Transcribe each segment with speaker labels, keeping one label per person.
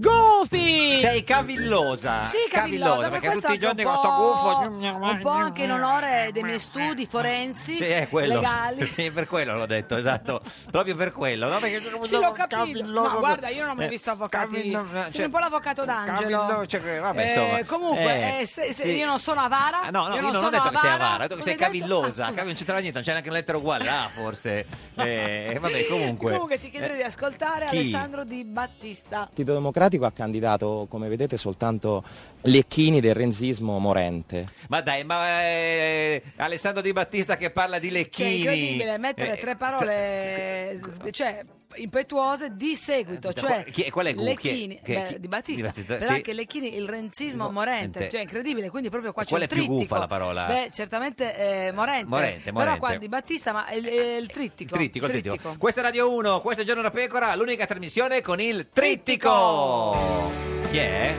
Speaker 1: Gufi!
Speaker 2: Sei cavillosa.
Speaker 1: Sì, cavillosa, ma
Speaker 2: perché
Speaker 1: questo
Speaker 2: tutti i giorni
Speaker 1: anche
Speaker 2: con
Speaker 1: un
Speaker 2: sto
Speaker 1: po'-
Speaker 2: gufo.
Speaker 1: Un po' anche in onore dei miei studi forensi
Speaker 2: Sì, è quello.
Speaker 1: legali.
Speaker 2: Sì, per quello l'ho detto, esatto. Proprio per quello, no? Perché
Speaker 1: Sì, l'ho capito. No, guarda, io non ho mai
Speaker 2: Eh,
Speaker 1: visto avvocati.
Speaker 2: Cavillo-
Speaker 1: Sono
Speaker 2: cioè-
Speaker 1: un po' l'avvocato d'Angelo.
Speaker 2: Cavillo- cioè, vabbè,
Speaker 1: Eh,
Speaker 2: insomma.
Speaker 1: comunque,
Speaker 2: Eh,
Speaker 1: eh, se- se-
Speaker 2: sì.
Speaker 1: io non sono avara.
Speaker 2: Ah, No, no, io non, ho
Speaker 1: sono
Speaker 2: detto che sei avara, ho detto che
Speaker 1: Cosa
Speaker 2: sei
Speaker 1: hai detto?
Speaker 2: cavillosa, cavi- non c'entra niente, non c'è neanche una lettera uguale là, forse. Eh, vabbè, comunque. Eh,
Speaker 1: Comunque ti chiedo di ascoltare
Speaker 2: chi?
Speaker 1: Alessandro Di Battista.
Speaker 3: Il Partito Democratico ha candidato, come vedete, soltanto lecchini del renzismo morente.
Speaker 2: Ma dai, ma eh, Alessandro Di Battista che parla di
Speaker 1: Che è
Speaker 2: lecchini.
Speaker 1: incredibile mettere
Speaker 2: Eh,
Speaker 1: tre parole s- cioè, impetuose di seguito.
Speaker 2: Da-
Speaker 1: Cioè,
Speaker 2: Eh, chi- qual è- chi-
Speaker 1: Lecchini,
Speaker 2: chi-
Speaker 1: beh,
Speaker 2: chi-
Speaker 1: di Battista,
Speaker 2: Di Battista,
Speaker 1: però
Speaker 2: sì.
Speaker 1: anche Lecchini, il renzismo morente,
Speaker 2: Morente.
Speaker 1: cioè è incredibile, quindi proprio qua c'è
Speaker 2: Qual
Speaker 1: un
Speaker 2: è più
Speaker 1: trittico.
Speaker 2: gufa la parola?
Speaker 1: Beh, certamente eh, morente,
Speaker 2: Morente,
Speaker 1: però
Speaker 2: morente.
Speaker 1: qua di Battista, ma è il, è il trittico.
Speaker 2: Trittico, il trittico. Questa è Radio 1, questo è Giorno da Pecora, l'unica trasmissione con il trittico. Chi è?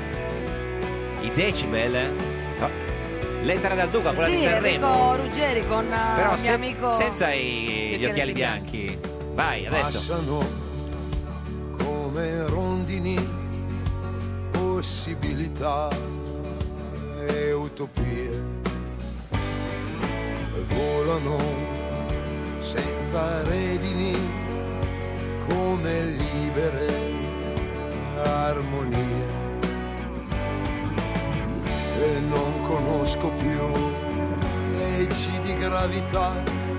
Speaker 2: I decibel? No. Lettera dal Duca, quella di
Speaker 1: Sì,
Speaker 2: Sanremo.
Speaker 1: Enrico Ruggeri con eh,
Speaker 2: Però
Speaker 1: mio
Speaker 2: se-
Speaker 1: amico
Speaker 2: senza i- gli
Speaker 1: Michele
Speaker 2: occhiali
Speaker 1: Di
Speaker 2: bianchi. Vai, adesso.
Speaker 4: Passano come rondini possibilità e utopie. Volano senza redini come libere armonie. E non conosco più leggi di gravità,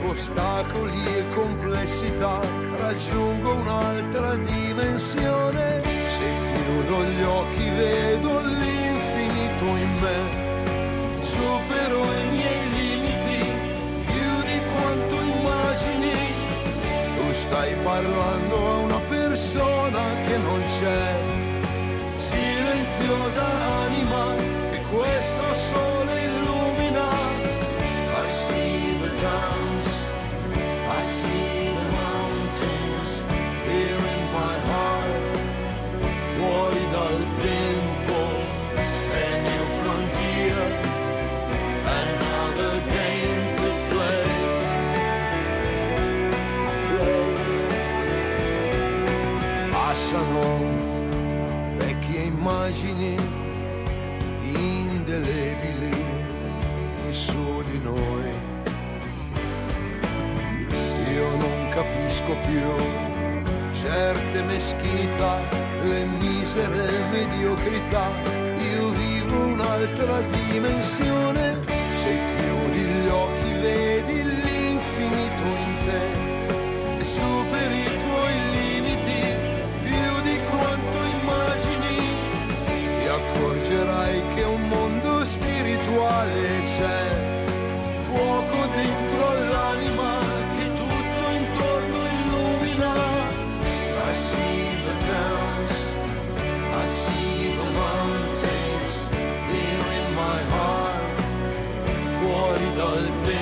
Speaker 4: ostacoli e complessità, raggiungo un'altra dimensione. Se chiudo gli occhi vedo l'infinito in me, supero i miei limiti, più di quanto immagini. Tu stai parlando a una persona che non c'è, silenziosa anima che questo sole illumina. I see the towns, I see the mountains, here in my heart, fuori dal tempo, a new frontier, another game to play. Passano vecchie immagini indelebili su di noi. Io non capisco più certe meschinità, le misere mediocrità. Io vivo un'altra dimensione. Se chiudi gli occhi vedi l'infinito in te e superi i tuoi limiti più di quanto immagini ti accorgerai che un mondo spirituale c'è, fuoco dentro l'anima che tutto intorno illumina. I see the towns, I see the mountains, here in my heart, fuori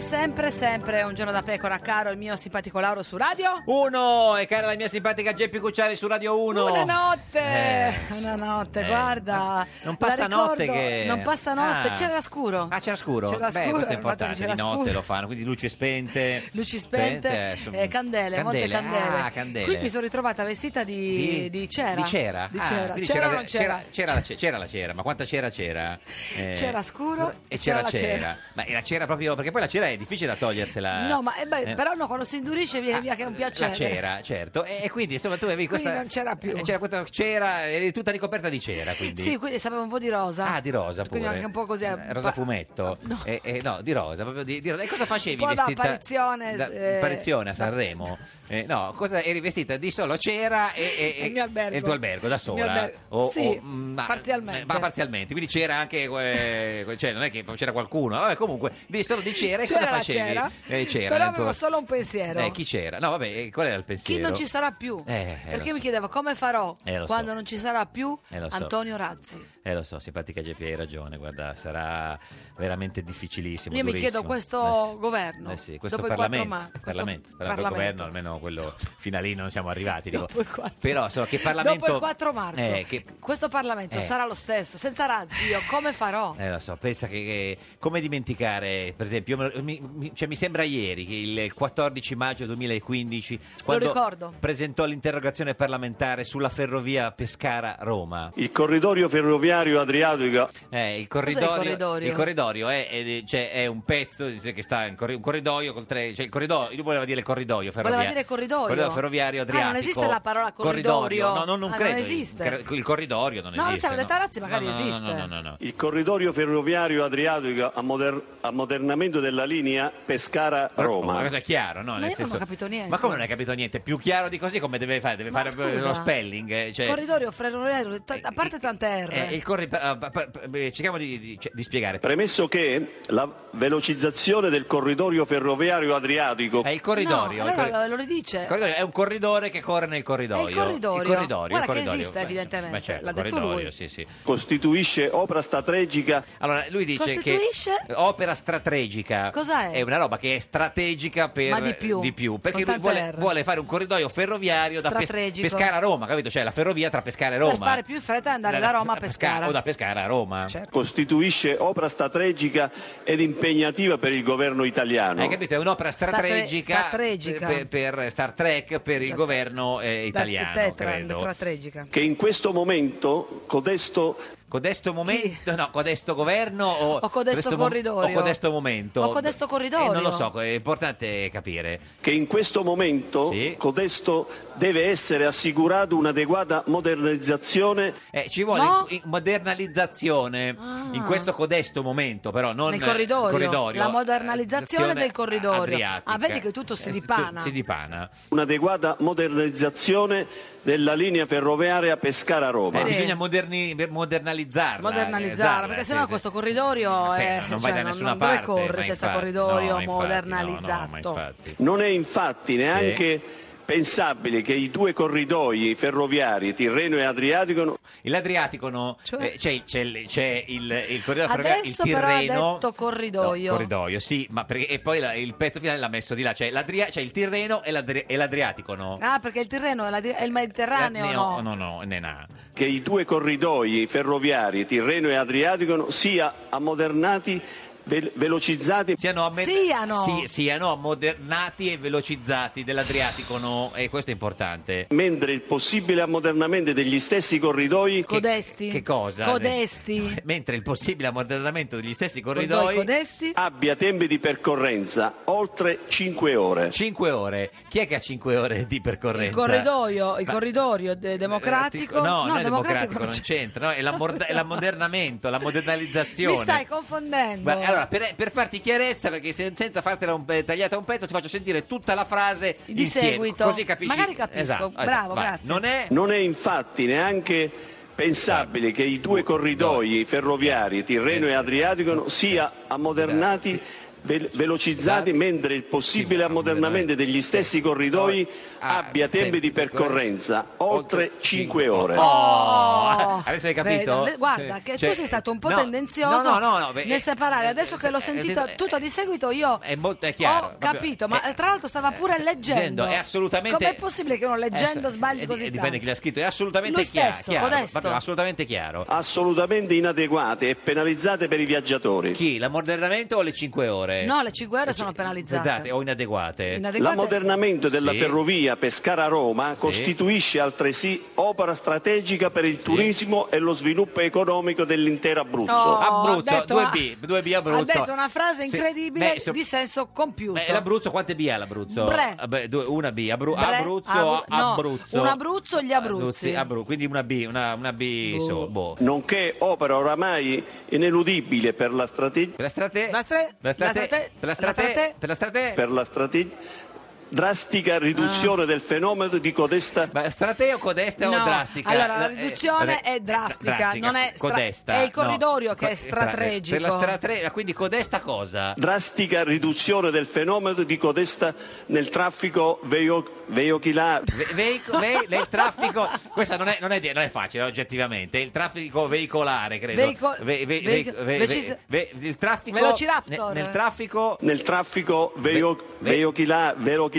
Speaker 1: sempre, sempre un giorno da pecora, caro il mio simpatico Lauro su radio.
Speaker 2: Uno, e cara la mia simpatica Geppi Cucciari su Radio 1.
Speaker 1: Buonanotte,
Speaker 2: Eh,
Speaker 1: buonanotte,
Speaker 2: eh.
Speaker 1: guarda.
Speaker 2: Non passa
Speaker 1: la ricordo,
Speaker 2: notte che-
Speaker 1: Non passa notte,
Speaker 2: Ah.
Speaker 1: c'era scuro.
Speaker 2: Ah, c'era scuro?
Speaker 1: C'era
Speaker 2: Beh, questo è
Speaker 1: scuro, ho notato che
Speaker 2: importante,
Speaker 1: c'era
Speaker 2: di notte
Speaker 1: scuro.
Speaker 2: lo fanno, quindi luci spente.
Speaker 1: Luci spente,
Speaker 2: insomma.
Speaker 1: eh, candele, molte candele.
Speaker 2: Ah, candele.
Speaker 1: Qui mi sono ritrovata vestita di, di cera.
Speaker 2: Di cera?
Speaker 1: Di
Speaker 2: Ah,
Speaker 1: cera.
Speaker 2: quindi
Speaker 1: c'era, o non c'era?
Speaker 2: c'era- c'era la ce- c'era la cera, ma quanta cera c'era? Eh,
Speaker 1: C'era scuro
Speaker 2: e c'era,
Speaker 1: la
Speaker 2: cera. Ma era cera proprio, perché poi la cera è difficile da togliersela.
Speaker 1: No, ma eh, beh,
Speaker 2: Eh. Ah,
Speaker 1: però no, quando si indurisce viene via che è un piacere.
Speaker 2: La cera, certo. E, e quindi insomma tu avevi questa.
Speaker 1: Quindi non c'era più.
Speaker 2: Eh, C'era questa cera, eri tutta ricoperta di cera. Quindi.
Speaker 1: Sì, quindi sapeva un po' di rosa.
Speaker 2: Ah, di rosa pure.
Speaker 1: Quindi anche un po' così.
Speaker 2: Eh, Rosa fumetto.
Speaker 1: No.
Speaker 2: Eh, eh, no, di rosa, proprio di, di rosa. E cosa facevi
Speaker 1: Un po' da
Speaker 2: vestita?
Speaker 1: apparizione,
Speaker 2: da-
Speaker 1: eh,
Speaker 2: apparizione a
Speaker 1: da-
Speaker 2: Sanremo. Eh, no, cosa eri vestita di solo cera e, e-
Speaker 1: Il mio albergo.
Speaker 2: e il tuo albergo da
Speaker 1: Il mio
Speaker 2: sola.
Speaker 1: albergo. Sì, parzialmente.
Speaker 2: eh, Ma parzialmente, quindi c'era anche eh, cioè non è che c'era qualcuno. Vabbè, comunque, di solo di cera e
Speaker 1: C'era
Speaker 2: cosa
Speaker 1: la
Speaker 2: facevi?
Speaker 1: cera,
Speaker 2: Eh, c'era
Speaker 1: però
Speaker 2: nel tuo-
Speaker 1: avevo solo un pensiero.
Speaker 2: Eh, chi c'era? No, vabbè, eh, qual era il
Speaker 1: Chi
Speaker 2: pensiero?
Speaker 1: non ci sarà più?
Speaker 2: Eh, eh, lo
Speaker 1: Perché
Speaker 2: so.
Speaker 1: mi chiedevo come farò
Speaker 2: Eh, lo so.
Speaker 1: quando non ci sarà più
Speaker 2: Eh, lo so.
Speaker 1: Antonio Razzi.
Speaker 2: Eh lo so, simpatica GP hai ragione, guarda, sarà veramente difficilissimo.
Speaker 1: Io mi
Speaker 2: durissimo.
Speaker 1: chiedo
Speaker 2: Eh
Speaker 1: questo
Speaker 2: sì.
Speaker 1: governo,
Speaker 2: Eh sì, questo
Speaker 1: dopo il 4
Speaker 2: Parlamento,
Speaker 1: marzo, questo
Speaker 2: Parlamento, Parlamento,
Speaker 1: Parlamento.
Speaker 2: governo almeno quello finalino non siamo arrivati, dico.
Speaker 1: Dopo il 4
Speaker 2: Però so che Parlamento
Speaker 1: Dopo il 4 marzo,
Speaker 2: Eh, che-
Speaker 1: questo Parlamento
Speaker 2: eh.
Speaker 1: sarà lo stesso, senza Razzi, io come farò?
Speaker 2: eh, lo so, pensa che, che- come dimenticare, per esempio, io me lo- mi, mi- cioè, mi sembra ieri che il 14 maggio 2015 quando
Speaker 1: ricordo.
Speaker 2: presentò l'interrogazione parlamentare sulla ferrovia Pescara-Roma.
Speaker 5: Il corridoio ferroviario adriatico
Speaker 2: Eh, il
Speaker 1: Cos'è il
Speaker 2: corridoio,
Speaker 1: corridoio?
Speaker 2: il corridoio è, è- cioè, è un pezzo di- che sta in corri- un corridoio col tre, cioè il corridoio, lui voleva dire corridoio ferroviario.
Speaker 1: Voleva dire corridoio.
Speaker 2: ferroviario
Speaker 1: Ah, non
Speaker 2: adriatico.
Speaker 1: esiste la parola corridoio.
Speaker 2: No, no, non
Speaker 1: Ah,
Speaker 2: credo.
Speaker 1: non esiste.
Speaker 2: Il, il corridoio non
Speaker 1: No,
Speaker 2: esiste.
Speaker 1: se lo detta Razzi magari
Speaker 2: No, no, no,
Speaker 1: esiste.
Speaker 2: No, no, no, no.
Speaker 5: il corridoio ferroviario adriatico a moder- ammodernamento della linea
Speaker 2: Ma
Speaker 5: Pescara-Roma.
Speaker 2: questo è chiaro, no?
Speaker 1: Ma
Speaker 2: Nel
Speaker 1: io non ho
Speaker 2: senso-
Speaker 1: capito niente.
Speaker 2: Ma come non hai capito niente? Più chiaro di così come deve fare? Deve
Speaker 1: Ma
Speaker 2: fare proprio
Speaker 1: scusa,
Speaker 2: lo spelling. eh, Cioè...
Speaker 1: Corridoio ferroviario, t- a parte tante R.
Speaker 2: Eh, il corri- pa- pa- pa- pa- cerchiamo di, di- cioè, di spiegare.
Speaker 5: Premesso che la velocizzazione del corridoio ferroviario adriatico
Speaker 2: È il corridoio.
Speaker 1: No,
Speaker 2: il corri-
Speaker 1: allora lo ridice.
Speaker 2: Il corridoio è un corridore che corre nel corridoio.
Speaker 1: È il corridoio.
Speaker 2: Il corridoio,
Speaker 1: Guarda
Speaker 2: il
Speaker 1: che
Speaker 2: corridoio.
Speaker 1: esiste,
Speaker 2: Beh,
Speaker 1: evidentemente,
Speaker 2: Ma certo,
Speaker 1: l'ha
Speaker 2: il
Speaker 1: detto
Speaker 2: corridoio,
Speaker 1: lui.
Speaker 2: sì, sì.
Speaker 5: costituisce opera strategica
Speaker 2: Allora, lui dice
Speaker 1: Costituisce?
Speaker 2: che opera strategica
Speaker 1: Cos'è?
Speaker 2: è una roba che è strategica per
Speaker 1: Ma di più,
Speaker 2: perché
Speaker 1: con
Speaker 2: lui
Speaker 1: tante
Speaker 2: vuole,
Speaker 1: R.
Speaker 2: vuole fare un corridoio ferroviario da Pes-
Speaker 1: Strategico.
Speaker 2: Pescara a Roma, capito? Cioè la ferrovia tra Pescara e Roma.
Speaker 1: Per fare più in fretta e andare da Roma a Pescara.
Speaker 2: O da Pescara a Roma.
Speaker 1: Certo.
Speaker 5: costituisce opera strategica ed impegnativa per il governo italiano.
Speaker 2: Hai capito? È un'opera
Speaker 1: Strate-
Speaker 2: strategica,
Speaker 1: strategica.
Speaker 2: Eh, Per, per Star Trek, per il governo eh,
Speaker 1: Da-
Speaker 2: italiano,
Speaker 1: tetra-
Speaker 2: credo.
Speaker 1: tetragica.
Speaker 5: Che in questo momento codesto
Speaker 2: Codesto momento, no, codesto governo o,
Speaker 1: O codesto corridoio.
Speaker 2: o codesto momento.
Speaker 1: O codesto corridoio.
Speaker 2: Eh, non lo so, è importante capire.
Speaker 5: che in questo momento
Speaker 2: Sì.
Speaker 5: codesto deve essere assicurata un'adeguata modernizzazione
Speaker 2: Eh, ci vuole
Speaker 1: No?
Speaker 2: in- in- modernalizzazione
Speaker 1: Ah.
Speaker 2: in questo codesto momento, però non
Speaker 1: Nel
Speaker 2: eh,
Speaker 1: corridoio,
Speaker 2: corridoio,
Speaker 1: la modernalizzazione
Speaker 2: eh,
Speaker 1: del corridoio.
Speaker 2: adriatica.
Speaker 1: Ah, vedi che tutto si
Speaker 2: Eh,
Speaker 1: dipana.
Speaker 2: Si dipana.
Speaker 5: un'adeguata modernizzazione della linea ferroviaria Pescara-Roma.
Speaker 2: Eh,
Speaker 1: Sì.
Speaker 2: Bisogna moderni- modernalizzarla. eh,
Speaker 1: Modernizzarla, perché sennò questo corridoio
Speaker 2: Sì,
Speaker 1: è-
Speaker 2: non
Speaker 1: cioè,
Speaker 2: vai da
Speaker 1: non-
Speaker 2: nessuna
Speaker 1: non- dove
Speaker 2: parte.
Speaker 1: corre
Speaker 2: ma
Speaker 1: senza
Speaker 2: infatti, no,
Speaker 1: corridoio
Speaker 2: ma infatti, No, no, ma
Speaker 1: modernalizzato?
Speaker 2: infatti.
Speaker 5: Non è infatti neanche pensabile che i due corridoi ferroviari, Tirreno e Adriatico,
Speaker 2: E L'Adriatico no,
Speaker 1: Cioè?
Speaker 2: eh, c'è, il- c'è il- c'è il, il corridoio ferroviario, il
Speaker 1: Adesso però ha
Speaker 2: Tirreno.
Speaker 1: detto corridoio.
Speaker 2: No, corridoio, sì, ma perché, e poi la- il pezzo finale l'ha messo di là, cioè, l'Adria- cioè il Tirreno e, l'Adri- e l'Adriatico no.
Speaker 1: Ah, perché il Tirreno è, la- è il Mediterraneo,
Speaker 2: Neo-
Speaker 1: Ah, no?
Speaker 2: Eh, No, no, ne na.
Speaker 5: che i due corridoi ferroviari, Tirreno e Adriatico, sia ammodernati, ve- velocizzati
Speaker 2: Siano, ammed-
Speaker 1: Siano.
Speaker 2: si- siano ammodernati e velocizzati dell'Adriatico no, e questo è importante.
Speaker 5: mentre il possibile ammodernamento degli stessi corridoi
Speaker 1: Codesti?
Speaker 2: Che cosa?
Speaker 1: Codesti?
Speaker 2: Mentre il possibile ammodernamento degli stessi
Speaker 1: Corridoi
Speaker 2: corridoi...
Speaker 1: Codesti?
Speaker 5: abbia tempi di percorrenza oltre 5 ore.
Speaker 2: 5 ore. Chi è che ha 5 ore di percorrenza?
Speaker 1: Il corridoio, il
Speaker 2: Ma- Eh,
Speaker 1: corridoio de- democratico?
Speaker 2: No, no, è
Speaker 1: democratico
Speaker 2: democratico, non
Speaker 1: c'è.
Speaker 2: c'entra. No, è, la mor- è l'ammodernamento, la modernalizzazione.
Speaker 1: Mi stai confondendo.
Speaker 2: Guarda, allora, per, per farti chiarezza, perché se- senza fartela un pe- tagliata un pezzo, ti faccio sentire tutta la frase
Speaker 1: Di
Speaker 2: insieme,
Speaker 1: seguito.
Speaker 2: Così capisci. Esatto,
Speaker 1: Magari capisco, bravo,
Speaker 2: vai.
Speaker 1: grazie.
Speaker 2: Non è
Speaker 5: Non è infatti neanche pensabile che
Speaker 2: Eh.
Speaker 5: i due corridoi ferroviari, Tirreno e Adriatico, sia ammodernati ve- velocizzati, mentre il possibile ammodernamento degli stessi corridoi
Speaker 2: Ah,
Speaker 5: abbia tempi di percorrenza oltre 5 ore.
Speaker 2: Oh, adesso hai capito?
Speaker 1: Beh, guarda, che
Speaker 2: Cioè,
Speaker 1: tu sei stato un po'
Speaker 2: no,
Speaker 1: tendenzioso
Speaker 2: no, no, no, beh, eh,
Speaker 1: nel separare. Adesso che l'ho sentito
Speaker 2: eh,
Speaker 1: tutto di seguito, io
Speaker 2: È molto è chiaro.
Speaker 1: ho
Speaker 2: proprio-
Speaker 1: capito. Ma
Speaker 2: eh,
Speaker 1: tra l'altro stava pure leggendo.
Speaker 2: leggendo, è assolutamente-
Speaker 1: Com'è possibile che uno leggendo
Speaker 2: eh,
Speaker 1: sbagli
Speaker 2: eh,
Speaker 1: così
Speaker 2: di-
Speaker 1: tanto?
Speaker 2: Dipende chi l'ha scritto, è assolutamente
Speaker 1: Lui
Speaker 2: chiaro.
Speaker 1: stesso,
Speaker 2: chiaro,
Speaker 1: codesto.
Speaker 2: proprio assolutamente chiaro.
Speaker 5: Ah, Assolutamente inadeguate e penalizzate per i viaggiatori.
Speaker 2: Chi? L'ammodernamento o le 5 ore?
Speaker 1: No, le 5
Speaker 2: Eh,
Speaker 1: euro sono penalizzate.
Speaker 2: Scusate, Esatto, o inadeguate.
Speaker 1: Esatto. Inadeguate-
Speaker 5: L'ammodernamento della
Speaker 2: Sì.
Speaker 5: ferrovia Pescara-Roma costituisce altresì opera strategica per il turismo e lo sviluppo economico dell'intero Abruzzo.
Speaker 1: Oh,
Speaker 2: Abruzzo,
Speaker 1: ha detto
Speaker 2: 2B,
Speaker 1: una-
Speaker 2: 2B Abruzzo.
Speaker 1: Ha detto una frase
Speaker 2: Sì,
Speaker 1: incredibile
Speaker 2: beh, so-
Speaker 1: di senso
Speaker 2: Beh,
Speaker 1: compiuto.
Speaker 2: Eh, l'Abruzzo quante B ha l'Abruzzo?
Speaker 1: Bre.
Speaker 2: Eh, beh, due- una B, Abru-
Speaker 1: Bre-
Speaker 2: Abruzzo,
Speaker 1: Abru- no,
Speaker 2: Abruzzo.
Speaker 1: un Abruzzo e gli Abruzzi.
Speaker 2: Abru- quindi una B, una, una B so, boh.
Speaker 5: nonché opera oramai ineludibile per la strategia
Speaker 2: Per la strate...
Speaker 1: La stre-
Speaker 2: per Eh, la strate...
Speaker 1: la strate-
Speaker 2: Per la
Speaker 1: la
Speaker 2: strate...
Speaker 1: strate-
Speaker 2: Per la strate...
Speaker 5: per la strate- drastica riduzione del fenomeno di codesta
Speaker 2: Ma strateo, codesta o
Speaker 1: Ah. No,
Speaker 2: drastica?
Speaker 1: allora, la
Speaker 2: No, eh,
Speaker 1: riduzione
Speaker 2: eh,
Speaker 1: è drastica, non è stra-
Speaker 2: codesta.
Speaker 1: è il corridoio che è
Speaker 2: co- stra-
Speaker 1: strategico.
Speaker 2: eh, Per la strate- quindi codesta cosa?
Speaker 5: drastica riduzione del fenomeno di codesta nel traffico veio- veicolare
Speaker 2: Ve- veico- ve- nel traffico questa non è, non è di- non è facile oggettivamente il traffico veicolare credo
Speaker 1: Veico-
Speaker 2: Ve- ve-
Speaker 1: veico-
Speaker 2: ve- ve-
Speaker 1: vecis-
Speaker 2: ve- il traffico
Speaker 1: Velociraptor.
Speaker 2: ne- nel traffico
Speaker 5: nel traffico veio-
Speaker 2: ve-
Speaker 5: veiochila- veicolare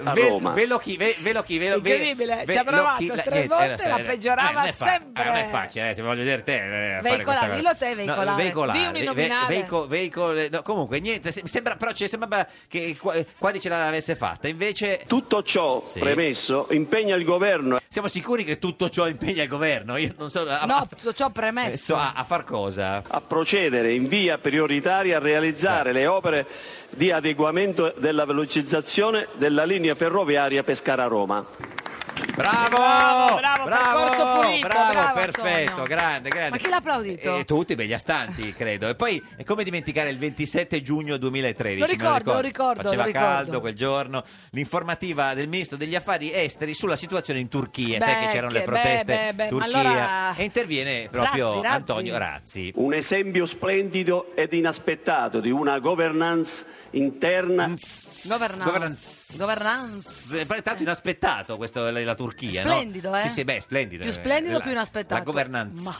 Speaker 5: a
Speaker 2: ve-
Speaker 5: Roma
Speaker 2: velochi ve- velochi velo- ve-
Speaker 1: Incredibile, ci
Speaker 2: velochi-
Speaker 1: ha provato
Speaker 2: la-
Speaker 1: tre
Speaker 2: niente,
Speaker 1: volte,
Speaker 2: adesso-
Speaker 1: la peggiorava
Speaker 2: eh, non è fa-
Speaker 1: sempre.
Speaker 2: eh, non è facile eh, se voglio vedere te eh, fare
Speaker 1: Veicolare,
Speaker 2: questa cosa.
Speaker 1: dillo te, veicolare.
Speaker 2: No, eh, veicolare
Speaker 1: Di un
Speaker 2: ve-
Speaker 1: innominale.
Speaker 2: veico- veicol- no, comunque niente se- mi sembra però ci sembra che qua- quasi ce l'avesse fatta invece
Speaker 5: tutto ciò
Speaker 2: Sì.
Speaker 5: premesso impegna il governo
Speaker 2: siamo sicuri che tutto ciò impegna il governo io non so a-
Speaker 1: No,
Speaker 2: a-
Speaker 1: tutto ciò
Speaker 2: Eh, so,
Speaker 1: premesso.
Speaker 2: a, a far cosa?
Speaker 5: a procedere in via prioritaria a realizzare le opere di adeguamento della velocizzazione della linea ferroviaria Pescara-Roma.
Speaker 2: Bravo!
Speaker 1: Bravo, bravo, percorso pulito,
Speaker 2: bravo,
Speaker 1: bravo,
Speaker 2: perfetto,
Speaker 1: Antonio.
Speaker 2: grande, grande.
Speaker 1: Ma chi l'ha applaudito?
Speaker 2: Eh, eh, tutti, beh, gli astanti, credo. E poi, eh, come dimenticare il 27 giugno 2013?
Speaker 1: Lo
Speaker 2: me
Speaker 1: ricordo, lo ricordo,
Speaker 2: Faceva
Speaker 1: lo ricordo.
Speaker 2: caldo quel giorno. L'informativa del ministro degli affari esteri sulla situazione in Turchia. Sai
Speaker 1: Beh,
Speaker 2: che c'erano le
Speaker 1: che-
Speaker 2: proteste
Speaker 1: beh, beh, beh, ma
Speaker 2: Turchia.
Speaker 1: allora-
Speaker 2: E interviene proprio
Speaker 1: Razzi, Razzi.
Speaker 2: Antonio Razzi.
Speaker 5: Un esempio splendido ed inaspettato di una governance interna
Speaker 1: Governance.
Speaker 2: Governance. Eh, Tra l'altro inaspettato questo, la, la Turchia, no?
Speaker 1: Splendido, eh?
Speaker 2: Sì, sì, beh, splendido.
Speaker 1: Più
Speaker 2: Eh,
Speaker 1: splendido,
Speaker 2: la-
Speaker 1: più inaspettato.
Speaker 2: La governanza.
Speaker 1: Ma-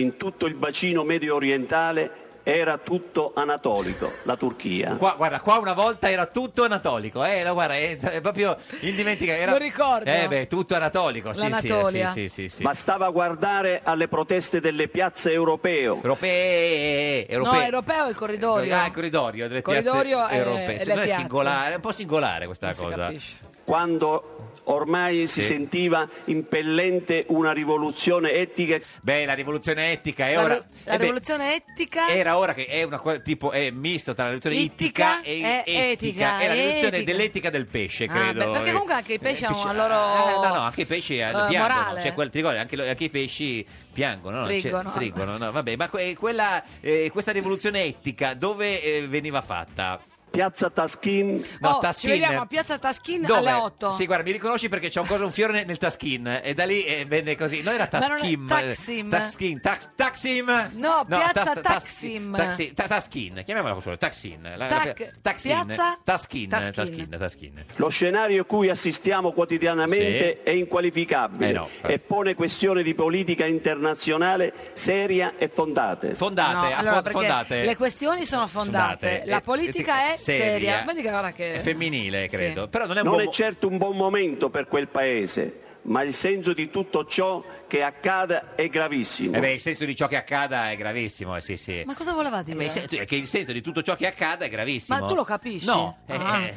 Speaker 5: in tutto il bacino medio orientale era tutto anatolico, la Turchia.
Speaker 2: Qua, guarda, qua una volta era tutto anatolico, eh, lo guarda, è, è proprio indimenticabile. Era,
Speaker 1: Lo ricordo.
Speaker 2: Eh beh, tutto anatolico, Oh, sì, sì,
Speaker 1: L'Anatolia.
Speaker 2: sì, sì, sì, sì.
Speaker 5: Bastava guardare alle proteste delle piazze europee.
Speaker 2: Europee, europee.
Speaker 1: No, europeo è il corridoio.
Speaker 2: Ah, il corridoio delle
Speaker 1: Corridoio
Speaker 2: piazze
Speaker 1: e-
Speaker 2: europee.
Speaker 1: e
Speaker 2: Se
Speaker 1: le
Speaker 2: no è
Speaker 1: piazze.
Speaker 2: singolare, è un po' singolare questa
Speaker 1: Non si
Speaker 2: cosa.
Speaker 1: capisce.
Speaker 5: quando ormai si
Speaker 2: Sì.
Speaker 5: sentiva impellente una rivoluzione etica
Speaker 2: Beh, la rivoluzione etica è
Speaker 1: La,
Speaker 2: ora
Speaker 1: ru- la
Speaker 2: eh beh,
Speaker 1: rivoluzione etica
Speaker 2: era ora che è una cosa tipo è misto tra la rivoluzione ittica, e,
Speaker 1: Ittica e
Speaker 2: etica. È la
Speaker 1: etica,
Speaker 2: rivoluzione
Speaker 1: etica.
Speaker 2: dell'etica del pesce,
Speaker 1: Ah,
Speaker 2: credo.
Speaker 1: beh, perché comunque anche i pesci
Speaker 2: Eh,
Speaker 1: hanno
Speaker 2: pesci-
Speaker 1: la loro,
Speaker 2: Ah, no, no, anche i pesci eh,
Speaker 1: eh,
Speaker 2: piangono.
Speaker 1: morale.
Speaker 2: Cioè, quel, ti ricordi, anche, lo- anche i pesci piangono, no? Cioè,
Speaker 1: Friggono.
Speaker 2: friggono, no, vabbè, ma que- quella, eh, questa rivoluzione etica dove eh, veniva fatta?
Speaker 5: piazza Taskin
Speaker 2: No,
Speaker 1: Oh, ci
Speaker 2: Taskin.
Speaker 1: vediamo a Piazza Taskin
Speaker 2: Dove?
Speaker 1: alle 8.
Speaker 2: Sì, guarda, mi riconosci perché c'è un, cosa, un fiore nel, nel Taskin e da lì eh, venne così. Non era
Speaker 1: Ma non è-
Speaker 2: Taskim.
Speaker 1: Taksim.
Speaker 2: Taskin, tax, Taksim.
Speaker 1: No, piazza
Speaker 2: Tas- Tas-
Speaker 1: Taksim.
Speaker 2: Taxi- Ta- Taskin, chiamiamola solo Taksin. La-
Speaker 1: Tac-
Speaker 2: la- Taksin.
Speaker 1: piazza-
Speaker 2: Taskin,
Speaker 1: Taskin.
Speaker 2: Taskin, Taskin.
Speaker 5: lo scenario a cui assistiamo quotidianamente è inqualificabile
Speaker 2: Eh no.
Speaker 5: e pone questioni di politica internazionale seria e fondate.
Speaker 2: Fondate,
Speaker 1: No,
Speaker 2: affon-
Speaker 1: allora, perché
Speaker 2: fondate.
Speaker 1: le questioni sono fondate, la
Speaker 2: Eh,
Speaker 1: politica
Speaker 2: eh,
Speaker 1: è seria. Vedi che guarda che-
Speaker 2: È femminile, eh, credo.
Speaker 1: Sì.
Speaker 2: Però non è un
Speaker 5: non
Speaker 2: buon
Speaker 5: è
Speaker 2: mo-
Speaker 5: certo un buon momento per quel paese, ma il senso di tutto ciò che accada è gravissimo.
Speaker 2: Eh beh, il senso di ciò che accada è gravissimo, eh, sì, sì.
Speaker 1: Ma cosa voleva
Speaker 2: Eh,
Speaker 1: dire?
Speaker 2: beh, il senso- è che il senso di tutto ciò che accada è gravissimo.
Speaker 1: Ma tu lo capisci?
Speaker 2: No, eh,
Speaker 1: Ah.
Speaker 2: eh,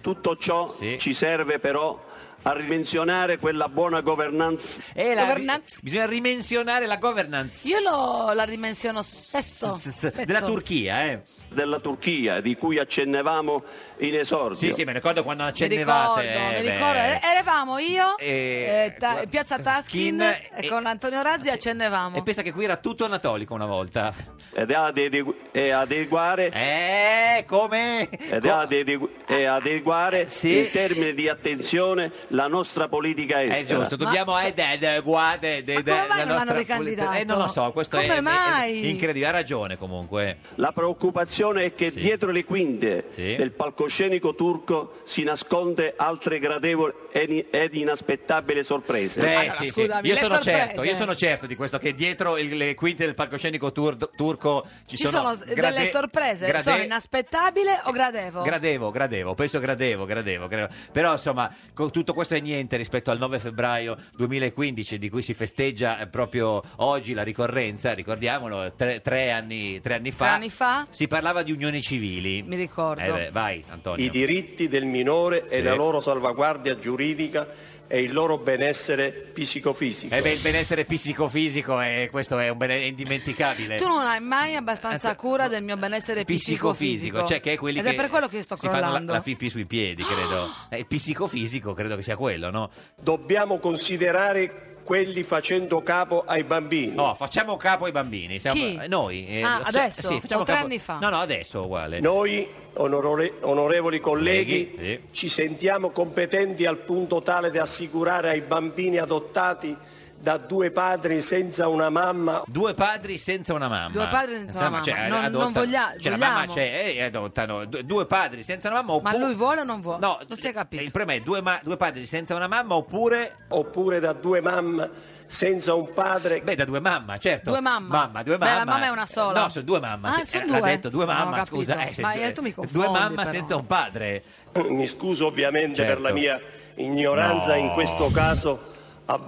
Speaker 5: Tutto ciò
Speaker 2: Sì.
Speaker 5: ci serve però a ridimensionare quella buona governance
Speaker 2: Eh, la-
Speaker 1: Governance.
Speaker 2: bisogna rimensionare la governance
Speaker 1: Io lo, la rimensiono spesso.
Speaker 2: s- s- della
Speaker 1: Spezzo.
Speaker 2: Turchia, eh.
Speaker 5: della Turchia di cui accennavamo in esordio.
Speaker 2: Sì, sì, mi ricordo quando
Speaker 1: Mi ricordo,
Speaker 2: accennevate. eh,
Speaker 1: mi
Speaker 2: beh.
Speaker 1: ricordo. E- Eravamo io,
Speaker 2: Eh,
Speaker 1: eh, ta-
Speaker 2: gu-
Speaker 1: Piazza Taskin,
Speaker 2: Skin,
Speaker 1: e
Speaker 2: eh,
Speaker 1: con Antonio
Speaker 2: sì.
Speaker 1: Razzi accennevamo.
Speaker 2: E pensa che qui era tutto anatolico una volta.
Speaker 5: ed è ad adegu- e adeguare,
Speaker 2: Eh, come?
Speaker 5: ed è
Speaker 2: Co-
Speaker 5: ad adegu- e adeguare
Speaker 2: sì.
Speaker 5: in termini di attenzione la nostra politica
Speaker 2: È
Speaker 5: estera.
Speaker 2: giusto, dobbiamo eh, de- de- gua- de- de-
Speaker 1: Ma
Speaker 2: de-
Speaker 1: come mai
Speaker 2: la
Speaker 1: non l'hanno
Speaker 2: nostra politica-
Speaker 1: ricandidato?
Speaker 2: Eh, non lo so, questo è-
Speaker 1: Come
Speaker 2: è, è
Speaker 1: mai?
Speaker 2: incredibile, ha ragione comunque.
Speaker 5: La preoccupazione sensazione è che dietro le quinte del palcoscenico turco si nasconde altre gradevoli ed in- ed inaspettabili sorprese.
Speaker 2: Beh, sì, sì. Io sono certo, io sono certo di questo che dietro il- le quinte del palcoscenico tur- turco ci,
Speaker 1: Ci sono,
Speaker 2: grade-
Speaker 1: delle sorprese,
Speaker 2: grade-
Speaker 1: sono inaspettabile o gradevo?
Speaker 2: Gradevo, gradevo, penso gradevo, gradevo, gradevo. Però insomma, co- tutto questo è niente rispetto al 9 febbraio 2015 di cui si festeggia eh, proprio oggi la ricorrenza, ricordiamolo, tre, tre anni, tre anni fa.
Speaker 1: Tre anni fa?
Speaker 2: Si parlava di unioni civili.
Speaker 1: Mi ricordo.
Speaker 2: Eh, beh, vai Antonio.
Speaker 5: I diritti del minore e
Speaker 2: Sì.
Speaker 5: la loro salvaguardia giuridica e il loro benessere psicofisico.
Speaker 2: Eh beh, il benessere psicofisico è, questo è un bene- è indimenticabile.
Speaker 1: Tu non hai mai
Speaker 2: Eh,
Speaker 1: abbastanza cura del mio benessere psicofisico.
Speaker 2: psicofisico, cioè che è quelli
Speaker 1: Ed
Speaker 2: che
Speaker 1: è per quello che io sto
Speaker 2: si fanno la,
Speaker 1: crollando.
Speaker 2: la pipì sui piedi, credo. Eh, Il psicofisico credo che sia quello, no?
Speaker 5: Dobbiamo considerare quelli facendo capo ai bambini.
Speaker 2: No, facciamo capo ai bambini. siamo-
Speaker 1: Chi?
Speaker 2: eh, Noi. eh,
Speaker 1: Ah,
Speaker 2: faccia-
Speaker 1: adesso?
Speaker 2: sì, facciamo
Speaker 1: O tre
Speaker 2: capo-
Speaker 1: anni fa?
Speaker 2: No, no, adesso uguale.
Speaker 5: Noi, onorore- onorevoli colleghi,
Speaker 2: Colleghi,
Speaker 5: ci sentiamo competenti al punto tale da assicurare ai bambini adottati da due padri senza una mamma
Speaker 2: Due padri senza una mamma.
Speaker 1: Due padri senza una mamma.
Speaker 2: Cioè,
Speaker 1: Non- non
Speaker 2: adottano-
Speaker 1: voglia-
Speaker 2: cioè, la
Speaker 1: vogliamo.
Speaker 2: mamma c'è e adottano du- due padri senza una mamma
Speaker 1: Ma
Speaker 2: oppure-
Speaker 1: lui vuole o non vuole?
Speaker 2: No,
Speaker 1: non si è capito.
Speaker 2: il problema è due, ma- due padri senza una mamma oppure
Speaker 5: oppure da due mamme senza un padre.
Speaker 2: Beh, da due mamma, certo.
Speaker 1: Due mamma.
Speaker 2: Mamma, due
Speaker 1: Beh,
Speaker 2: mamma. eh,
Speaker 1: la mamma è una sola.
Speaker 2: No, sono due mamma.
Speaker 1: Ah,
Speaker 2: sì,
Speaker 1: sono
Speaker 2: eh,
Speaker 1: due?
Speaker 2: L'ha detto due
Speaker 1: Non ho
Speaker 2: mamma,
Speaker 1: capito.
Speaker 2: scusa. Eh, se-
Speaker 1: Ma, eh, tu mi
Speaker 2: Due
Speaker 1: confondi,
Speaker 2: mamma
Speaker 1: però.
Speaker 2: senza un padre.
Speaker 5: Mi scuso ovviamente
Speaker 2: Certo.
Speaker 5: per la mia ignoranza
Speaker 2: No.
Speaker 5: in questo caso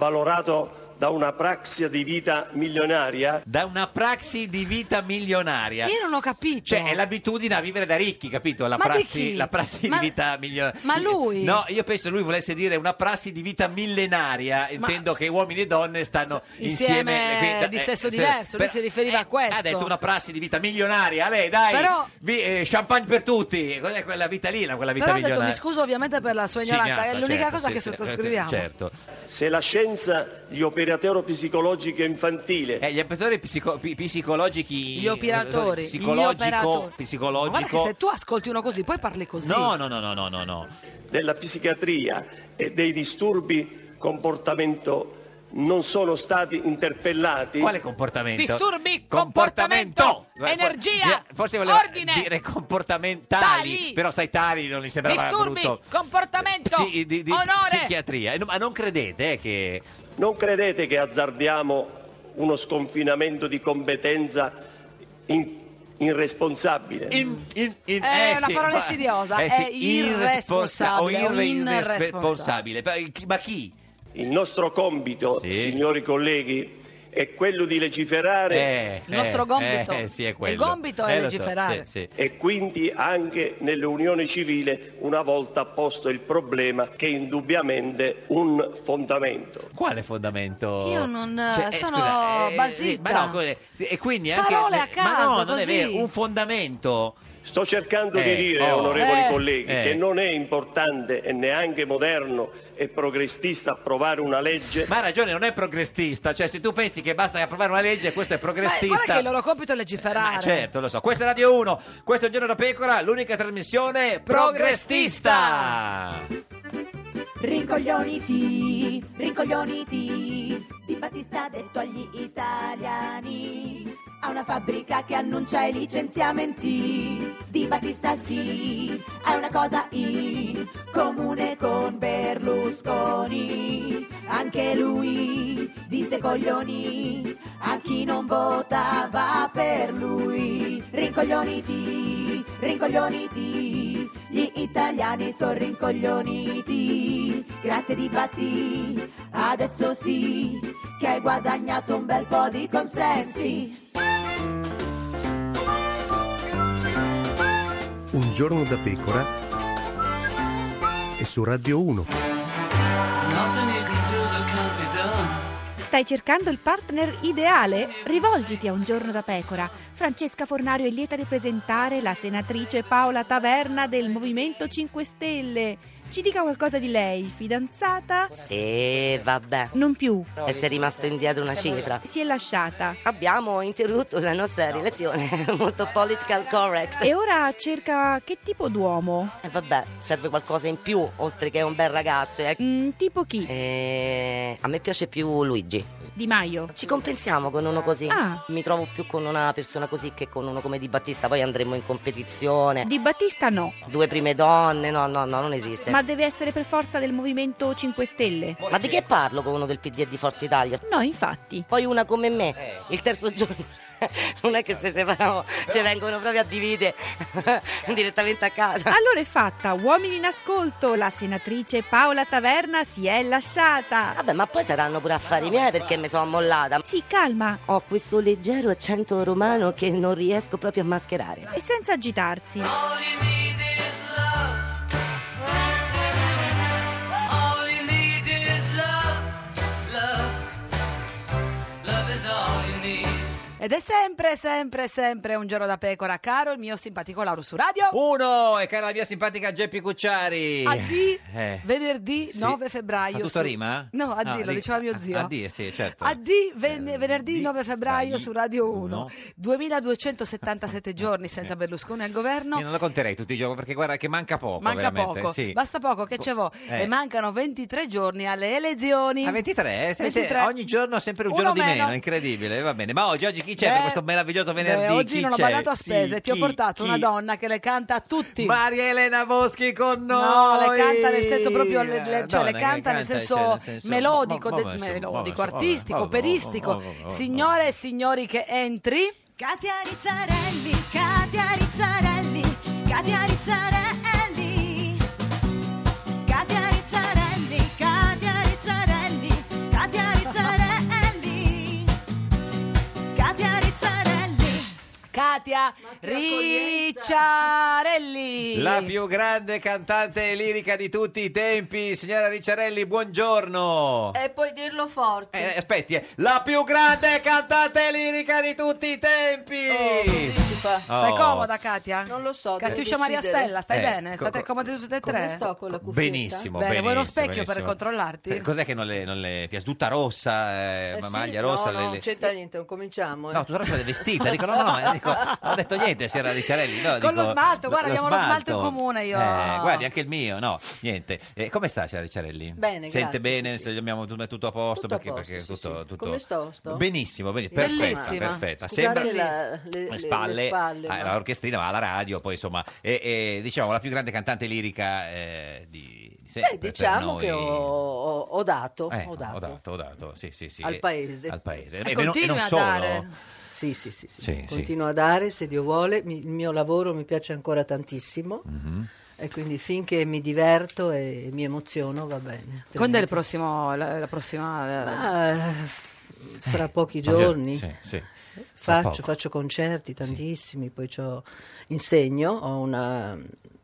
Speaker 5: avvalorato da una praxia di vita milionaria.
Speaker 2: Da una praxi di vita milionaria.
Speaker 1: Io non ho capito.
Speaker 2: Cioè, è l'abitudine a vivere da ricchi, capito? La
Speaker 1: Ma di
Speaker 2: prassi,
Speaker 1: chi?
Speaker 2: la prassi
Speaker 1: Ma-
Speaker 2: di vita migliore.
Speaker 1: ma lui?
Speaker 2: No, io penso lui volesse dire una prassi di vita millenaria, intendo che uomini e donne stanno insieme.
Speaker 1: Insieme,
Speaker 2: quindi,
Speaker 1: di sesso
Speaker 2: se- eh,
Speaker 1: diverso, lui si riferiva a questo.
Speaker 2: Ha detto una prassi di vita milionaria, lei dai,
Speaker 1: Però-
Speaker 2: vi- eh, champagne per tutti. Cos'è quella vita lì, la- quella vita
Speaker 1: Però ho detto,
Speaker 2: milionaria?
Speaker 1: mi scuso ovviamente per la sua
Speaker 2: Sì,
Speaker 1: ignoranza, è
Speaker 2: ignoranza,
Speaker 1: l'unica
Speaker 2: certo,
Speaker 1: cosa
Speaker 2: sì,
Speaker 1: che
Speaker 2: sì,
Speaker 1: sottoscriviamo.
Speaker 2: Certo.
Speaker 5: Se la scienza, gli operatori psicologico infantile
Speaker 2: Eh, gli operatori psico- pi- psicologici.
Speaker 1: Gli operatori, gli
Speaker 2: Psicologico.
Speaker 1: operatori. Ma Guarda che
Speaker 2: Psicologico.
Speaker 1: se tu ascolti uno così, poi parli così.
Speaker 2: No, no, no, no, no, no, no.
Speaker 5: della psichiatria e dei disturbi comportamento non sono stati interpellati.
Speaker 2: Quale comportamento?
Speaker 6: Disturbi, comportamento,
Speaker 2: Guarda, for-
Speaker 6: energia,
Speaker 2: dire- Forse voleva
Speaker 6: ordine,
Speaker 2: dire comportamentali,
Speaker 6: tali.
Speaker 2: però sai tali non gli sembrava
Speaker 6: disturbi,
Speaker 2: brutto.
Speaker 6: comportamento,
Speaker 2: Sì, di- di
Speaker 6: onore.
Speaker 2: psichiatria. Eh, no, Ma non credete eh, che
Speaker 5: Non credete che azzardiamo uno sconfinamento di competenza in- irresponsabile?
Speaker 2: in, in- in-
Speaker 1: È
Speaker 2: eh,
Speaker 1: una
Speaker 2: sì,
Speaker 1: parola
Speaker 2: ma-
Speaker 1: insidiosa,
Speaker 2: eh, sì,
Speaker 1: è irresponsabile,
Speaker 2: irresponsa- o irre-
Speaker 1: un irresponsabile.
Speaker 2: irresponsabile. Beh, chi- Ma chi?
Speaker 5: Il nostro compito,
Speaker 2: Sì.
Speaker 5: signori colleghi, è quello di legiferare
Speaker 2: Eh,
Speaker 1: Il nostro
Speaker 2: eh,
Speaker 1: gomito.
Speaker 2: eh, sì, è
Speaker 1: Il
Speaker 2: quello.
Speaker 1: gomito è
Speaker 2: Eh, lo so,
Speaker 1: legiferare.
Speaker 2: sì, sì.
Speaker 5: e quindi anche nelle unioni civili una volta posto il problema che è indubbiamente un fondamento.
Speaker 2: Quale fondamento?
Speaker 1: Io non,
Speaker 2: eh,
Speaker 1: sono
Speaker 2: scusa, eh,
Speaker 1: basita.
Speaker 2: Ma no, que- e quindi anche
Speaker 1: Parole a
Speaker 2: Ma no,
Speaker 1: caso,
Speaker 2: non è
Speaker 1: così.
Speaker 2: vero, un fondamento.
Speaker 5: Sto cercando
Speaker 2: Eh,
Speaker 5: di dire,
Speaker 2: oh.
Speaker 5: onorevoli
Speaker 1: Eh.
Speaker 5: colleghi,
Speaker 2: Eh.
Speaker 5: che non è importante e neanche moderno e progressista approvare una legge
Speaker 2: Ma ha ragione, non è progressista, cioè se tu pensi che basta approvare una legge, questo è
Speaker 1: Ma guarda
Speaker 2: progressista.
Speaker 1: che il loro compito è legiferare.
Speaker 2: Ma certo, lo so. Questa è Radio 1, questo è il giorno da pecora, l'unica trasmissione progressista.
Speaker 7: Rincoglioniti, rincoglioniti, Di Battista ha detto agli italiani. Ha una fabbrica che annuncia i licenziamenti. Di Battista sì, è una cosa in comune con Berlusconi. Anche lui disse coglioni a chi non votava per lui. Rincoglioniti, rincoglioniti, gli italiani sono rincoglioniti. Grazie di Batti, adesso sì, che hai guadagnato un bel po' di consensi.
Speaker 8: Un giorno da pecora e su Radio 1.
Speaker 9: Stai cercando il partner ideale? Rivolgiti a Un giorno da pecora. Francesca Fornario è lieta di presentare la senatrice Paola Taverna del Movimento 5 Stelle. Ci dica qualcosa di lei, fidanzata,
Speaker 10: Sì, vabbè.
Speaker 9: Non più.
Speaker 10: E sei rimasto indietro una cifra.
Speaker 9: si è lasciata.
Speaker 10: Abbiamo interrotto la nostra relazione, molto political correct.
Speaker 9: E ora cerca che tipo d'uomo?
Speaker 10: E vabbè, serve qualcosa in più, oltre che un bel ragazzo. ecco.
Speaker 9: Mm, tipo chi?
Speaker 10: Eh, a me piace più Luigi.
Speaker 9: Di Maio.
Speaker 10: Ci compensiamo con uno così.
Speaker 9: Ah.
Speaker 10: Mi trovo più con una persona così che con uno come Di Battista. Poi andremo in competizione.
Speaker 9: Di Battista no,
Speaker 10: Due prime donne, no, no, no, non esiste.
Speaker 9: ma deve essere per forza del Movimento 5 Stelle.
Speaker 10: Ma di che parlo con uno del PD e di Forza Italia?
Speaker 9: No, infatti.
Speaker 10: Poi una come me, il terzo giorno. Non è che se separiamo, cioè vengono proprio a dividere direttamente a casa.
Speaker 9: Allora è fatta, uomini in ascolto, la senatrice Paola Taverna si è lasciata.
Speaker 10: Vabbè, ma poi saranno pure affari miei perché mi sono mollata.
Speaker 9: Sì, calma.
Speaker 10: Ho questo leggero accento romano che non riesco proprio a mascherare.
Speaker 9: E senza agitarsi.
Speaker 1: Ed è sempre, sempre, sempre un giorno da pecora, caro il mio simpatico Lauro su radio.
Speaker 2: Uno, e cara la mia simpatica Geppi Cucciari.
Speaker 1: A D,
Speaker 2: Oh, Eh.
Speaker 1: venerdì
Speaker 2: Sì.
Speaker 1: 9 febbraio.
Speaker 2: Fa tutto
Speaker 1: su-
Speaker 2: a rima? ah,
Speaker 1: No, a D, lo
Speaker 2: dico-
Speaker 1: diceva mio zio. Ah,
Speaker 2: A D, sì, certo.
Speaker 1: A D, ven- venerdì 9 febbraio su Radio 1. 2277 giorni senza Berlusconi al governo.
Speaker 2: Eh. Io non lo conterei tutti i giorni perché guarda che manca poco.
Speaker 1: Manca
Speaker 2: veramente.
Speaker 1: poco,
Speaker 2: Sì.
Speaker 1: basta poco che ce vo.
Speaker 2: Eh.
Speaker 1: E mancano 23 giorni alle elezioni.
Speaker 2: Ah, 23, eh? Sì, sì,
Speaker 1: 23.
Speaker 2: ogni giorno sempre un
Speaker 1: Uno
Speaker 2: giorno di meno.
Speaker 1: meno.
Speaker 2: incredibile, va bene. Ma oggi, oggi chi c'è
Speaker 1: Beh,
Speaker 2: per questo meraviglioso venerdì?
Speaker 1: Beh, Eh, oggi
Speaker 2: Chi
Speaker 1: non ho
Speaker 2: c'è?
Speaker 1: mandato a
Speaker 2: Sì,
Speaker 1: spese, ti ho
Speaker 2: chi?
Speaker 1: portato
Speaker 2: Chi?
Speaker 1: una donna che le canta a tutti.
Speaker 2: Maria Elena Boschi con noi.
Speaker 1: No, le canta nel senso proprio, le- le-
Speaker 2: Eh,
Speaker 1: cioè
Speaker 2: donna
Speaker 1: le
Speaker 2: che
Speaker 1: canta nel
Speaker 2: cioè,
Speaker 1: senso melodico,
Speaker 2: mo- mo-
Speaker 1: de-
Speaker 2: mo- mo-
Speaker 1: melodico,
Speaker 2: mo- mo-
Speaker 1: artistico,
Speaker 2: mo- mo-
Speaker 1: operistico.
Speaker 2: mo- mo- mo- mo-
Speaker 1: Signore e signori che entri.
Speaker 11: Katia Ricciarelli, Katia Ricciarelli, Katia Ricciarelli. Katia Ricciarelli, Katia Ricciarelli, Katia Ricciarelli. Katia Ricciarelli.
Speaker 1: Katia Ricciarelli.
Speaker 2: La più grande cantante lirica di tutti i tempi, signora Ricciarelli,
Speaker 1: Eh.
Speaker 2: buongiorno.
Speaker 12: E puoi dirlo forte.
Speaker 2: Eh, aspetti, eh. la più grande cantante lirica di tutti i tempi.
Speaker 1: Stai
Speaker 2: Oh.
Speaker 1: comoda, Katia?
Speaker 12: Non lo so.
Speaker 1: Catiuscia Maria Stella, stai
Speaker 2: Eh,
Speaker 1: bene?
Speaker 2: co-
Speaker 1: State
Speaker 2: co-
Speaker 1: comode tutte e
Speaker 12: Come
Speaker 1: tre?
Speaker 12: sto con la cuffietta?
Speaker 2: Benissimo,
Speaker 1: Bene, vuoi uno
Speaker 2: benissimo,
Speaker 1: specchio per
Speaker 2: benissimo.
Speaker 1: controllarti?
Speaker 2: Eh, Cos'è che non le, non le piace? Tutta rossa, eh,
Speaker 12: Eh
Speaker 2: ma-
Speaker 12: sì,
Speaker 2: maglia rossa.
Speaker 12: No,
Speaker 2: le-
Speaker 12: no,
Speaker 2: le-
Speaker 12: non c'entra niente, non cominciamo. eh.
Speaker 2: No, tutta rossa è vestita. Dico, no, no, no, eh, dico, non ho detto niente, signora Ricciarelli. no,
Speaker 1: Con
Speaker 2: dico,
Speaker 1: lo smalto, guarda, abbiamo lo smalto in comune io.
Speaker 2: Eh, guardi, anche il mio, no, niente. Eh, come sta, signora Ricciarelli?
Speaker 12: Bene,
Speaker 2: Sente
Speaker 12: grazie,
Speaker 2: bene,
Speaker 12: sì,
Speaker 2: se abbiamo tutto, tutto a posto?
Speaker 12: Tutto a
Speaker 2: perché,
Speaker 12: posto,
Speaker 2: perché
Speaker 12: sì,
Speaker 2: tutto,
Speaker 12: sì.
Speaker 2: tutto-
Speaker 12: Come sto? Sto?
Speaker 2: Benissimo, benissimo.
Speaker 12: Bellissima.
Speaker 2: Perfetta, perfetta.
Speaker 12: Scusate
Speaker 2: Sembra-
Speaker 12: la- le, le- le spalle. ma-
Speaker 2: eh, l'orchestrina va alla radio, poi insomma, è, è, diciamo la più grande cantante lirica eh, di, di sempre.
Speaker 12: Beh,
Speaker 2: per
Speaker 12: diciamo
Speaker 2: noi.
Speaker 12: che ho, ho- ho dato,
Speaker 2: Eh,
Speaker 12: ho dato.
Speaker 2: ho dato, ho dato, sì, sì, sì.
Speaker 12: Al
Speaker 2: Eh,
Speaker 12: paese.
Speaker 2: Al paese.
Speaker 12: E
Speaker 2: non-
Speaker 12: continui
Speaker 2: non
Speaker 12: a
Speaker 2: solo.
Speaker 12: dare. Sì, sì, sì. sì.
Speaker 2: Sì, sì.
Speaker 12: Continuo a dare, se Dio vuole. Mi- il mio lavoro mi piace ancora tantissimo.
Speaker 2: Mhm.
Speaker 12: E quindi finché mi diverto e mi emoziono va bene.
Speaker 1: Quando è il prossimo, la, la prossima...
Speaker 12: Ma, eh, fra pochi
Speaker 1: proprio-
Speaker 12: giorni
Speaker 1: sì, sì. Fra
Speaker 12: Faccio,
Speaker 1: poco.
Speaker 12: faccio concerti tantissimi, poi c'ho- insegno, ho una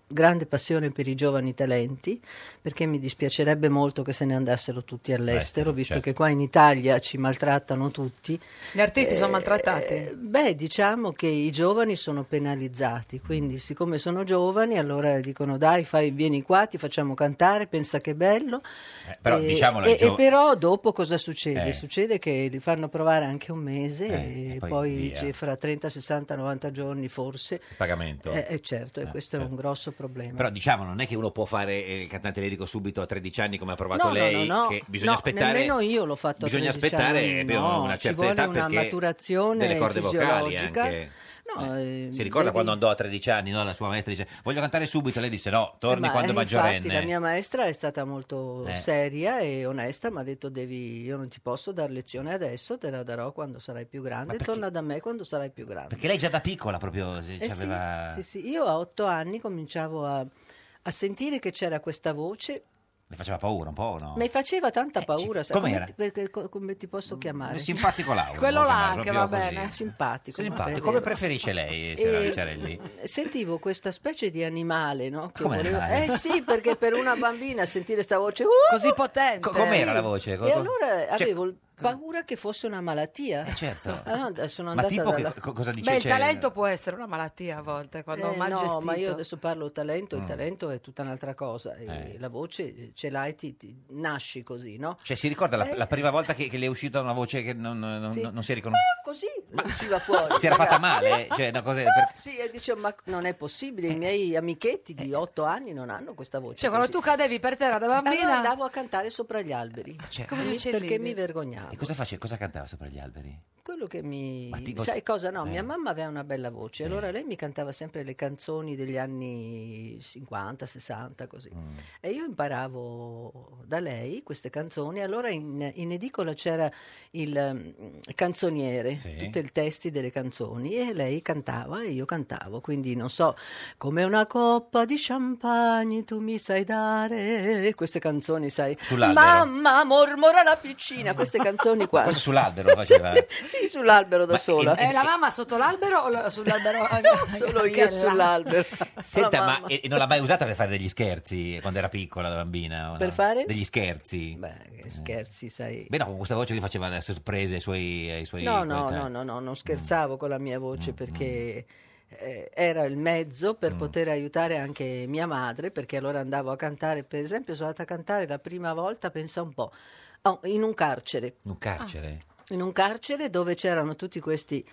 Speaker 12: grande passione per i giovani talenti perché mi dispiacerebbe molto che se ne andassero tutti all'estero,
Speaker 1: All'estero,
Speaker 12: visto
Speaker 1: certo.
Speaker 12: che qua in Italia ci maltrattano tutti.
Speaker 1: Gli artisti sono
Speaker 12: Eh,
Speaker 1: maltrattati?
Speaker 12: Beh, diciamo che i giovani sono penalizzati, quindi siccome sono giovani allora dicono dai, fai- vieni qua, ti facciamo cantare, pensa che bello.
Speaker 2: Eh, però
Speaker 12: E-
Speaker 2: diciamolo
Speaker 12: e,
Speaker 2: ai gio-
Speaker 12: e però dopo cosa succede?
Speaker 2: Eh.
Speaker 12: Succede che li fanno provare anche un mese
Speaker 2: Eh,
Speaker 12: e,
Speaker 2: e poi
Speaker 12: poi,
Speaker 2: via.
Speaker 12: c'è fra 30, 60, 90 giorni forse.
Speaker 2: Il pagamento.
Speaker 12: Eh, eh, certo, e
Speaker 2: Eh,
Speaker 12: questo è un grosso problema.
Speaker 2: Però diciamo, non è che uno può fare eh, il cantante lirico subito a 13 anni come ha provato
Speaker 12: No, no,
Speaker 2: lei,
Speaker 12: no, no.
Speaker 2: che bisogna
Speaker 12: No,
Speaker 2: aspettare.
Speaker 12: nemmeno io l'ho fatto a
Speaker 2: Bisogna
Speaker 12: 13
Speaker 2: aspettare
Speaker 12: anni,
Speaker 2: per
Speaker 12: no,
Speaker 2: una
Speaker 12: ci
Speaker 2: certa
Speaker 12: vuole
Speaker 2: età
Speaker 12: una
Speaker 2: perché
Speaker 12: maturazione
Speaker 2: delle corde vocali
Speaker 12: fisiologica.
Speaker 2: anche.
Speaker 12: No, eh,
Speaker 2: Si ricorda
Speaker 12: devi-
Speaker 2: quando andò a 13 anni, no? la sua maestra dice "Voglio cantare subito", lei disse "No, torni
Speaker 12: Ma,
Speaker 2: quando
Speaker 12: eh,
Speaker 2: maggiorenne".
Speaker 12: Infatti, la mia maestra è stata molto
Speaker 2: Eh.
Speaker 12: seria e onesta, mi ha detto: devi, Io non ti posso dar lezione adesso, te la darò quando sarai più grande. Torna da me quando sarai più grande.
Speaker 2: Perché lei già da piccola proprio si-
Speaker 12: Eh sì,
Speaker 2: c'aveva
Speaker 12: sì, sì. Io a otto anni cominciavo a, a sentire che c'era questa voce,
Speaker 2: le faceva paura un po' no? Eh,
Speaker 12: mi faceva tanta paura. sai, come,
Speaker 2: com'era?
Speaker 12: ti, perché- co- come ti posso chiamare?
Speaker 2: Un simpatico Lauro.
Speaker 12: Quello
Speaker 2: lo chiamavano,
Speaker 12: là anche,
Speaker 2: proprio
Speaker 12: va
Speaker 2: così.
Speaker 12: bene.
Speaker 2: Sì,
Speaker 12: Simpatico, va
Speaker 2: simpatico.
Speaker 12: bene,
Speaker 2: Come
Speaker 12: vero.
Speaker 2: preferisce lei, signora
Speaker 12: E-
Speaker 2: Ricciarelli?
Speaker 12: Sentivo questa specie di animale, no? Che
Speaker 2: Come
Speaker 12: volevo-
Speaker 2: animale?
Speaker 12: Eh sì, perché per una bambina sentire questa voce uh,
Speaker 1: Così potente.
Speaker 2: Co- com'era la voce? Co-
Speaker 12: E allora
Speaker 2: Cioè,
Speaker 12: avevo il paura che fosse una malattia.
Speaker 2: certo.
Speaker 12: Ah, no, sono
Speaker 2: Ma
Speaker 12: andata
Speaker 2: tipo che-
Speaker 12: dalla-
Speaker 2: co- cosa dice?
Speaker 1: Beh, il
Speaker 2: Cioè,
Speaker 1: talento può essere una malattia a volte quando
Speaker 12: Eh,
Speaker 1: mal
Speaker 12: no,
Speaker 1: gestito.
Speaker 12: ma io adesso parlo talento, il
Speaker 2: Mm.
Speaker 12: talento è tutta un'altra cosa. e
Speaker 2: Eh.
Speaker 12: La voce eh, ce l'hai, ti, ti- nasci così, no?
Speaker 2: Cioè, si ricorda la,
Speaker 12: Eh.
Speaker 2: la prima volta che, che le è uscita una voce che non, non-
Speaker 12: Sì. Eh,
Speaker 2: non- non si è riconosciuta?
Speaker 12: Così usciva fuori.
Speaker 2: si era fatta
Speaker 12: ragazzi.
Speaker 2: male? Cioè, no, cos'è? Per-
Speaker 12: Sì, e dicevo, ma non è possibile, i miei amichetti di otto anni non hanno questa voce.
Speaker 1: Eh. Cioè, quando tu cadevi per terra da bambina... Ah, cioè, eh.
Speaker 12: Allora andavo a cantare sopra gli alberi.
Speaker 1: Come gli
Speaker 12: Mi-
Speaker 1: uccellini.
Speaker 12: Perché mi vergognavo.
Speaker 2: E cosa faceva? Cosa cantava sopra gli alberi?
Speaker 12: Quello che mi...
Speaker 2: Ma tipo-
Speaker 12: Sai cosa? No,
Speaker 2: eh.
Speaker 12: mia mamma aveva una bella voce, allora lei mi cantava sempre le canzoni degli anni 50, 60, così.
Speaker 2: Mm.
Speaker 12: E io imparavo da lei queste canzoni, allora in, in edicola c'era il mm, canzoniere,
Speaker 13: Sì.
Speaker 12: tutti i testi delle canzoni, e lei cantava e io cantavo, quindi non so, come una coppa di champagne tu mi sai dare, queste canzoni, sai,
Speaker 2: Sull'albero.
Speaker 12: mamma mormora la piccina, queste canzoni qua.
Speaker 2: Questo sull'albero faceva?
Speaker 12: Sì, sull'albero da sola.
Speaker 1: È Eh, la mamma sotto l'albero o la- sull'albero? eh,
Speaker 12: Solo
Speaker 1: Anche
Speaker 12: io
Speaker 1: là.
Speaker 12: sull'albero.
Speaker 2: Senta,
Speaker 12: La
Speaker 2: ma
Speaker 12: mamma.
Speaker 2: e- e non l'ha mai usata per fare degli scherzi quando era piccola, da bambina? o no?
Speaker 12: Per fare?
Speaker 2: Degli scherzi?
Speaker 12: Beh, Scherzi, sai.
Speaker 2: Mm. no, con questa voce lui faceva le sorprese ai suoi... Ai suoi
Speaker 12: No, no,
Speaker 2: coetanei.
Speaker 12: no, no, no, non scherzavo con la mia
Speaker 2: Mm,
Speaker 12: voce perché eh, era il mezzo per poter aiutare anche mia madre, perché allora andavo a cantare, per esempio sono andata a cantare la prima volta, pensa un po', oh, in un carcere,
Speaker 2: In un carcere?
Speaker 12: in un carcere dove c'erano tutti questi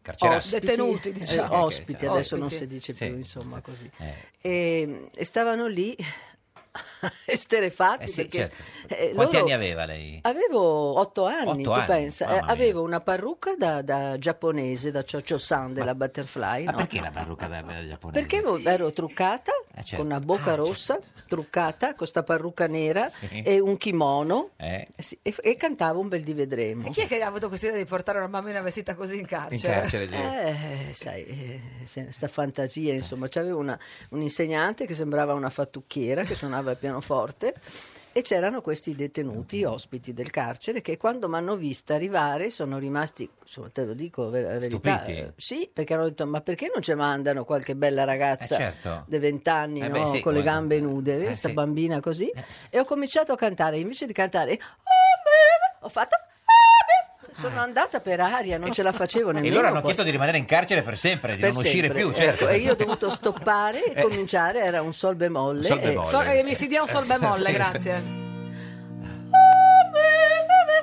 Speaker 2: Carcerati.
Speaker 12: ospiti,
Speaker 1: Detenuti,
Speaker 12: eh,
Speaker 1: diciamo.
Speaker 12: ospiti, adesso non si
Speaker 1: Ospiti.
Speaker 12: dice
Speaker 2: Sì.
Speaker 12: più, insomma così.
Speaker 2: Eh.
Speaker 12: E, e stavano lì esterefatti
Speaker 2: Eh sì,
Speaker 12: perché
Speaker 2: certo.
Speaker 12: eh,
Speaker 2: Quanti
Speaker 12: loro- Ah,
Speaker 2: anni aveva lei?
Speaker 12: Avevo otto anni,
Speaker 2: Otto
Speaker 12: tu
Speaker 2: anni,
Speaker 12: pensa.
Speaker 2: mamma
Speaker 12: Eh,
Speaker 2: mia.
Speaker 12: avevo una parrucca da, da giapponese, da Chocho San della Butterfly.
Speaker 2: Ma
Speaker 12: eh, no?
Speaker 2: perché la parrucca da, da giapponese?
Speaker 12: Perché vo- ero truccata,
Speaker 2: certo.
Speaker 12: con una bocca rossa, truccata, con questa parrucca nera
Speaker 2: Sì.
Speaker 12: e un kimono
Speaker 2: Eh?
Speaker 12: sì, e, e cantavo un bel di vedremo.
Speaker 1: E chi è che ha avuto questa idea di portare una bambina vestita così in carcere?
Speaker 2: In carcere, sì.
Speaker 12: Eh, sai, eh, se- sta fantasia,
Speaker 2: Eh,
Speaker 12: insomma, c'avevo una, un'insegnante che sembrava una fattucchiera che suonava il pianoforte e c'erano questi detenuti,
Speaker 2: Mm-hmm.
Speaker 12: ospiti del carcere, che quando mi hanno vista arrivare sono rimasti, insomma, te lo dico, ver- la verità,
Speaker 2: Stupiti?
Speaker 12: eh, sì, perché hanno detto, ma perché non ci mandano qualche bella ragazza
Speaker 4: cioè,
Speaker 2: Eh, certo.
Speaker 12: di vent'anni
Speaker 2: Eh, beh,
Speaker 12: no,
Speaker 2: sì,
Speaker 12: con le
Speaker 2: guarda.
Speaker 12: gambe nude,
Speaker 2: Eh,
Speaker 12: questa
Speaker 2: sì. Eh.
Speaker 12: bambina così, e ho cominciato a cantare, invece di cantare, "Oh, merda", ho fatto... "Ah, merda", Sono andata per aria, non ce la facevo nemmeno.
Speaker 2: E loro hanno
Speaker 12: poi.
Speaker 2: chiesto di rimanere in carcere per sempre, di
Speaker 12: Per
Speaker 2: non uscire
Speaker 12: sempre.
Speaker 2: più,
Speaker 12: Ecco,
Speaker 2: certo.
Speaker 12: E io ho dovuto stoppare e
Speaker 2: Eh.
Speaker 12: cominciare, era un sol bemolle.
Speaker 2: Sol
Speaker 12: e-
Speaker 2: bemolle,
Speaker 1: Sol- eh, mi si dia un sol bemolle,
Speaker 12: Sì, sì.
Speaker 1: grazie.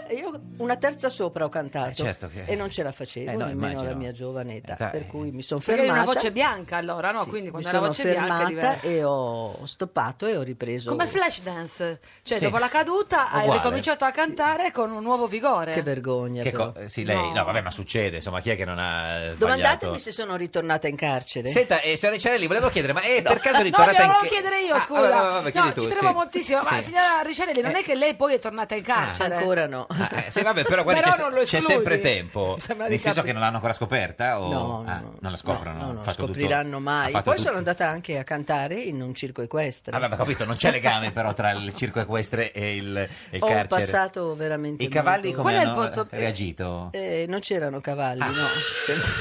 Speaker 12: E io una terza sopra ho cantato
Speaker 2: Eh, certo che-
Speaker 12: e non ce la facevo
Speaker 2: Eh, no,
Speaker 12: nemmeno
Speaker 2: immagino.
Speaker 12: alla mia giovane età,
Speaker 2: Età,
Speaker 12: per
Speaker 2: eh.
Speaker 12: cui mi sono
Speaker 1: Perché
Speaker 12: fermata.
Speaker 1: era una voce bianca allora, no?
Speaker 12: Sì,
Speaker 1: Quindi
Speaker 12: mi
Speaker 1: quando era
Speaker 12: sono
Speaker 1: voce bianca è
Speaker 12: fermata
Speaker 1: diverso.
Speaker 12: e ho stoppato e ho ripreso.
Speaker 1: Come flash dance, cioè
Speaker 12: Sì.
Speaker 1: dopo la caduta hai
Speaker 2: Uguale.
Speaker 1: ricominciato a cantare con un nuovo vigore.
Speaker 12: Che vergogna.
Speaker 2: Che
Speaker 12: però.
Speaker 2: co- eh, sì, lei, no. vabbè, ma succede, insomma, chi è che non ha eh, sbagliato?
Speaker 12: Domandatemi se sono ritornata in carcere.
Speaker 2: Senta, eh, signora Ricciarelli, volevo chiedere, ma è per caso
Speaker 1: No,
Speaker 2: ritornata
Speaker 1: glielo
Speaker 2: in
Speaker 1: volevo
Speaker 2: che-
Speaker 1: chiedere io,
Speaker 2: Ah,
Speaker 1: scusa.
Speaker 2: vabbè, vabbè, vabbè, chiedi
Speaker 1: no,
Speaker 2: tu,
Speaker 1: ci
Speaker 2: sì.
Speaker 1: tenevo moltissimo. Ma
Speaker 2: Sì. Ah,
Speaker 1: signora Ricciarelli, non è che lei poi è tornata in carcere?
Speaker 12: Ancora no.
Speaker 2: Eh, sì, vabbè, però guardi,
Speaker 1: Però
Speaker 2: c'è,
Speaker 1: non lo
Speaker 2: c'è
Speaker 1: escludi.
Speaker 2: sempre tempo.
Speaker 1: Sembra di
Speaker 2: Nel senso
Speaker 1: capire.
Speaker 2: che non l'hanno ancora scoperta? O...
Speaker 12: No,
Speaker 2: ah, non la scoprono?
Speaker 12: No,
Speaker 2: ha
Speaker 12: non
Speaker 2: fatto tutto-
Speaker 12: scopriranno
Speaker 2: ha
Speaker 12: mai. Poi
Speaker 2: fatto
Speaker 12: sono
Speaker 2: tutto-
Speaker 12: andata anche a cantare in un circo equestre.
Speaker 2: Ah, vabbè, ho capito, non c'è legame però tra il circo equestre e il, e il
Speaker 12: Ho
Speaker 2: carcere.
Speaker 12: un passato veramente
Speaker 2: I cavalli
Speaker 12: molto-
Speaker 2: come hanno reagito?
Speaker 12: Eh, non c'erano
Speaker 2: Ah,
Speaker 12: cavalli, no.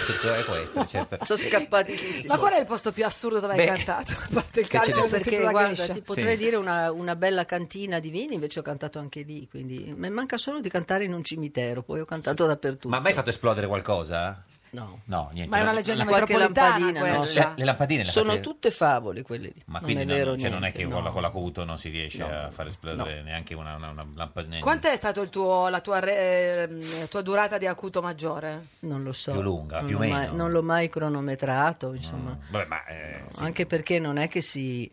Speaker 2: Circo equestre, certo.
Speaker 12: Sono scappati tutti.
Speaker 1: Ma qual è il posto più assurdo dove
Speaker 2: Beh.
Speaker 1: hai cantato? A parte il
Speaker 2: Se
Speaker 1: calcio
Speaker 2: ce ne-
Speaker 1: vestito
Speaker 12: Perché
Speaker 1: da
Speaker 12: guarda,
Speaker 1: geisha.
Speaker 12: ti potrei
Speaker 2: Sì.
Speaker 12: dire una, una bella cantina di vini, invece ho cantato anche lì, quindi mi manca solo di cantare in un cimitero, poi ho cantato dappertutto.
Speaker 2: Ma ha mai fatto esplodere qualcosa?
Speaker 12: No.
Speaker 2: No, niente.
Speaker 1: Ma è una
Speaker 2: La-
Speaker 1: leggenda
Speaker 2: la-
Speaker 12: Qualche
Speaker 1: metropolitana
Speaker 12: lampadina, no?
Speaker 1: questa.
Speaker 2: Le- le lampadine le
Speaker 12: Sono
Speaker 2: fate-
Speaker 12: tutte favole quelle lì.
Speaker 2: Ma
Speaker 12: non
Speaker 2: quindi
Speaker 12: è
Speaker 2: no,
Speaker 12: vero
Speaker 2: cioè, non è
Speaker 12: niente,
Speaker 2: che
Speaker 12: no.
Speaker 2: con la- con l'acuto non si riesce a far esplodere neanche una, una, una lampadina
Speaker 1: Quanto è stata la tua, re- ehm, tua durata di acuto maggiore?
Speaker 12: Non lo so.
Speaker 2: più lunga,
Speaker 12: non
Speaker 2: più
Speaker 12: l'ho
Speaker 2: o meno.
Speaker 12: mai- non l'ho mai cronometrato, insomma.
Speaker 2: Vabbè, ma eh, sì,
Speaker 12: Anche perché non è che si...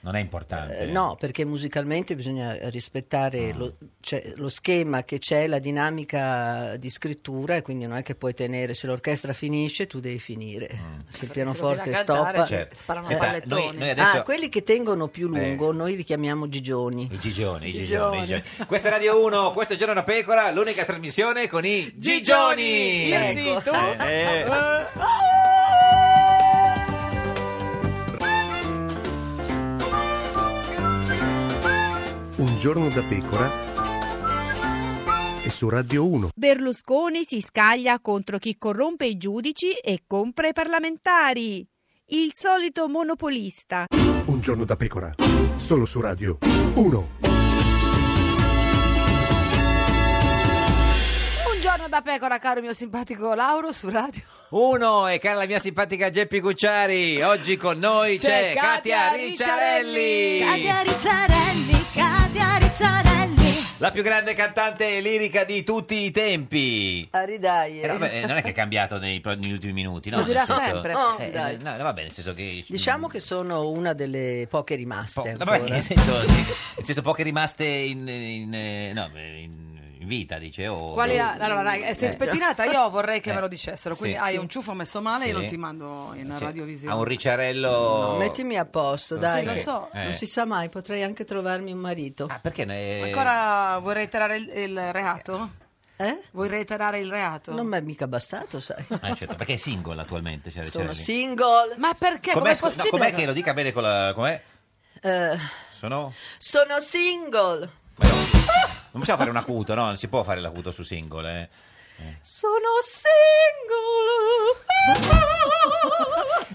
Speaker 2: non è importante.
Speaker 12: Eh, no, perché musicalmente bisogna
Speaker 2: Ah.
Speaker 12: rispettare lo, cioè, lo schema che c'è, la dinamica di scrittura, e quindi non è che puoi tenere, se l'orchestra finisce tu devi finire,
Speaker 2: Mm.
Speaker 12: se il pianoforte
Speaker 1: continui a cantare,
Speaker 12: stoppa.
Speaker 1: Certo. sparano
Speaker 2: Senta,
Speaker 1: pallettoni.
Speaker 2: Cioè, noi- noi adesso-
Speaker 12: Ah, quelli che tengono più
Speaker 2: Eh.
Speaker 12: lungo noi li chiamiamo gigioni.
Speaker 2: I gigioni, i
Speaker 12: Gigioni.
Speaker 2: gigioni, i gigioni. Questa è Radio 1, questo è Giorno da Pecora, l'unica trasmissione con i gigioni.
Speaker 1: Io sì,
Speaker 12: Ecco.
Speaker 1: tu?
Speaker 2: Eh, eh.
Speaker 14: Un giorno da pecora e su Radio 1.
Speaker 9: Berlusconi si scaglia contro chi corrompe i giudici e compra i parlamentari. Il solito monopolista.
Speaker 14: Un giorno da pecora, solo su Radio 1.
Speaker 1: da pecora, caro mio simpatico Lauro, su radio.
Speaker 2: Uno e cara la mia simpatica Geppi Cucciari. Oggi con noi c'è, Katia Ricciarelli.
Speaker 11: Katia Ricciarelli, Katia Ricciarelli.
Speaker 2: La più grande cantante lirica di tutti i tempi.
Speaker 12: Aridaie.
Speaker 2: Eh, no, vabbè, eh, non è che è cambiato nei pro- negli ultimi minuti, no?
Speaker 12: Lo
Speaker 2: Nel
Speaker 12: dirà
Speaker 2: senso-
Speaker 12: sempre.
Speaker 2: Eh,
Speaker 12: Oh,
Speaker 2: eh,
Speaker 12: dai.
Speaker 2: no, no, vabbè, nel senso che.
Speaker 12: Diciamo che sono una delle poche rimaste.
Speaker 2: No, vabbè,
Speaker 12: ancora.
Speaker 2: nel senso, nel senso poche rimaste in, in, eh, no, in- in vita, dice. O,
Speaker 1: Quali
Speaker 2: o-
Speaker 1: ha- allora, dai, eh, sei
Speaker 2: Oh, Eh,
Speaker 1: spettinata, io vorrei che
Speaker 2: Eh.
Speaker 1: me lo dicessero. Quindi
Speaker 2: Sì.
Speaker 1: hai
Speaker 2: Sì.
Speaker 1: un ciuffo messo male e
Speaker 2: Sì.
Speaker 1: io non ti mando in
Speaker 2: sì,
Speaker 1: radiovisione.
Speaker 2: Ha un ricciarello.
Speaker 12: No, mettimi a posto,
Speaker 2: Sì,
Speaker 12: dai.
Speaker 2: lo
Speaker 12: che
Speaker 2: so. Eh.
Speaker 12: Non si sa mai, potrei anche trovarmi un marito. Ah,
Speaker 2: perché ne...
Speaker 1: Ancora vuoi reiterare il, il reato?
Speaker 12: Eh?
Speaker 1: Vuoi reiterare il reato?
Speaker 12: Non mi è mica bastato, sai.
Speaker 2: Eh, certo, perché è single attualmente. Cioè,
Speaker 12: Sono
Speaker 2: Ricciarelli.
Speaker 12: single.
Speaker 1: Ma perché?
Speaker 2: Com'è, scu- no, com'è che lo dica bene con la. Com'è?
Speaker 12: Eh,
Speaker 2: Sono.
Speaker 12: sono single.
Speaker 2: Non possiamo fare un acuto, no? Non si può fare l'acuto su single. eh.
Speaker 12: Sono single.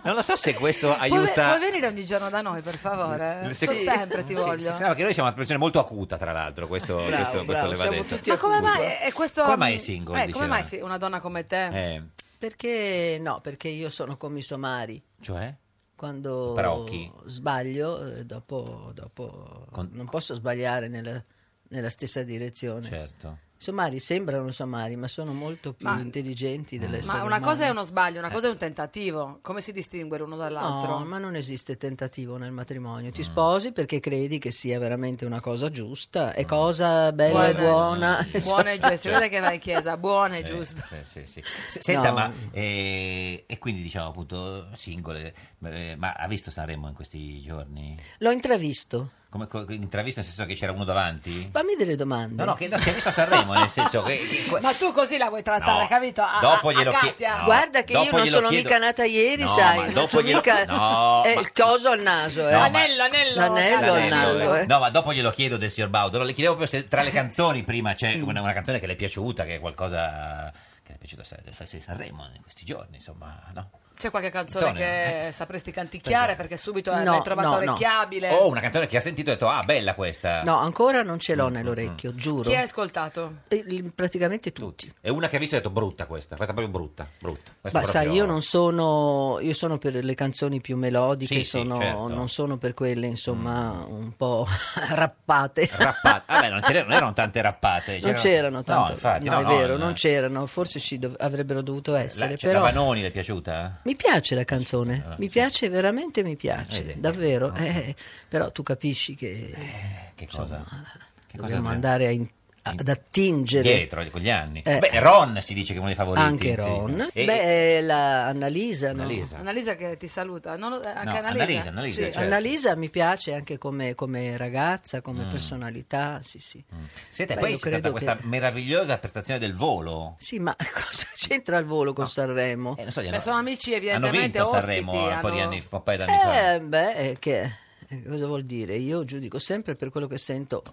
Speaker 2: Non lo so se questo
Speaker 1: Puoi,
Speaker 2: aiuta.
Speaker 1: puoi venire ogni giorno da noi, per favore?
Speaker 2: Sì.
Speaker 1: Sto sempre ti
Speaker 2: Sì,
Speaker 1: voglio.
Speaker 2: sì, sì, no, perché noi siamo una persona molto acuta, tra l'altro. Questo,
Speaker 12: Bravo,
Speaker 2: questo, questo
Speaker 12: bravo,
Speaker 2: le va
Speaker 12: siamo
Speaker 2: detto.
Speaker 12: tutti
Speaker 1: Ma come mai è questo
Speaker 2: Come mai è single,
Speaker 1: Eh, come
Speaker 2: diceva?
Speaker 1: mai sì, una donna come te?
Speaker 2: Eh,
Speaker 12: Perché no, perché io sono come i somari.
Speaker 2: cioè?
Speaker 12: Quando
Speaker 2: Paraocchi.
Speaker 12: sbaglio, eh, dopo, dopo non posso sbagliare nella, nella stessa direzione.
Speaker 2: Certo.
Speaker 12: I somari sembrano somari, ma sono molto più
Speaker 1: Ma-
Speaker 12: intelligenti dell'essere
Speaker 1: Ma una
Speaker 12: umano.
Speaker 1: cosa è uno sbaglio,
Speaker 2: Eh.
Speaker 1: una cosa è un tentativo. Come si distingue l'uno dall'altro?
Speaker 12: No, ma non esiste tentativo nel matrimonio.
Speaker 2: Mm.
Speaker 12: Ti sposi perché credi che sia veramente una cosa giusta,
Speaker 2: Mm.
Speaker 12: è cosa bella e buona.
Speaker 1: Buona e giusta, si vede che vai in chiesa, buona e
Speaker 2: Eh,
Speaker 1: giusta.
Speaker 2: esatto. sì, sì, Cioè, sì. S- Senta,
Speaker 12: No.
Speaker 2: ma eh, e quindi diciamo appunto singole, eh, ma ha visto Sanremo in questi giorni?
Speaker 12: L'ho intravisto.
Speaker 2: Come co- intravista nel senso che c'era uno davanti?
Speaker 12: Fammi delle domande.
Speaker 2: No, no, che no, si è visto a Sanremo, nel senso che. che- que-
Speaker 1: Ma tu così la vuoi trattare,
Speaker 2: No,
Speaker 1: capito? A,
Speaker 2: dopo
Speaker 1: a- a
Speaker 2: glielo chie-
Speaker 1: Katia.
Speaker 2: no,
Speaker 12: Guarda che io
Speaker 2: dopo
Speaker 12: non
Speaker 2: glielo
Speaker 12: sono
Speaker 2: chiedo-
Speaker 12: mica nata ieri,
Speaker 2: No,
Speaker 12: sai.
Speaker 2: ma
Speaker 12: non
Speaker 2: dopo
Speaker 12: c'ho
Speaker 2: glielo-
Speaker 12: mica
Speaker 2: no,
Speaker 12: è
Speaker 2: ma-
Speaker 12: il coso al naso, eh.
Speaker 2: No, ma-
Speaker 1: Anello, anello.
Speaker 12: L'anello al
Speaker 2: L'anello,
Speaker 12: naso,
Speaker 2: eh.
Speaker 12: eh.
Speaker 2: No, ma dopo glielo chiedo del signor Baudo. No, le chiedevo proprio se tra le canzoni prima c'è una, una canzone che le è piaciuta, che è qualcosa che le è piaciuta sa- del Festival di Sanremo in questi giorni, insomma, no?
Speaker 1: C'è qualche canzone
Speaker 2: Canzone,
Speaker 1: che sapresti canticchiare perché subito eh,
Speaker 12: No,
Speaker 1: l'hai trovata
Speaker 12: no, no.
Speaker 1: orecchiabile?
Speaker 2: Oh, una canzone che ha sentito e ha detto, ah, bella questa.
Speaker 12: No, ancora non ce l'ho
Speaker 2: Mm,
Speaker 12: nell'orecchio, giuro.
Speaker 1: Chi hai ascoltato?
Speaker 12: Eh, li- Praticamente tutti.
Speaker 2: E una che ha visto e ha detto, brutta questa, questa proprio brutta, brutta. Questa
Speaker 12: Ma sai,
Speaker 2: proprio-
Speaker 12: io non sono, io sono per le canzoni più melodiche,
Speaker 2: Sì, sì,
Speaker 12: sono-
Speaker 2: certo. Mm.
Speaker 12: non sono per quelle insomma un po' rappate.
Speaker 2: Rappate. Vabbè, non, c'era- non erano tante rappate.
Speaker 12: Non c'erano tanto,
Speaker 2: Eh, No, infatti,
Speaker 12: no,
Speaker 2: no,
Speaker 12: è
Speaker 2: no,
Speaker 12: vero,
Speaker 2: la-
Speaker 12: non c'erano, forse ci dov- avrebbero dovuto
Speaker 2: La,
Speaker 12: essere,
Speaker 2: cioè, la
Speaker 12: però
Speaker 2: Vanoni le è piaciuta? eh?
Speaker 12: mi piace la canzone, mi piace veramente, mi piace,
Speaker 2: Ah, Vedi?
Speaker 12: davvero, eh, però tu capisci che
Speaker 2: Eh, Che cosa? Che cosa
Speaker 12: dobbiamo
Speaker 2: ne-
Speaker 12: andare a in- ad attingere
Speaker 2: Dietro, con gli anni.
Speaker 12: Eh.
Speaker 2: Beh, Ron si dice che è uno dei favoriti.
Speaker 12: anche
Speaker 2: sì.
Speaker 12: Ron,
Speaker 2: E-
Speaker 12: beh, la Annalisa, no?
Speaker 2: Annalisa.
Speaker 1: Annalisa che ti saluta. Non lo- eh, anche
Speaker 2: Esatto. No,
Speaker 1: Annalisa.
Speaker 2: Annalisa, Annalisa,
Speaker 1: Sì.
Speaker 2: certo.
Speaker 12: Annalisa mi piace anche come, come ragazza, come
Speaker 2: Mm.
Speaker 12: personalità, sì sì.
Speaker 2: Senta,
Speaker 12: Beh,
Speaker 2: poi
Speaker 12: io
Speaker 2: c'è stata
Speaker 12: credo
Speaker 2: questa
Speaker 12: che-
Speaker 2: meravigliosa prestazione del volo.
Speaker 12: Sì, ma cosa c'entra il volo con Sanremo?
Speaker 2: Eh, non so, gli
Speaker 1: Beh, sono amici
Speaker 2: hanno
Speaker 1: evidentemente
Speaker 2: vinto
Speaker 1: ospiti.
Speaker 2: Sanremo un po' di
Speaker 1: hanno-
Speaker 2: anni, fa- un paio d'anni fa.
Speaker 12: Eh, beh, eh, che eh, cosa vuol dire? Io giudico sempre per quello che sento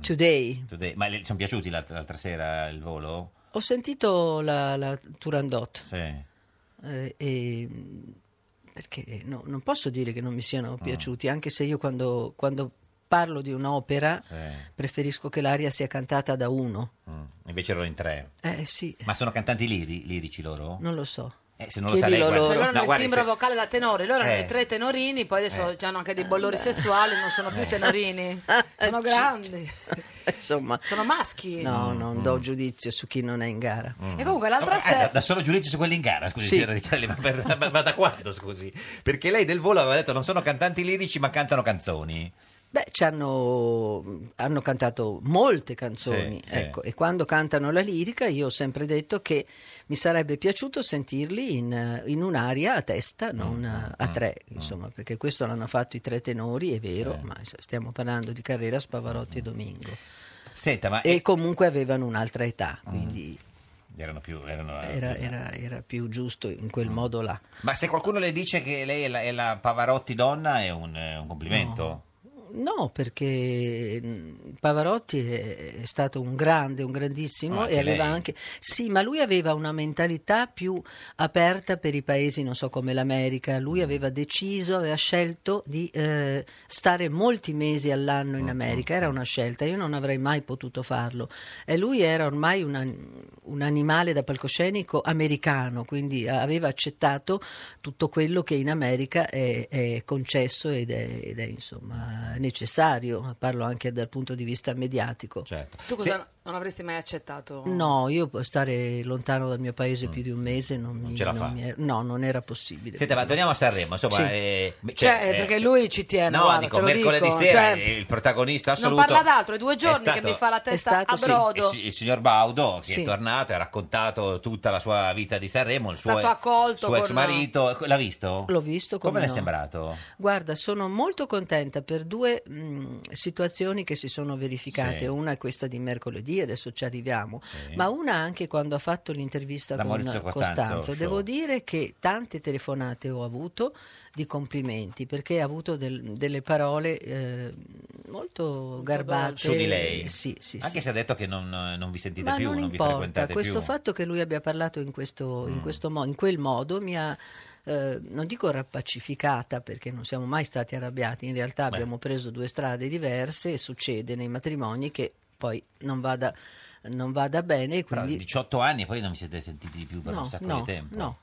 Speaker 12: today.
Speaker 2: Today. Ma le ci sono piaciuti l'altra, l'altra sera il volo?
Speaker 12: Ho sentito la, la Turandot
Speaker 2: Sì.
Speaker 12: eh, e mh, perché no- non posso dire che non mi siano piaciuti, anche se io quando, quando parlo di un'opera
Speaker 2: sì.
Speaker 12: preferisco che l'aria sia cantata da uno.
Speaker 2: Mm. Invece erano in tre.
Speaker 12: Eh sì,
Speaker 2: Ma sono cantanti liri- lirici loro?
Speaker 12: non lo so.
Speaker 2: Eh, se non lo sa
Speaker 12: Chiedi
Speaker 2: lei,
Speaker 12: loro-
Speaker 2: guarda-
Speaker 1: Cioè, loro
Speaker 2: no,
Speaker 1: hanno il
Speaker 2: guardi,
Speaker 1: timbro
Speaker 2: se-
Speaker 1: vocale da tenore, loro
Speaker 2: Eh.
Speaker 1: erano i tre tenorini, poi adesso hanno anche dei bollori sessuali, non sono
Speaker 2: Eh.
Speaker 1: più tenorini, sono grandi,
Speaker 12: Insomma,
Speaker 1: sono maschi.
Speaker 12: no, non do giudizio su chi non è in gara.
Speaker 1: E comunque l'altra
Speaker 2: Mm. Eh, da,
Speaker 1: sera...
Speaker 2: da solo giudizio su quelli in gara, scusi,
Speaker 12: Sì.
Speaker 2: signora Ricciarelli, ma, per- ma- ma da quando, scusi? Perché lei del volo aveva detto non sono cantanti lirici, ma cantano canzoni.
Speaker 12: Beh, ci hanno, hanno cantato molte canzoni,
Speaker 2: Sì, sì.
Speaker 12: ecco, e quando cantano la lirica io ho sempre detto che mi sarebbe piaciuto sentirli in, in un'aria a
Speaker 2: Mm,
Speaker 12: testa, non a- a tre, insomma, perché questo l'hanno fatto i tre tenori, è vero, ma stiamo parlando di Carrera, Spavarotti e Domingo.
Speaker 2: Senta, Mm. ma Mm,
Speaker 12: E comunque avevano un'altra età, quindi
Speaker 2: erano più... erano- eh,
Speaker 12: era, era- era più giusto in
Speaker 2: Mm.
Speaker 12: quel modo là.
Speaker 2: Ma se qualcuno le dice che lei è la, è la Pavarotti donna è un, è un complimento?
Speaker 12: No, perché mh, Pavarotti è, è stato un grande, un
Speaker 15: Ah,
Speaker 12: grandissimo e
Speaker 15: anche
Speaker 12: aveva
Speaker 15: lei.
Speaker 12: anche... Sì, ma lui aveva una mentalità più aperta per i paesi, non so, come l'America.
Speaker 15: Mm.
Speaker 12: Lui aveva deciso, aveva scelto di eh, stare molti mesi all'anno
Speaker 15: Mm,
Speaker 12: in America. Era una scelta, io non avrei mai potuto farlo. E lui era ormai una- un animale da palcoscenico americano, quindi aveva accettato tutto quello che in America è, è concesso ed è, ed è, insomma necessario. Parlo anche dal punto di vista mediatico.
Speaker 2: Certo.
Speaker 1: Tu cosa non avresti mai accettato?
Speaker 12: No, io stare lontano dal mio paese più di un mese non, mi,
Speaker 2: Mm. ce la
Speaker 12: non
Speaker 2: fa.
Speaker 12: mi è- no, non era possibile.
Speaker 2: Senta, ma torniamo a Sanremo, insomma,
Speaker 12: Sì.
Speaker 2: eh, mi-
Speaker 1: Cioè,
Speaker 2: eh,
Speaker 1: perché lui ci tiene.
Speaker 2: No,
Speaker 1: guarda,
Speaker 2: dico,
Speaker 1: te lo
Speaker 2: mercoledì
Speaker 1: dico,
Speaker 2: sera
Speaker 1: cioè,
Speaker 2: il protagonista
Speaker 1: non
Speaker 2: assoluto.
Speaker 1: parla d'altro, è due
Speaker 2: è
Speaker 1: giorni che
Speaker 2: stato-
Speaker 1: mi fa la testa a
Speaker 2: Sì,
Speaker 1: brodo.
Speaker 2: il si- il signor Baudo che
Speaker 1: Sì.
Speaker 2: è tornato e ha raccontato tutta la sua vita di Sanremo, il suo,
Speaker 12: stato accolto
Speaker 2: suo ex
Speaker 12: con-
Speaker 2: marito. L'ha visto?
Speaker 12: L'ho visto, come
Speaker 2: Come le è
Speaker 12: no.
Speaker 2: sembrato?
Speaker 12: Guarda, sono molto contenta per due mh, situazioni che si sono verificate.
Speaker 2: Sì.
Speaker 12: Una è questa di mercoledì, adesso ci arriviamo, ma una anche quando ha fatto l'intervista
Speaker 2: Da
Speaker 12: con
Speaker 2: Maurizio Costanzo, show.
Speaker 12: Devo dire che tante telefonate ho avuto di complimenti perché ha avuto del- delle parole eh, molto garbate
Speaker 2: Su di lei?
Speaker 12: Sì, sì,
Speaker 2: Anche
Speaker 12: sì.
Speaker 2: se ha detto che non, non vi sentite
Speaker 12: Ma
Speaker 2: più,
Speaker 12: non
Speaker 2: non, vi
Speaker 12: importa,
Speaker 2: frequentate
Speaker 12: questo
Speaker 2: più.
Speaker 12: fatto che lui abbia parlato in questo, in
Speaker 2: Mm.
Speaker 12: questo mo- in quel modo mi ha, eh, non dico rappacificata perché non siamo mai stati arrabbiati, in realtà
Speaker 15: Beh.
Speaker 12: abbiamo preso due strade diverse e succede nei matrimoni che poi non vada, non vada bene e
Speaker 2: Però
Speaker 12: quindi
Speaker 2: 18 anni e poi non vi siete sentiti più per un
Speaker 12: no,
Speaker 2: sacco
Speaker 12: no,
Speaker 2: di tempo. Mm.
Speaker 12: no.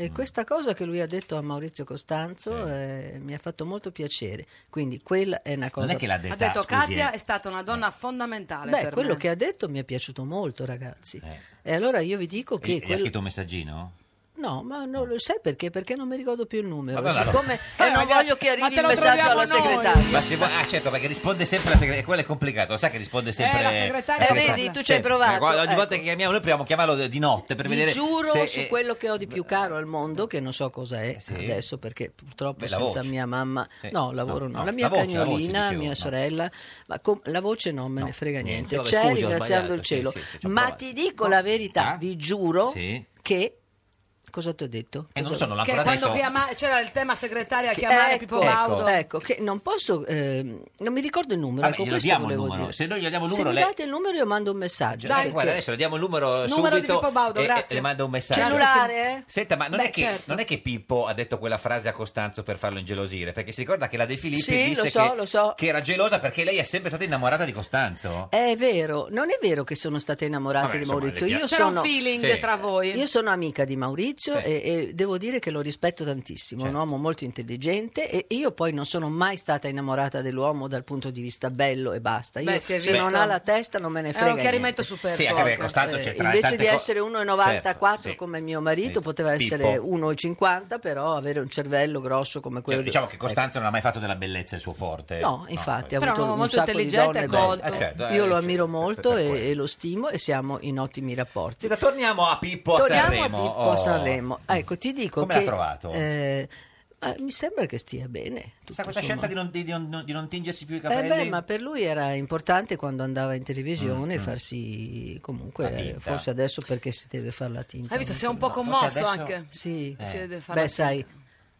Speaker 12: E questa cosa che lui ha detto a Maurizio Costanzo eh, mi ha fatto molto piacere, quindi quella è una cosa...
Speaker 2: è che l'ha detta,
Speaker 1: ha detto
Speaker 2: scusi,
Speaker 1: Katia
Speaker 2: eh.
Speaker 1: è stata una donna fondamentale
Speaker 12: Beh,
Speaker 1: per
Speaker 12: quello
Speaker 1: me.
Speaker 12: che ha detto mi è piaciuto molto, ragazzi.
Speaker 2: Eh.
Speaker 12: E allora io vi dico
Speaker 2: E-
Speaker 12: che...
Speaker 2: gli ha
Speaker 12: quel-
Speaker 2: scritto un messaggino?
Speaker 12: No, ma non lo sai perché? Perché non mi ricordo più il numero.
Speaker 2: Ma guarda-
Speaker 12: Siccome
Speaker 1: Eh,
Speaker 12: e non
Speaker 1: ma-
Speaker 12: voglio che
Speaker 1: ma
Speaker 12: arrivi
Speaker 1: te
Speaker 12: il
Speaker 1: lo
Speaker 12: messaggio alla
Speaker 1: troviamo noi.
Speaker 12: segretaria.
Speaker 2: Ma se vuoi- ah, certo, perché risponde sempre la segretaria. Quello è complicato, lo sa che risponde sempre.
Speaker 12: Eh, la segretaria-
Speaker 2: la
Speaker 12: Eh, vedi, tu ci hai
Speaker 2: Sì,
Speaker 12: provato,
Speaker 2: guarda, Ogni
Speaker 12: ecco.
Speaker 2: volta che chiamiamo, noi proviamo a chiamarlo di notte per
Speaker 12: Vi
Speaker 2: vedere.
Speaker 12: giuro
Speaker 2: se,
Speaker 12: su
Speaker 2: eh,
Speaker 12: quello che ho di più caro al mondo, che non so cosa è adesso, perché purtroppo
Speaker 2: Beh, la
Speaker 12: senza
Speaker 2: voce.
Speaker 12: mia mamma.
Speaker 2: Sì.
Speaker 12: No, lavoro no.
Speaker 2: no,
Speaker 12: La mia
Speaker 2: la voce, la voce,
Speaker 12: cagnolina,
Speaker 2: dicevo,
Speaker 12: mia
Speaker 2: no.
Speaker 12: sorella, ma com- la voce non me ne frega niente.
Speaker 2: vabbè,
Speaker 12: C'è
Speaker 2: scusi, ho
Speaker 12: ringraziando
Speaker 2: sbagliato, sì,
Speaker 12: il cielo.
Speaker 2: sì, sì, ci ho
Speaker 12: ma
Speaker 2: provato. Eh?
Speaker 12: ti dico la verità, vi giuro
Speaker 2: Sì.
Speaker 12: che. Cosa ti ho detto?
Speaker 2: Eh, non
Speaker 12: Cosa-
Speaker 2: so, non l'ha
Speaker 1: Che
Speaker 2: ancora
Speaker 1: quando
Speaker 2: detto.
Speaker 1: chiama- c'era il tema segretaria chiamare
Speaker 12: ecco,
Speaker 1: Pippo Baudo.
Speaker 12: ecco, che non posso, ehm, non mi ricordo il numero.
Speaker 2: Vabbè,
Speaker 12: ecco,
Speaker 2: glielo
Speaker 12: questo
Speaker 2: diamo il
Speaker 12: volevo
Speaker 2: numero.
Speaker 12: dire.
Speaker 2: Se noi gli diamo il numero,
Speaker 12: Se mi
Speaker 2: lei-
Speaker 12: date il numero, io mando un messaggio.
Speaker 2: Eh,
Speaker 12: perché-
Speaker 2: guarda, adesso le diamo il numero,
Speaker 12: Numero
Speaker 2: subito
Speaker 12: di Pippo Baudo,
Speaker 2: e, e
Speaker 12: grazie.
Speaker 2: le manda un messaggio.
Speaker 12: Cellulare? eh?
Speaker 2: Senta, ma non,
Speaker 12: Beh,
Speaker 2: è che,
Speaker 12: certo.
Speaker 2: non è che Pippo ha detto quella frase a Costanzo per farlo ingelosire, perché si ricorda che la De Filippi
Speaker 12: Sì,
Speaker 2: disse
Speaker 12: lo so,
Speaker 2: che,
Speaker 12: lo so. Eh,
Speaker 2: che era gelosa perché lei è sempre stata innamorata di Costanzo.
Speaker 12: È vero, non è vero che sono stata innamorata
Speaker 2: Vabbè,
Speaker 12: di
Speaker 2: insomma,
Speaker 12: Maurizio.
Speaker 2: le
Speaker 12: Io
Speaker 2: piace. C'era un
Speaker 12: sono,
Speaker 2: feeling Sì. tra
Speaker 1: voi.
Speaker 12: Io sono amica di Maurizio
Speaker 2: Sì.
Speaker 12: e, e devo dire che lo rispetto tantissimo. È un uomo molto intelligente e io poi non sono mai stata innamorata dell'uomo dal punto di vista bello e basta. Io,
Speaker 1: Beh, si è
Speaker 12: se
Speaker 1: visto.
Speaker 12: non ha la testa non me ne
Speaker 1: Era
Speaker 12: frega.
Speaker 1: un chiarimento
Speaker 12: niente.
Speaker 1: superfluo,
Speaker 2: Sì, anche perché ecco. Costanzo c'è tra le
Speaker 12: Eh, Invece
Speaker 2: tante
Speaker 12: di
Speaker 2: co-
Speaker 12: essere 1,94
Speaker 2: Certo, sì.
Speaker 12: come mio marito, poteva
Speaker 2: Pippo.
Speaker 12: essere 1,50, però avere un cervello grosso come
Speaker 2: Cioè,
Speaker 12: quello
Speaker 2: diciamo
Speaker 12: di... Ecco.
Speaker 2: che Costanzo non ha mai fatto della bellezza il suo forte.
Speaker 12: certo. Eh. No, infatti, ha
Speaker 1: Però
Speaker 12: avuto
Speaker 1: un uomo
Speaker 12: un
Speaker 1: molto
Speaker 12: sacco di
Speaker 1: intelligente
Speaker 12: donne
Speaker 1: e
Speaker 12: belle.
Speaker 1: colto.
Speaker 2: Eh, certo, eh,
Speaker 12: Io lo
Speaker 2: certo,
Speaker 12: ammiro molto e, e lo stimo e siamo in ottimi rapporti.
Speaker 2: Senta, torniamo a Pippo a
Speaker 12: Torniamo
Speaker 2: Sanremo.
Speaker 12: a Pippo
Speaker 2: Oh.
Speaker 12: a Sanremo. Ecco, ti dico
Speaker 2: Come
Speaker 12: che...
Speaker 2: l'ha trovato?
Speaker 12: eh, ma mi sembra che stia bene.
Speaker 2: Sa
Speaker 12: tutto
Speaker 2: questa
Speaker 12: sommato.
Speaker 2: scelta di non, di- di non- di non tingersi più i
Speaker 12: Eh
Speaker 2: capelli?
Speaker 12: beh, ma per lui era importante quando andava in televisione farsi comunque,
Speaker 2: Mm, La tinta.
Speaker 12: eh, forse adesso perché si deve fare la tinta.
Speaker 1: Hai visto,
Speaker 12: non
Speaker 1: si è un
Speaker 12: so.
Speaker 1: po' commosso
Speaker 2: forse adesso- Eh.
Speaker 1: anche.
Speaker 12: Sì,
Speaker 1: Si deve fare
Speaker 12: beh,
Speaker 1: la-
Speaker 12: sai,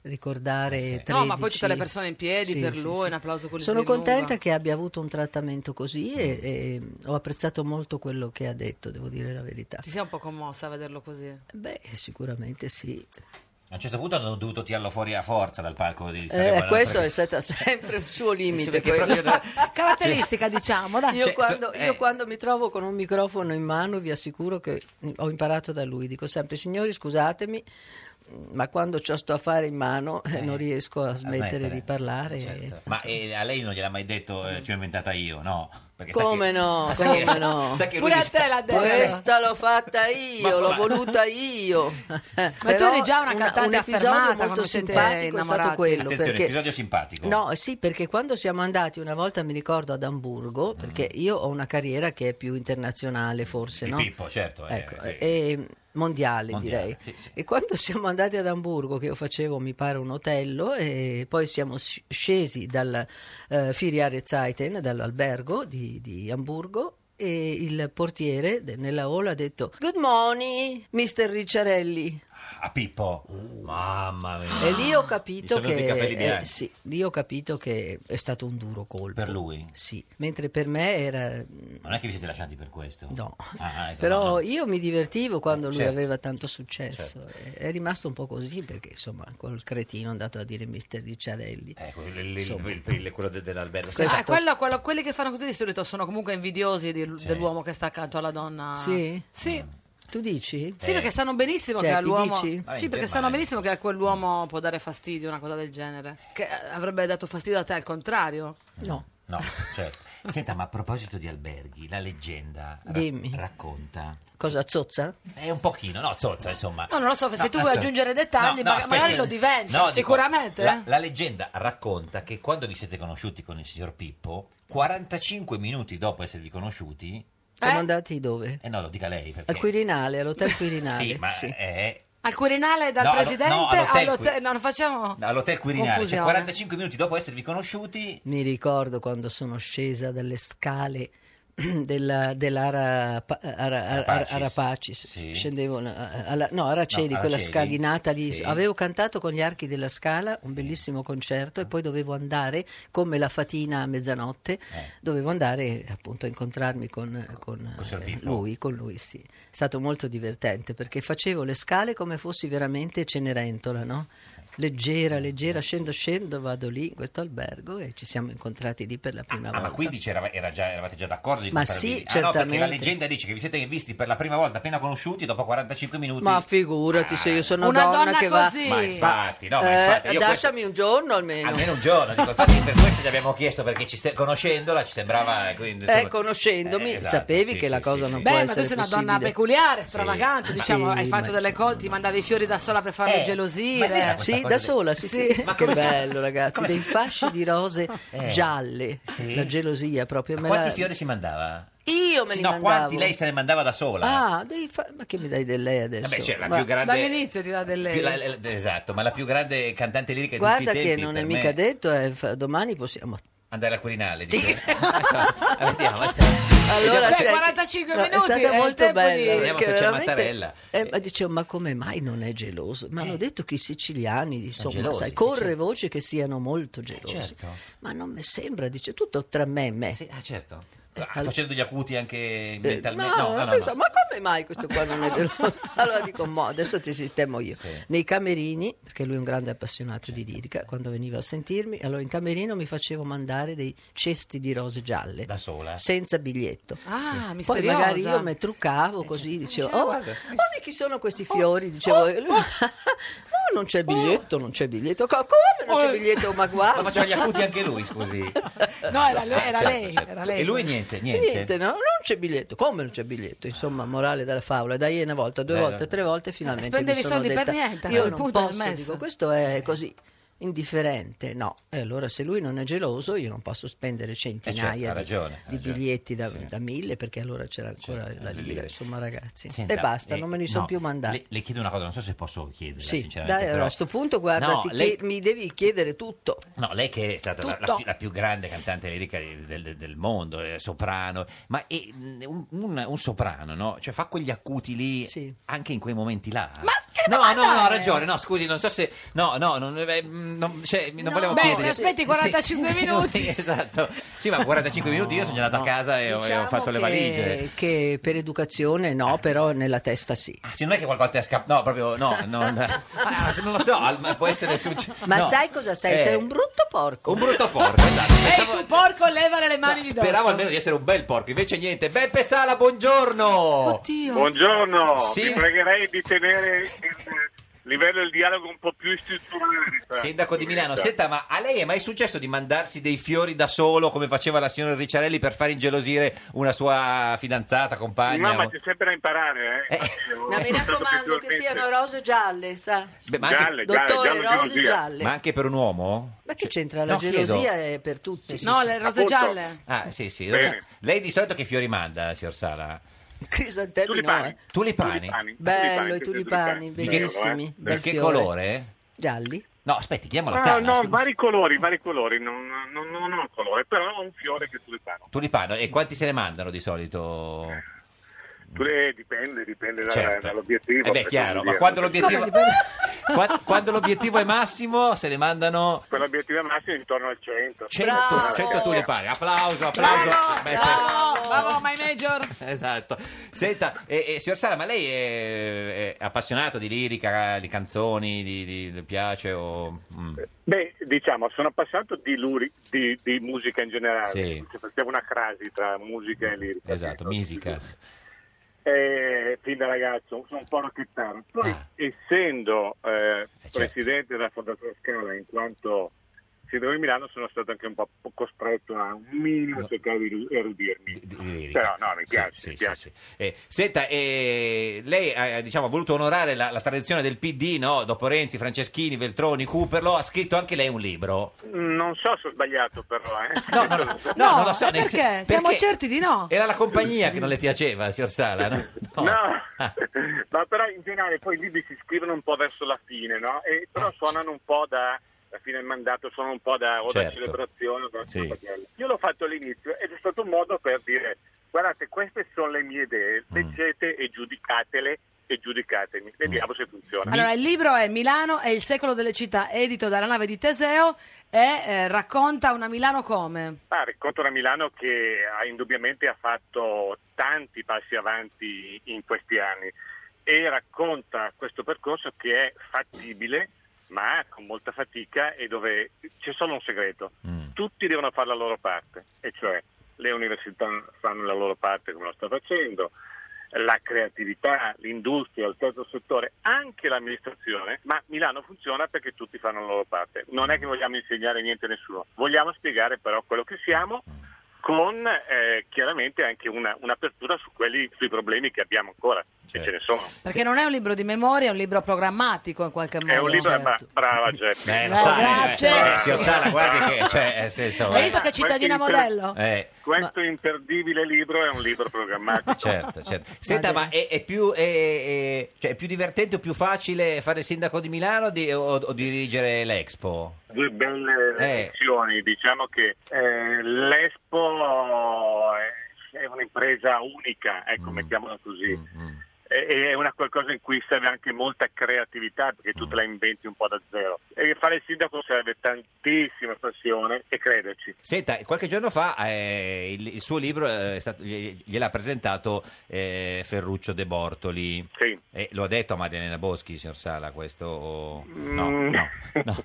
Speaker 12: ricordare
Speaker 1: No, ma poi
Speaker 12: 13.
Speaker 1: tutte le persone in piedi
Speaker 12: Sì,
Speaker 1: per
Speaker 12: sì,
Speaker 1: lui,
Speaker 12: sì.
Speaker 1: un applauso con
Speaker 12: Sono
Speaker 1: il Zillunga.
Speaker 12: contenta che abbia avuto un trattamento così
Speaker 2: Mm.
Speaker 12: e, e ho apprezzato molto quello che ha detto, devo dire la verità.
Speaker 1: Ti sei un po' commossa a vederlo così?
Speaker 12: Beh, sicuramente sì.
Speaker 2: A un certo punto hanno dovuto tirarlo fuori a forza dal palco di
Speaker 12: Eh,
Speaker 2: Sanremo. no?
Speaker 12: questo
Speaker 2: Perché-
Speaker 12: è stato sempre un suo
Speaker 2: Sì,
Speaker 12: limite.
Speaker 2: perché
Speaker 12: quello.
Speaker 1: Caratteristica, diciamo, dai.
Speaker 12: Io,
Speaker 2: Cioè,
Speaker 12: quando,
Speaker 2: so-
Speaker 12: io
Speaker 2: eh.
Speaker 12: quando mi trovo con un microfono in mano vi assicuro che mm, ho imparato da lui, dico sempre signori scusatemi, mm, ma quando ho sto affare in mano eh, non riesco a smettere,
Speaker 2: smettere,
Speaker 12: di parlare.
Speaker 2: Ma eh, a lei non gliel'ha mai detto, eh, ti ho inventata io, no? Perché sa
Speaker 12: Come
Speaker 2: che-
Speaker 12: no,
Speaker 2: ma sa
Speaker 12: come
Speaker 2: che-
Speaker 12: no.
Speaker 2: sa che lui dice-
Speaker 12: Questa l'ho fatta io,
Speaker 2: Ma-
Speaker 12: l'ho
Speaker 2: ma-
Speaker 12: voluta io. Ma
Speaker 1: tu eri già una cantante
Speaker 12: un episodio
Speaker 1: affermata
Speaker 12: molto
Speaker 1: quando siete
Speaker 12: simpatico è stato
Speaker 1: innamorati.
Speaker 12: quello.
Speaker 2: Attenzione,
Speaker 12: perché...
Speaker 2: episodio simpatico.
Speaker 12: No, sì, perché quando siamo andati una volta, mi ricordo, ad Amburgo,
Speaker 2: Mm.
Speaker 12: perché io ho una carriera che è più internazionale forse,
Speaker 2: Di
Speaker 12: no?
Speaker 2: Pippo, certo. eh,
Speaker 12: Ecco,
Speaker 2: sì.
Speaker 12: e
Speaker 2: Mondiale,
Speaker 12: mondiale, direi.
Speaker 2: sì, sì.
Speaker 12: E quando siamo andati ad Amburgo, che io facevo, mi pare, un otello, e poi siamo sc- scesi dal eh, Firiare Zeiten, dall'albergo di, di Amburgo, e il portiere de- nella hall ha detto Good morning, Mr. Ricciarelli. Mm.
Speaker 16: A Pippo. Mamma mia.
Speaker 12: E lì ho
Speaker 16: Gli
Speaker 12: capito
Speaker 16: sono venuti i
Speaker 12: che
Speaker 16: capelli
Speaker 12: eh,
Speaker 16: bianchi.
Speaker 12: sì, lì ho capito che è stato un duro colpo.
Speaker 16: Per lui?
Speaker 12: Sì, mentre per me era
Speaker 2: Non è che vi siete lasciati per questo?
Speaker 12: No.
Speaker 2: Ah, ecco,
Speaker 12: Però
Speaker 2: no, no.
Speaker 12: io mi divertivo quando lui
Speaker 2: certo.
Speaker 12: aveva tanto successo. Eh, È rimasto un po' così perché insomma quel cretino è andato a dire Mr. Ricciarelli.
Speaker 2: Eh,
Speaker 16: Ecco, il- il-
Speaker 12: Insomma.
Speaker 16: il- il- quello de- dell'albergo.
Speaker 12: Questo-
Speaker 1: Ah, quello- quello- quelli che fanno così di solito sono comunque invidiosi di- dell'uomo che sta accanto alla donna.
Speaker 12: Sì?
Speaker 2: Eh.
Speaker 1: Sì.
Speaker 12: Tu dici?
Speaker 1: Sì, perché sanno benissimo
Speaker 12: Cioè,
Speaker 1: che
Speaker 12: ti
Speaker 1: all'uomo.
Speaker 2: Ah,
Speaker 12: dici?
Speaker 1: Sì,
Speaker 12: Vabbè, in
Speaker 1: perché
Speaker 12: Germania.
Speaker 1: sanno benissimo che a quell'uomo può dare fastidio una cosa del genere. Che eh, avrebbe dato fastidio a te al contrario.
Speaker 12: No.
Speaker 2: No, certo. Senta, ma a proposito di alberghi, la leggenda ra-
Speaker 12: Dimmi.
Speaker 2: racconta.
Speaker 12: Cosa zozza?
Speaker 2: È un pochino, no, zozza, insomma.
Speaker 1: No, non lo so, se tu
Speaker 2: No,
Speaker 1: vuoi
Speaker 2: zozza.
Speaker 1: aggiungere dettagli,
Speaker 2: No, no,
Speaker 1: ma-
Speaker 2: aspetta.
Speaker 1: magari lo diventi,
Speaker 2: No, dico,
Speaker 1: sicuramente.
Speaker 2: La,
Speaker 1: eh.
Speaker 2: la leggenda racconta che quando vi siete conosciuti con il signor Pippo, 45 minuti dopo esservi conosciuti,
Speaker 1: Eh?
Speaker 12: Siamo andati dove?
Speaker 2: e no, lo dica lei perché.
Speaker 12: Al Quirinale, all'Hotel Quirinale.
Speaker 2: Sì, ma è
Speaker 1: Al Quirinale dal
Speaker 2: No, allo-
Speaker 1: presidente
Speaker 2: no, all'hotel
Speaker 1: all'hotel-
Speaker 2: qui-
Speaker 1: No, non facciamo.
Speaker 2: all'hotel Quirinale, cioè
Speaker 1: Confusione.
Speaker 2: 45 minuti dopo esservi conosciuti.
Speaker 12: Mi ricordo quando sono scesa dalle scale della, dell'Ara pa- Ara- Ara-
Speaker 2: Arapacis.
Speaker 12: Arapacis. scendevo a- alla- no, a Araceli,
Speaker 2: No,
Speaker 12: quella
Speaker 2: Araceli.
Speaker 12: scalinata lì.
Speaker 2: Sì.
Speaker 12: Avevo cantato con gli archi della Scala un bellissimo concerto e
Speaker 2: Ah.
Speaker 12: poi dovevo andare, come la fatina a mezzanotte,
Speaker 2: Eh.
Speaker 12: dovevo andare appunto a incontrarmi con, con, eh, lui, con lui, sì. È stato molto divertente perché facevo le scale come fossi veramente Cenerentola, no? Leggera, leggera, scendo, scendo, vado lì in questo albergo e ci siamo incontrati lì per la prima
Speaker 2: Ah,
Speaker 12: volta.
Speaker 2: ma quindi c'era, era già, eravate già d'accordo di
Speaker 12: Ma
Speaker 2: comprarvi lì?
Speaker 12: sì,
Speaker 2: Ah, no, perché la
Speaker 12: certamente.
Speaker 2: leggenda dice che vi siete visti per la prima volta appena conosciuti dopo 45 minuti.
Speaker 12: Ma figurati se io sono
Speaker 1: Una
Speaker 12: una donna,
Speaker 1: donna
Speaker 12: che va.
Speaker 1: così.
Speaker 2: Ma infatti, no, ma
Speaker 12: Eh,
Speaker 2: infatti, io questo-
Speaker 12: lasciami un giorno almeno.
Speaker 2: almeno un giorno. dico, infatti, per questo gli abbiamo chiesto perché ci se- conoscendola ci sembrava. Quindi,
Speaker 12: Eh,
Speaker 2: insomma,
Speaker 12: conoscendomi,
Speaker 2: Eh, esatto,
Speaker 12: sapevi
Speaker 2: sì,
Speaker 12: che
Speaker 2: sì,
Speaker 12: la cosa
Speaker 2: sì,
Speaker 12: non
Speaker 2: sì.
Speaker 12: può
Speaker 1: Beh, ma tu
Speaker 12: essere
Speaker 1: sei una
Speaker 12: possibile.
Speaker 1: donna peculiare, stravagante, diciamo,
Speaker 12: Sì,
Speaker 1: hai fatto
Speaker 12: ma
Speaker 1: delle cose, ti mandavi i fiori da sola per farlo
Speaker 12: Eh,
Speaker 1: gelosire.
Speaker 12: ma è vera questa Sì, cosa da del- sola, sì, sì. Ma Che come si- bello, ragazzi, come dei si- fasci di rose
Speaker 2: Eh.
Speaker 12: gialle,
Speaker 2: Sì.
Speaker 12: la gelosia proprio.
Speaker 2: Ma
Speaker 12: me
Speaker 2: quanti
Speaker 12: la-
Speaker 2: fiori si mandava?
Speaker 12: Io me
Speaker 2: Sì,
Speaker 12: li
Speaker 2: no,
Speaker 12: mandavo.
Speaker 2: quanti lei se ne mandava da sola?
Speaker 12: Ah, dei fa- ma che mi dai del lei adesso?
Speaker 2: Vabbè, c'è la
Speaker 12: Ma-
Speaker 2: più grande-
Speaker 1: Dall'inizio ti dà del lei.
Speaker 2: Più la- la- esatto, ma la più grande cantante lirica di
Speaker 12: Guarda
Speaker 2: tutti i
Speaker 12: che
Speaker 2: tempi
Speaker 12: non è
Speaker 2: per
Speaker 12: mica
Speaker 2: me.
Speaker 12: detto, eh, fa- domani possiamo...
Speaker 2: Andare al Quirinale, dice. Vediamo, adesso-
Speaker 12: Cioè, Allora,
Speaker 1: Beh,
Speaker 12: senti-
Speaker 1: 45
Speaker 12: no,
Speaker 1: minuti,
Speaker 12: è
Speaker 1: è
Speaker 12: stata
Speaker 1: il
Speaker 12: molto
Speaker 1: tempo di-
Speaker 12: bella.
Speaker 2: Vediamo
Speaker 12: perché
Speaker 2: se c'è
Speaker 12: veramente-
Speaker 2: Mattarella.
Speaker 12: Eh, ma dicevo, ma come mai non è geloso? Ma
Speaker 1: Eh.
Speaker 12: hanno detto che i siciliani, insomma,
Speaker 2: gelosi,
Speaker 12: sai,
Speaker 2: eh,
Speaker 12: corre voce che siano molto gelosi.
Speaker 2: certo.
Speaker 12: Ma non mi sembra, dice, tutto tra me e me.
Speaker 2: Ah, certo. Ah,
Speaker 12: all-
Speaker 2: Facendo gli acuti anche
Speaker 12: Eh,
Speaker 2: mentalmente.
Speaker 12: no,
Speaker 2: No, no, no,
Speaker 12: pensavo,
Speaker 2: no.
Speaker 12: ma come mai questo qua non è geloso? Allora dico, mo, adesso ti sistemo io. Nei camerini, perché lui è un grande appassionato
Speaker 2: Certo.
Speaker 12: di lirica, quando veniva a sentirmi, allora in camerino mi facevo mandare dei cesti di rose gialle. Da
Speaker 2: sola?
Speaker 12: Senza biglietto.
Speaker 1: Ah, misteriosa.
Speaker 12: Poi
Speaker 1: Eh, certo. Cioè,
Speaker 12: magari io mi truccavo così, dicevo, oh,
Speaker 1: guarda. oh,
Speaker 12: ma di chi sono questi fiori? Dicevo, e lui, "No, non c'è biglietto, non c'è biglietto. Co- Come non
Speaker 1: Oh.
Speaker 12: c'è biglietto? Ma guarda.
Speaker 2: Ma faceva gli acuti anche lui, scusi.
Speaker 1: No, era lei, era
Speaker 2: Ah, certo,
Speaker 1: lei,
Speaker 2: certo.
Speaker 1: era lei.
Speaker 2: E lui niente, niente.
Speaker 12: no? Non c'è biglietto. Come non c'è biglietto? Insomma, morale della favola. Dai, una volta, due
Speaker 2: Beh,
Speaker 12: volte,
Speaker 2: no.
Speaker 12: tre volte, finalmente
Speaker 1: Spendevi
Speaker 12: mi sono
Speaker 1: soldi per
Speaker 12: detta,
Speaker 1: niente, eh, a
Speaker 12: Io
Speaker 1: quel
Speaker 12: non
Speaker 1: punto
Speaker 12: posso,
Speaker 1: smesso.
Speaker 12: dico, questo è così, indifferente. No, e allora se lui non è geloso io non posso spendere
Speaker 2: Eh, certo,
Speaker 12: centinaia
Speaker 2: ha
Speaker 12: di-
Speaker 2: ragione, ha
Speaker 12: di,
Speaker 2: ragione.
Speaker 12: biglietti da, da mille perché allora c'era ancora la
Speaker 2: le
Speaker 12: lira.
Speaker 2: lire.
Speaker 12: Insomma, ragazzi.
Speaker 2: Senta,
Speaker 12: e basta,
Speaker 2: eh,
Speaker 12: non me li sono
Speaker 2: no,
Speaker 12: più mandati.
Speaker 2: Le, le chiedo una cosa, non so se posso chiederla,
Speaker 12: Sì,
Speaker 2: sinceramente.
Speaker 12: dai, allora,
Speaker 2: però-
Speaker 12: a sto punto guardati
Speaker 2: No, lei-
Speaker 12: che mi devi chiedere tutto.
Speaker 2: No, lei che è stata la, la
Speaker 12: Tutto.
Speaker 2: più, la più grande cantante lirica di- del, del- del mondo, eh, soprano, ma è, mm, un, un- un soprano, no? Cioè fa quegli acuti lì anche in quei momenti là. Ma che No, no, no, ha ragione, no, scusi, non so se... No, no, non, eh, mm, non, cioè, non volevo
Speaker 1: Beh,
Speaker 2: chiedere...
Speaker 1: se aspetti 45 minuti.
Speaker 2: Sì, esatto. Sì, ma 45 minuti io sono andato a casa e ho- e ho, fatto le
Speaker 12: Diciamo Che,
Speaker 2: valigie.
Speaker 12: che per educazione no, però nella testa sì.
Speaker 2: Sì, non è che qualcosa ti è scappato, no, proprio no, non, Ah, non lo so, al- ma può essere successo.
Speaker 12: Ma sai cosa sei? Sei un brutto porco.
Speaker 2: Un brutto porco, esatto.
Speaker 1: Ehi, tu porco, levale le mani di dosso.
Speaker 2: Speravo almeno di essere un bel porco, invece niente. Beppe Sala, buongiorno!
Speaker 1: Oddio.
Speaker 17: Buongiorno,
Speaker 2: Sì.
Speaker 17: vi pregherei di tenere il livello del dialogo un po' più istituzionale.
Speaker 2: Sindaco di Milano, senta, ma a lei è mai successo di mandarsi dei fiori da solo come faceva la signora Ricciarelli per far ingelosire una sua fidanzata, compagna?
Speaker 17: No, ma c'è sempre da imparare, eh.
Speaker 12: Ma mi raccomando che siano rose gialle, sa?
Speaker 2: Beh, ma anche-
Speaker 17: Gialle,
Speaker 12: Dottore,
Speaker 17: gialle,
Speaker 12: rose
Speaker 17: gelosia.
Speaker 12: gialle.
Speaker 2: Ma anche per un uomo?
Speaker 12: Ma che c'entra? La
Speaker 2: No,
Speaker 12: gelosia
Speaker 2: chiedo.
Speaker 12: è per tutti.
Speaker 1: No, le rose
Speaker 12: Appunto.
Speaker 1: gialle.
Speaker 2: Ah, sì, sì.
Speaker 12: Bene.
Speaker 2: Lei di solito che fiori manda, signor Sala?
Speaker 12: Crisantemi no, eh.
Speaker 2: Tulipani?
Speaker 17: eh.
Speaker 12: Bello, i tulipani,
Speaker 2: Di che-
Speaker 12: bellissimi.
Speaker 2: Di
Speaker 12: bel
Speaker 2: che
Speaker 12: fiore.
Speaker 2: colore?
Speaker 12: Gialli.
Speaker 2: No, aspetti, chiamiamola
Speaker 17: Ah,
Speaker 2: Sanna.
Speaker 17: no,
Speaker 2: scusa.
Speaker 17: vari colori, vari colori, non, non, non ho colore, però ho un fiore che è tulipano.
Speaker 2: Tulipano, e quanti se ne mandano di solito?
Speaker 17: Eh, Tu- eh, dipende, dipende da-
Speaker 2: Certo.
Speaker 17: dall'obiettivo.
Speaker 2: Eh beh,
Speaker 17: per
Speaker 2: chiaro,
Speaker 17: così
Speaker 2: ma
Speaker 17: dire.
Speaker 2: quando l'obiettivo, Qua- quando l'obiettivo è massimo se ne mandano
Speaker 17: Per l'obiettivo massimo è intorno al 100.
Speaker 2: 100,
Speaker 17: Bravo!
Speaker 2: 100 tulipani. Applauso, applauso. Beh,
Speaker 18: bravo, my major.
Speaker 2: Esatto. Senta, eh, eh, signor Sala, ma lei è, è appassionato di lirica, di canzoni, di, di- le piace o... mm.
Speaker 17: Beh, diciamo, sono appassionato di, luri- di, di musica in generale.
Speaker 2: Sì.
Speaker 17: Ci Facciamo una crasi tra musica e lirica.
Speaker 2: Esatto, musica.
Speaker 17: Eh, fin da ragazzo sono un po' rocchettaro. Poi,
Speaker 2: Ah.
Speaker 17: essendo eh, presidente della Fondazione Scala, in quanto sindaco di Milano, sono stato anche un po' po' costretto a un minimo cercare di ru- erudirmi. Però, no, mi
Speaker 2: Sì,
Speaker 17: piace.
Speaker 2: sì,
Speaker 17: mi
Speaker 2: sì,
Speaker 17: piace.
Speaker 2: Eh, senta, eh, lei ha diciamo, ha voluto onorare la, la tradizione del PD, no? dopo Renzi, Franceschini, Veltroni, Cooperlo, ha scritto anche lei un libro.
Speaker 17: Non so se ho sbagliato, però. Eh.
Speaker 2: No, non lo so,
Speaker 1: ma
Speaker 2: nel
Speaker 1: perché?
Speaker 2: sen-
Speaker 1: Siamo
Speaker 2: perché
Speaker 1: certi di no.
Speaker 2: Era la compagnia che non le piaceva, signor Sala, no? Ah.
Speaker 17: No, ma però in generale poi i libri si scrivono un po' verso la fine, no? E
Speaker 2: Ah,
Speaker 17: però suonano un po' da la fine del mandato, sono un po' da, o da
Speaker 2: Certo.
Speaker 17: celebrazione. o da-
Speaker 2: Sì.
Speaker 17: Io l'ho fatto all'inizio ed è stato un modo per dire guardate, queste sono le mie idee,
Speaker 2: Mm.
Speaker 17: leggete e giudicatele e giudicatemi, vediamo se
Speaker 12: Eh,
Speaker 17: funziona.
Speaker 1: Allora, il libro è Milano è il secolo delle città, edito dalla nave di Teseo e eh, racconta una Milano come?
Speaker 17: Ah, racconto da Milano che ha, indubbiamente ha fatto tanti passi avanti in questi anni e racconta questo percorso che è fattibile ma con molta fatica e dove c'è solo un segreto, tutti devono fare la loro parte, e cioè le università fanno la loro parte come lo sta facendo, la creatività, l'industria, il terzo settore, anche l'amministrazione, ma Milano funziona perché tutti fanno la loro parte. Non è che vogliamo insegnare niente a nessuno, vogliamo spiegare però quello che siamo con eh, chiaramente anche una- un'apertura su quelli, sui problemi che abbiamo ancora, che ce ne sono.
Speaker 1: Perché non è un libro di memoria, è un libro programmatico in qualche modo.
Speaker 17: È un libro,
Speaker 1: Certo.
Speaker 17: bra- brava Geppi.
Speaker 2: Eh, lo
Speaker 1: Eh,
Speaker 2: sa,
Speaker 1: grazie.
Speaker 2: eh, eh, signor Sala, guardi che... Cioè, nel senso,
Speaker 1: Hai visto che
Speaker 17: Questo
Speaker 1: cittadina
Speaker 17: imper-
Speaker 1: modello?
Speaker 2: eh,
Speaker 17: Questo imperdibile libro è un libro programmatico.
Speaker 2: certo, certo. Senta, ma è, è più, è- è- cioè, è più divertente o più facile fare il sindaco di Milano di- o, o dirigere l'Expo?
Speaker 17: Due belle
Speaker 2: Eh.
Speaker 17: lezioni, diciamo che eh, l'Expo è- è un'impresa unica, ecco,
Speaker 2: Mm.
Speaker 17: mettiamola così. E- e È una qualcosa in cui serve anche molta creatività perché
Speaker 2: Mm.
Speaker 17: tu te la inventi un po' da zero. E fare il sindaco serve tantissima passione e crederci.
Speaker 2: Senta, qualche giorno fa eh, il, il suo libro eh, è stato- gli- gliel'ha presentato eh, Ferruccio De Bortoli.
Speaker 17: Sì.
Speaker 2: Eh, lo ha detto a Marianela Boschi, signor Sala, questo? o- No,
Speaker 17: Mm.
Speaker 2: no,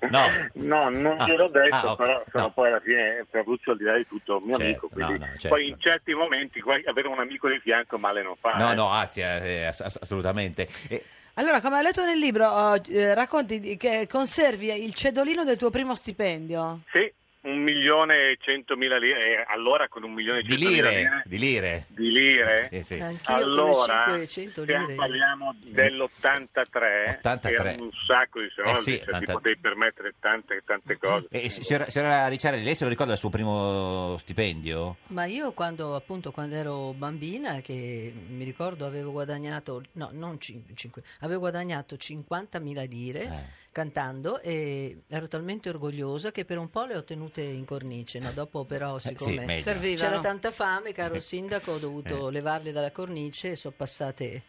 Speaker 2: no, no.
Speaker 17: No, non
Speaker 2: Ah,
Speaker 17: gliel'ho detto,
Speaker 2: ah, ok,
Speaker 17: però sono
Speaker 2: no.
Speaker 17: poi alla fine Ferruccio al di là di tutto è un mio
Speaker 2: Certo,
Speaker 17: amico. quindi
Speaker 2: no, no, certo.
Speaker 17: Poi in certi momenti guai- avere un amico di fianco male non fa.
Speaker 2: No,
Speaker 17: eh.
Speaker 2: no, anzi, eh, ass- ass- assolutamente. Eh,
Speaker 1: Allora, come ho letto nel libro, eh, racconti di- che conservi il cedolino del tuo primo stipendio.
Speaker 17: Sì, un milione e centomila lire, eh, allora con un milione e
Speaker 2: di
Speaker 17: centomila lire
Speaker 2: lire, di lire.
Speaker 17: di lire,
Speaker 2: Sì, sì.
Speaker 12: Anch'io
Speaker 17: allora
Speaker 12: con le 500
Speaker 17: se
Speaker 12: lire.
Speaker 17: parliamo dell'83,
Speaker 2: 83.
Speaker 17: erano un sacco di soldi,
Speaker 2: Eh sì,
Speaker 17: cioè, ti
Speaker 2: 80.
Speaker 17: potevi permettere tante, tante cose.
Speaker 2: Eh, si- signora, signora Ricciardi, lei se lo ricorda il suo primo stipendio?
Speaker 12: Ma io quando appunto quando ero bambina, che mi ricordo avevo guadagnato, no, non 5, avevo guadagnato 50.000 lire
Speaker 1: Eh,
Speaker 2: Eh.
Speaker 12: cantando e ero talmente orgogliosa che per un po' le ho tenute in cornice, no? dopo però
Speaker 2: Eh, sì,
Speaker 12: siccome
Speaker 2: meglio.
Speaker 1: Servivano.
Speaker 12: c'era tanta fame, caro
Speaker 2: Sì. Eh.
Speaker 12: sindaco, ho dovuto levarle dalla cornice e sono passate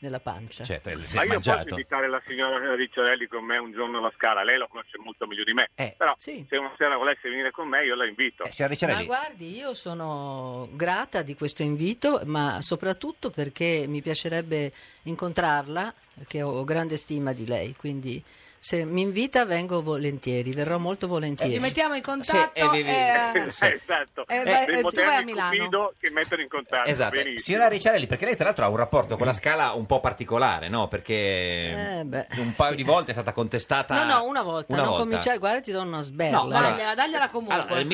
Speaker 12: nella pancia.
Speaker 2: Certo, eh, si
Speaker 17: Ma
Speaker 2: è
Speaker 17: io posso
Speaker 2: mangiato.
Speaker 17: invitare la signora Ricciarelli con me un giorno alla scala, lei la conosce molto meglio di me,
Speaker 2: Eh,
Speaker 17: però se una sera volesse venire con me io la invito.
Speaker 12: Ma guardi, io sono grata di questo invito, ma soprattutto perché mi piacerebbe incontrarla, perché ho grande stima di lei, quindi se mi invita vengo volentieri, verrò molto volentieri.
Speaker 1: Ci mettiamo in contatto.
Speaker 12: Sì, e vi-
Speaker 1: eh,
Speaker 12: sì.
Speaker 17: Esatto,
Speaker 1: Eh,
Speaker 17: eh,
Speaker 1: beh,
Speaker 17: dei
Speaker 1: eh, tu
Speaker 17: moderni
Speaker 1: vai a Milano.
Speaker 17: Cupido che mettono in contatto.
Speaker 2: Esatto.
Speaker 17: Ah, benissimo.
Speaker 2: Signora Ricciarelli, perché lei tra l'altro ha un rapporto con la scala un po' particolare, no? Perché
Speaker 12: Eh, beh,
Speaker 2: un paio di volte è stata contestata.
Speaker 12: No, no, una volta,
Speaker 2: Una
Speaker 12: non
Speaker 2: volta.
Speaker 12: cominciare, guarda ti do una sberla.
Speaker 2: No, allora- Dagliela,
Speaker 1: comunque.
Speaker 2: Allora, nel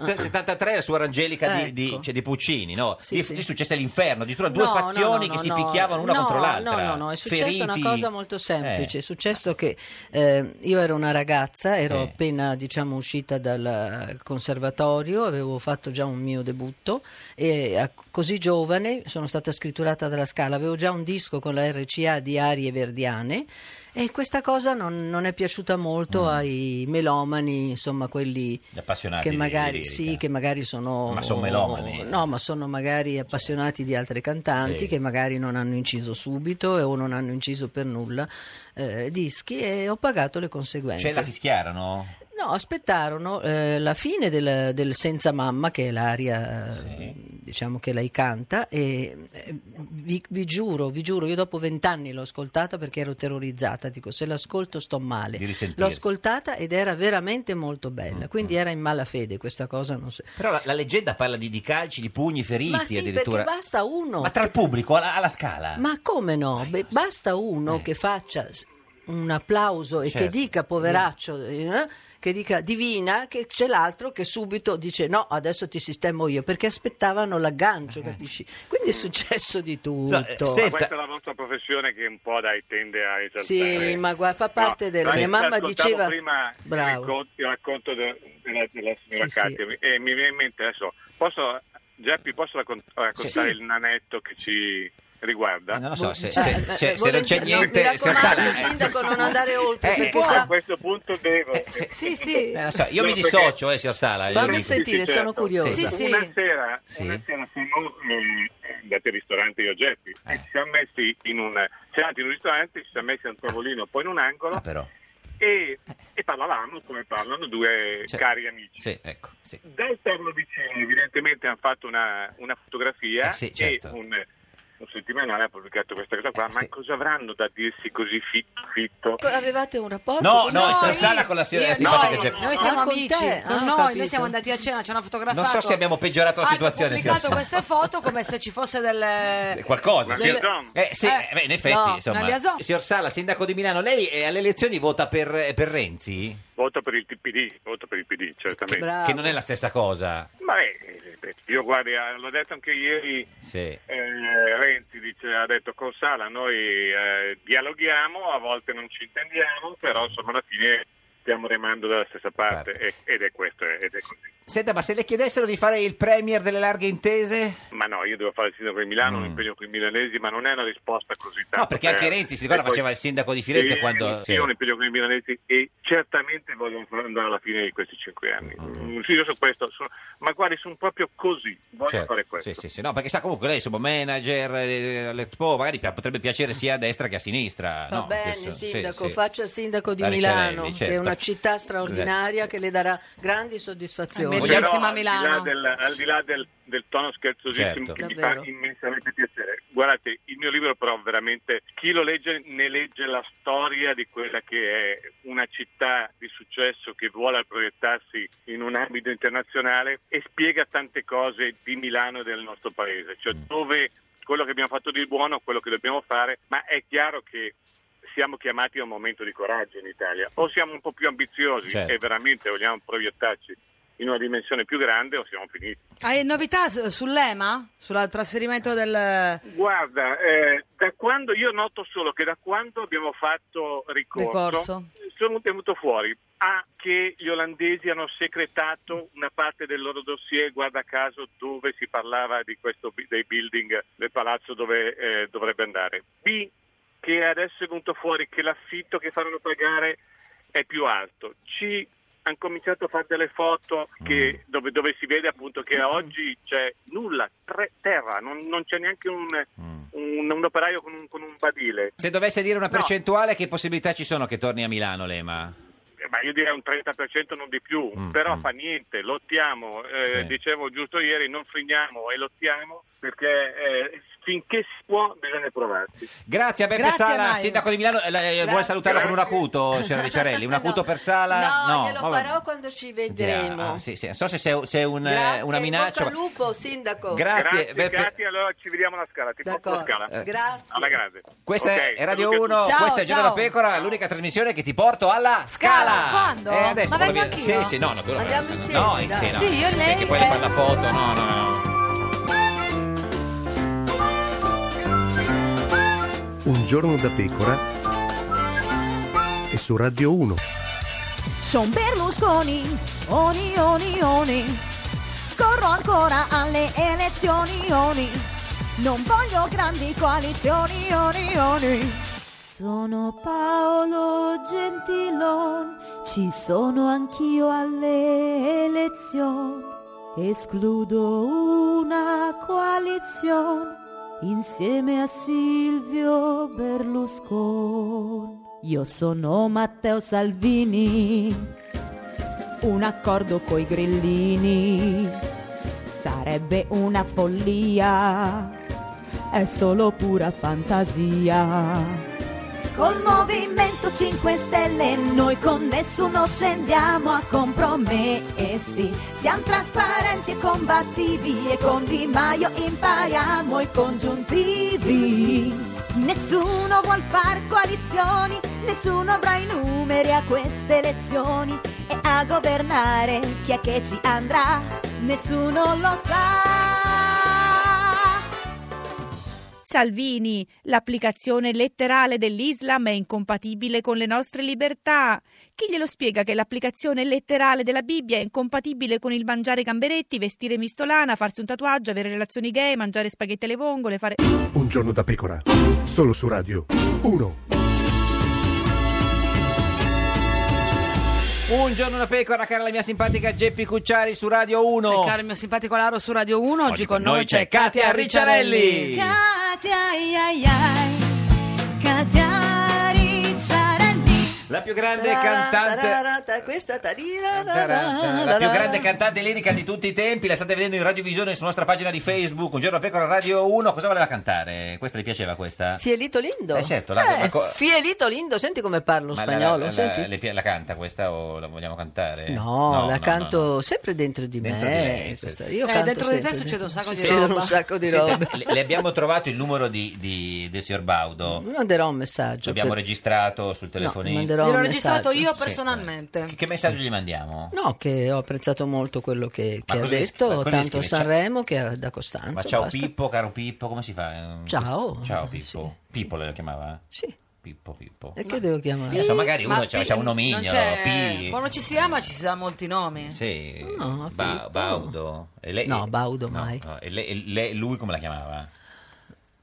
Speaker 2: 1973 la sua Angelica di, di- cioè, di Puccini, no? gli, gli successe l'inferno, addirittura due
Speaker 12: Ecco. No, no,
Speaker 2: fazioni
Speaker 12: no,
Speaker 2: che
Speaker 12: no,
Speaker 2: si
Speaker 12: no.
Speaker 2: picchiavano una
Speaker 12: No,
Speaker 2: contro l'altra.
Speaker 12: No, no, no, è successa una
Speaker 2: Feriti.
Speaker 12: cosa molto semplice. È successo che eh, io ero una ragazza, ero
Speaker 2: Sì.
Speaker 12: appena diciamo, uscita dal conservatorio, avevo fatto già un mio debutto e a- così giovane sono stata scritturata dalla Scala, avevo già un disco con la RCA di arie verdiane E questa cosa non, non è piaciuta molto
Speaker 2: Mm.
Speaker 12: ai melomani, insomma, quelli
Speaker 2: Gli appassionati
Speaker 12: che
Speaker 2: di-
Speaker 12: magari,
Speaker 2: di
Speaker 12: sì, che magari sono,
Speaker 2: Ma sono melomani.
Speaker 12: No, ma sono magari appassionati di altre cantanti
Speaker 2: Sì.
Speaker 12: che magari non hanno inciso subito e- o non hanno inciso per nulla eh, dischi e ho pagato le conseguenze.
Speaker 2: Cioè la fischiarono?
Speaker 12: No, aspettarono eh, la fine del, del Senza Mamma, che è l'aria, eh, diciamo, che lei canta, e eh, vi, vi giuro, vi giuro, io dopo vent'anni l'ho ascoltata perché ero terrorizzata, dico, se l'ascolto sto male.
Speaker 2: Di risentirsi. Mm,
Speaker 12: L'ho ascoltata ed era veramente molto bella, quindi era in malafede questa cosa, non so.
Speaker 2: Però la, la leggenda parla di, di calci, di pugni, feriti
Speaker 12: Ma sì, perché
Speaker 2: addirittura.
Speaker 12: basta uno.
Speaker 2: Ma tra il pubblico, alla, alla scala.
Speaker 12: Ma come no? Beh, basta uno che faccia s- un applauso e
Speaker 2: Eh. Certo.
Speaker 12: che dica poveraccio, eh, che dica divina, che c'è l'altro che subito dice no, adesso ti sistemo io, perché aspettavano
Speaker 2: Eh.
Speaker 12: l'aggancio, capisci? Quindi è successo di tutto.
Speaker 17: Ma questa è la vostra professione che un po' dai tende a esaltare.
Speaker 12: Sì, ma guarda, fa parte della-
Speaker 17: dai,
Speaker 12: mia mamma
Speaker 17: ascoltavo
Speaker 12: diceva-
Speaker 17: prima il
Speaker 2: ecco.
Speaker 12: Bravo.
Speaker 17: racconto, il racconto de- della, della signora
Speaker 12: Sì,
Speaker 17: Katia e mi viene in mente adesso, posso, Geppi, posso raccon- raccontare
Speaker 12: Sì.
Speaker 17: il nanetto che ci riguarda?
Speaker 2: non lo so, se- se-
Speaker 12: Eh, se- eh, se non c'è volentieri- niente, no, mi se- raccomando,
Speaker 2: eh.
Speaker 12: sa- sindaco, non andare oltre, perché qua-
Speaker 17: a questo punto devo.
Speaker 12: Sì, sì.
Speaker 2: Eh, non so, io mi
Speaker 17: perché-
Speaker 2: dissocio, eh, signor Sala. glielo
Speaker 12: Fammi
Speaker 2: dico.
Speaker 12: sentire,
Speaker 17: Sì,
Speaker 12: sono
Speaker 17: certo.
Speaker 12: curiosa.
Speaker 17: Sì,
Speaker 12: Sì,
Speaker 17: Una
Speaker 12: sì.
Speaker 17: sera, una sera siamo eh, andati al ristorante io e Geppi
Speaker 2: Eh.
Speaker 17: e ci siamo messi in un, siamo andati in un ristorante, ci siamo messi a un tavolino, poi in un angolo
Speaker 2: Ah. Però.
Speaker 17: e, e parlavamo come parlano due
Speaker 2: Cioè,
Speaker 17: cari amici.
Speaker 2: Sì, ecco. Sì.
Speaker 17: Dal tavolo vicino evidentemente hanno fatto una, una fotografia
Speaker 2: Eh sì, certo. Eh
Speaker 17: e un, un settimanale ha pubblicato questa cosa qua, ma
Speaker 2: sì.
Speaker 17: cosa avranno da dirsi così fitto? fitto?
Speaker 12: Co- Avevate un rapporto?
Speaker 2: No,
Speaker 12: Così-
Speaker 2: no, il signor
Speaker 12: io-
Speaker 2: Sala con la signora
Speaker 12: io-
Speaker 2: simpatica
Speaker 12: no,
Speaker 2: Geppi.
Speaker 1: Noi siamo
Speaker 12: Ah, con
Speaker 1: amici,
Speaker 12: te?
Speaker 1: con
Speaker 12: Ah, ho
Speaker 1: noi,
Speaker 12: capito.
Speaker 1: noi siamo andati a cena, ci hanno fotografato.
Speaker 2: Non so se abbiamo peggiorato la
Speaker 1: Hanno
Speaker 2: situazione, signor
Speaker 1: pubblicato
Speaker 2: Sala.
Speaker 1: queste foto come se ci fosse del...
Speaker 2: Qualcosa,
Speaker 1: del-
Speaker 2: sì. Eh, sì,
Speaker 1: Eh,
Speaker 2: beh, in effetti,
Speaker 1: no, una
Speaker 2: insomma.
Speaker 1: liaison.
Speaker 2: Signor Sala, sindaco di Milano, lei eh, alle elezioni vota per, per Renzi?
Speaker 17: Voto per il PD, voto per il PD, certamente.
Speaker 2: Che non è la stessa cosa.
Speaker 17: Ma eh, io guarda, l'ho detto anche ieri,
Speaker 2: Sì.
Speaker 17: eh, Renzi dice, ha detto con Sala noi eh, dialoghiamo, a volte non ci intendiamo, però insomma alla fine stiamo remando dalla stessa parte e-
Speaker 2: Certo.
Speaker 17: ed è questo, eh, ed è così.
Speaker 2: Senta, ma se le chiedessero di fare il premier delle larghe intese?
Speaker 17: Ma no, io devo fare il sindaco di Milano, mi impegno con i milanesi, ma non è una risposta così tanto.
Speaker 2: Mm. No, perché anche Renzi, si ricorda,
Speaker 17: e Eh, poi-
Speaker 2: faceva il sindaco di Firenze
Speaker 17: Sì,
Speaker 2: quando...
Speaker 17: Io ho un impegno con i milanesi e certamente voglio andare alla fine di questi cinque anni. Mm, Sì, io so questo, sono- ma guardi, sono proprio così, voglio
Speaker 2: Certo,
Speaker 17: fare questo.
Speaker 2: Sì, sì, sì. No, perché sa comunque lei, insomma, manager eh, all'Expo, magari pi- potrebbe piacere sia a destra che a sinistra.
Speaker 12: Va
Speaker 2: no?
Speaker 12: bene,
Speaker 2: Questo- sì,
Speaker 12: sindaco,
Speaker 2: sì.
Speaker 12: faccia il sindaco di
Speaker 2: La Ricciarelli,
Speaker 12: Milano, che è
Speaker 2: certo.
Speaker 12: una città straordinaria che le darà grandi soddisfazioni.
Speaker 17: Però, Al di là del, al di là del- del tono scherzosissimo
Speaker 2: Certo.
Speaker 17: che
Speaker 12: Davvero.
Speaker 17: mi fa immensamente piacere. Guardate, il mio libro però veramente chi lo legge ne legge la storia di quella che è una città di successo che vuole proiettarsi in un ambito internazionale e spiega tante cose di Milano e del nostro paese, cioè dove quello che abbiamo fatto di buono, quello che dobbiamo fare, ma è chiaro che siamo chiamati a un momento di coraggio in Italia, o siamo un po' più ambiziosi
Speaker 2: Certo.
Speaker 17: e veramente vogliamo proiettarci in una dimensione più grande o siamo finiti.
Speaker 19: Hai novità su- sull'EMA? Sul trasferimento del...
Speaker 17: Guarda, eh, da quando io noto solo che da quando abbiamo fatto ricorso,
Speaker 19: Ricorso.
Speaker 17: sono tenuto fuori a che gli olandesi hanno secretato una parte del loro dossier, guarda caso, dove si parlava di questo bi- dei building del palazzo dove eh, dovrebbe andare. B che adesso è venuto fuori che l'affitto che faranno pagare è più alto. C hanno cominciato a fare delle foto che- dove, dove si vede appunto che oggi c'è nulla, tre- terra, non, non c'è neanche un, un- un operaio con un, con un badile.
Speaker 2: Se dovesse dire una
Speaker 17: No.
Speaker 2: percentuale, che possibilità ci sono che torni a Milano, Lema?
Speaker 17: Eh, Ma io direi un 30% non di più, però fa niente, lottiamo, eh,
Speaker 2: Sì.
Speaker 17: dicevo giusto ieri, non frigniamo e lottiamo perché eh, finché si può bisogna provarci.
Speaker 2: Grazie a Beppe
Speaker 17: Grazie,
Speaker 2: Sala,
Speaker 17: Mario.
Speaker 2: sindaco di Milano. Eh, eh, Vuole salutarla con un acuto, signora Ricciarelli? Un acuto per Sala?
Speaker 12: No, glielo
Speaker 2: vabbè.
Speaker 12: farò quando ci
Speaker 2: Ah,
Speaker 12: vedremo.
Speaker 2: sì, sì. Non so se c'è se è un, eh,
Speaker 12: Grazie,
Speaker 2: una minaccia.
Speaker 12: bocca al lupo, sindaco.
Speaker 2: Grazie, Beppe.
Speaker 17: Grazie, allora ci vediamo alla scala, ti porto alla
Speaker 2: D'accordo.
Speaker 17: scala.
Speaker 2: Eh.
Speaker 12: Grazie.
Speaker 17: Alla grande.
Speaker 2: Questa
Speaker 17: Ok,
Speaker 2: è Radio
Speaker 17: saluti a
Speaker 2: 1,
Speaker 17: tutti.
Speaker 2: questa è Giorno da Pecora, l'unica trasmissione che ti porto alla scala.
Speaker 1: quando?
Speaker 2: Eh, adesso
Speaker 1: Ma vengo
Speaker 2: vado via.
Speaker 1: anch'io?
Speaker 2: Sì, sì, no, no, tu non-
Speaker 1: Andiamo
Speaker 2: no,
Speaker 1: insieme,
Speaker 2: No, in
Speaker 1: dai.
Speaker 2: sera.
Speaker 1: Sì, io e lei,
Speaker 2: Che poi
Speaker 1: eh.
Speaker 2: le fanno la foto, no, no, no.
Speaker 8: Un giorno da pecora e su Radio 1.
Speaker 11: Son Berlusconi, oni, oni, oni. Corro ancora alle elezioni, oni. Non voglio grandi coalizioni, oni, oni.
Speaker 7: Sono Paolo Gentilon, ci sono anch'io alle elezioni. Escludo una coalizione insieme a Silvio Berlusconi. Io sono Matteo Salvini, un accordo coi grillini sarebbe una follia, è solo pura fantasia.
Speaker 11: Col Movimento 5 Stelle noi con nessuno scendiamo a compromessi. Siamo trasparenti e combattivi e con Di Maio impariamo i congiuntivi. Nessuno vuol far coalizioni, nessuno avrà i numeri a queste elezioni e a governare chi è che ci andrà, nessuno lo sa.
Speaker 9: Salvini, l'applicazione letterale dell'Islam è incompatibile con le nostre libertà. Chi glielo spiega che l'applicazione letterale della Bibbia è incompatibile con il mangiare gamberetti, vestire mistolana, farsi un tatuaggio, avere relazioni gay, mangiare spaghetti alle vongole, fare...
Speaker 14: Un giorno da pecora, solo su Radio 1.
Speaker 2: Un giorno da pecora, cara la mia simpatica Geppi Cucciari su Radio 1.
Speaker 1: E caro il mio simpatico Laro su Radio 1, oggi, con
Speaker 2: noi
Speaker 1: noi
Speaker 2: c'è Katia Ricciarelli.
Speaker 11: Katia, ai, ai, ai, Katia Ricciarelli.
Speaker 2: La più grande cantante.
Speaker 12: Tararata, Questa tarira,
Speaker 2: Eh, La più grande cantante lirica di tutti i tempi, la state vedendo in radiovisione sulla nostra pagina di Facebook, Un giorno da pecora Radio 1, cosa voleva cantare? Questa le piaceva questa?
Speaker 12: Fielito Lindo.
Speaker 2: Eh, certo, la- ma co-
Speaker 12: Fielito Lindo, senti come parlo
Speaker 2: Ma la-
Speaker 12: spagnolo.
Speaker 2: la, la-
Speaker 12: senti?
Speaker 2: le pi- la canta questa o la vogliamo cantare?
Speaker 12: No,
Speaker 2: canto
Speaker 12: la canto sempre dentro di
Speaker 2: Dentro
Speaker 12: me.
Speaker 2: di lei,
Speaker 12: questa-
Speaker 2: sì.
Speaker 12: Io
Speaker 1: Eh,
Speaker 12: canto
Speaker 1: dentro di te
Speaker 12: sempre
Speaker 1: succede un sacco di
Speaker 12: Succedono
Speaker 1: roba.
Speaker 12: un sacco di
Speaker 1: Senti,
Speaker 12: robe.
Speaker 2: Le, le abbiamo trovato il numero di, di- del signor Baudo.
Speaker 12: Mi manderò un messaggio.
Speaker 2: L'abbiamo
Speaker 12: per-
Speaker 2: registrato sul telefonino.
Speaker 12: manderò
Speaker 1: Gliel'ho
Speaker 12: un
Speaker 1: registrato
Speaker 12: messaggio.
Speaker 1: io
Speaker 12: Sì.
Speaker 1: personalmente.
Speaker 2: Che marzo gli mandiamo?
Speaker 12: No, che ho apprezzato molto quello che, che ha
Speaker 2: cosa gli
Speaker 12: detto,
Speaker 2: scrive? Cosa gli
Speaker 12: tanto a
Speaker 2: scrive? cioè-
Speaker 12: Sanremo che a- da Costanzo.
Speaker 2: Ma ciao
Speaker 12: basta.
Speaker 2: Pippo, caro Pippo, come si fa? Eh,
Speaker 12: Ciao.
Speaker 2: Questo- Ciao Pippo. Pippo lo chiamava?
Speaker 12: Sì.
Speaker 2: Pippo, Pippo.
Speaker 12: E che devo chiamare?
Speaker 2: Adesso magari
Speaker 1: Ma
Speaker 2: uno c'ha,
Speaker 1: Pi-
Speaker 2: c'ha un
Speaker 1: non
Speaker 2: nomignolo.
Speaker 1: c'è-
Speaker 2: Pi.
Speaker 1: Quando ci si ama ci si dà molti nomi.
Speaker 2: Sì.
Speaker 12: No,
Speaker 2: Ba-
Speaker 12: Pippo.
Speaker 2: Baudo. E lei-
Speaker 12: No, Baudo
Speaker 2: no,
Speaker 12: mai.
Speaker 2: no, E lei- e lei- lui come la chiamava?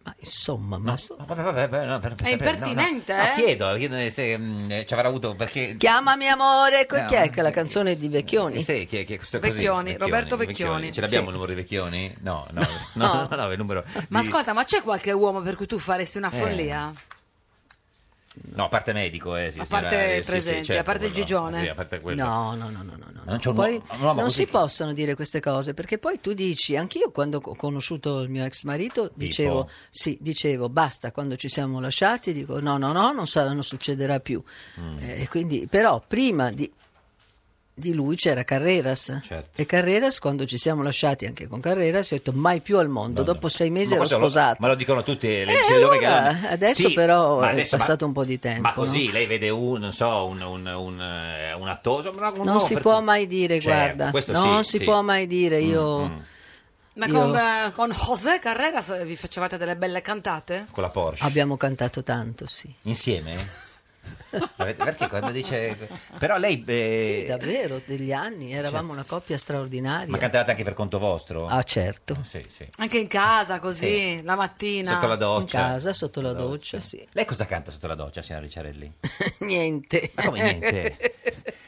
Speaker 12: Ma insomma, ma...
Speaker 2: Vabbè, vabbè, vabbè, no, per- per
Speaker 12: È
Speaker 2: sapere, no, no.
Speaker 12: impertinente,
Speaker 2: No,
Speaker 12: eh?
Speaker 2: chiedo, chiedo se mm, eh, ci avrà avuto perché
Speaker 12: Chiamami amore, co-
Speaker 2: No.
Speaker 12: chi è che è la canzone di Vecchioni?
Speaker 2: Eh sì, chi è- chi è questo
Speaker 1: Vecchioni, Roberto Vecchioni.
Speaker 2: Ce l'abbiamo
Speaker 1: Sì.
Speaker 2: il numero di Vecchioni? No, no, no, no, no, il numero.
Speaker 1: Ma
Speaker 2: di-
Speaker 1: ascolta, ma c'è qualche uomo per cui tu faresti una
Speaker 2: Eh.
Speaker 1: follia?
Speaker 2: No, a parte medico, eh, sì,
Speaker 1: A
Speaker 2: signora,
Speaker 1: parte
Speaker 2: eh, sì, sì,
Speaker 1: Presenti,
Speaker 2: certo,
Speaker 1: a parte il
Speaker 2: quello.
Speaker 1: Gigione.
Speaker 2: Sì, a parte quello.
Speaker 12: No, no, no, no, no, no.
Speaker 2: Non c'è un
Speaker 12: Poi
Speaker 2: uomo- un uomo
Speaker 12: non
Speaker 2: così
Speaker 12: si
Speaker 2: che-
Speaker 12: possono dire queste cose perché poi tu dici, anch'io quando ho conosciuto il mio ex marito dicevo, sì, dicevo basta, quando ci siamo lasciati dico no, no, no, non, sarà, non succederà più.
Speaker 2: Mm.
Speaker 12: Eh, quindi, però prima di, di lui c'era Carreras
Speaker 2: Certo.
Speaker 12: e Carreras quando ci siamo lasciati anche con Carreras ho detto mai più al mondo, dopo sei mesi
Speaker 2: Ma
Speaker 12: ero
Speaker 2: questo lo-
Speaker 12: sposato.
Speaker 2: ma lo dicono tutte le
Speaker 12: Eh,
Speaker 2: le donne che
Speaker 12: allora,
Speaker 2: danno-
Speaker 12: adesso
Speaker 2: Sì,
Speaker 12: però
Speaker 2: ma
Speaker 12: è
Speaker 2: adesso- ma-
Speaker 12: passato un po' di tempo.
Speaker 2: Ma
Speaker 12: no?
Speaker 2: così lei vede un, non so, un, un, un, eh, un attore. ma un
Speaker 12: Non
Speaker 2: uomo
Speaker 12: si
Speaker 2: per-
Speaker 12: può mai dire,
Speaker 2: Certo, questo
Speaker 12: guarda,
Speaker 2: sì,
Speaker 12: non si
Speaker 2: sì. Mm,
Speaker 12: può mai dire. Io
Speaker 1: Ma
Speaker 12: Io-
Speaker 1: con, eh, con José Carreras eh, vi facevate delle belle cantate?
Speaker 2: Con la Porsche.
Speaker 12: abbiamo cantato tanto, sì.
Speaker 2: Insieme? Avete- Perché quando dice. Però lei. eh, certo.
Speaker 12: Sì, davvero, degli anni, eravamo una coppia straordinaria.
Speaker 2: ma cantavate anche per conto vostro?
Speaker 12: Ah, certo.
Speaker 2: Sì, sì.
Speaker 1: Anche in casa, così,
Speaker 2: Sì.
Speaker 1: la mattina.
Speaker 2: Sotto la doccia.
Speaker 12: In casa, sotto la doccia, sì.
Speaker 2: Lei cosa canta sotto la doccia, signora Ricciarelli?
Speaker 12: Niente.
Speaker 2: Ma come niente?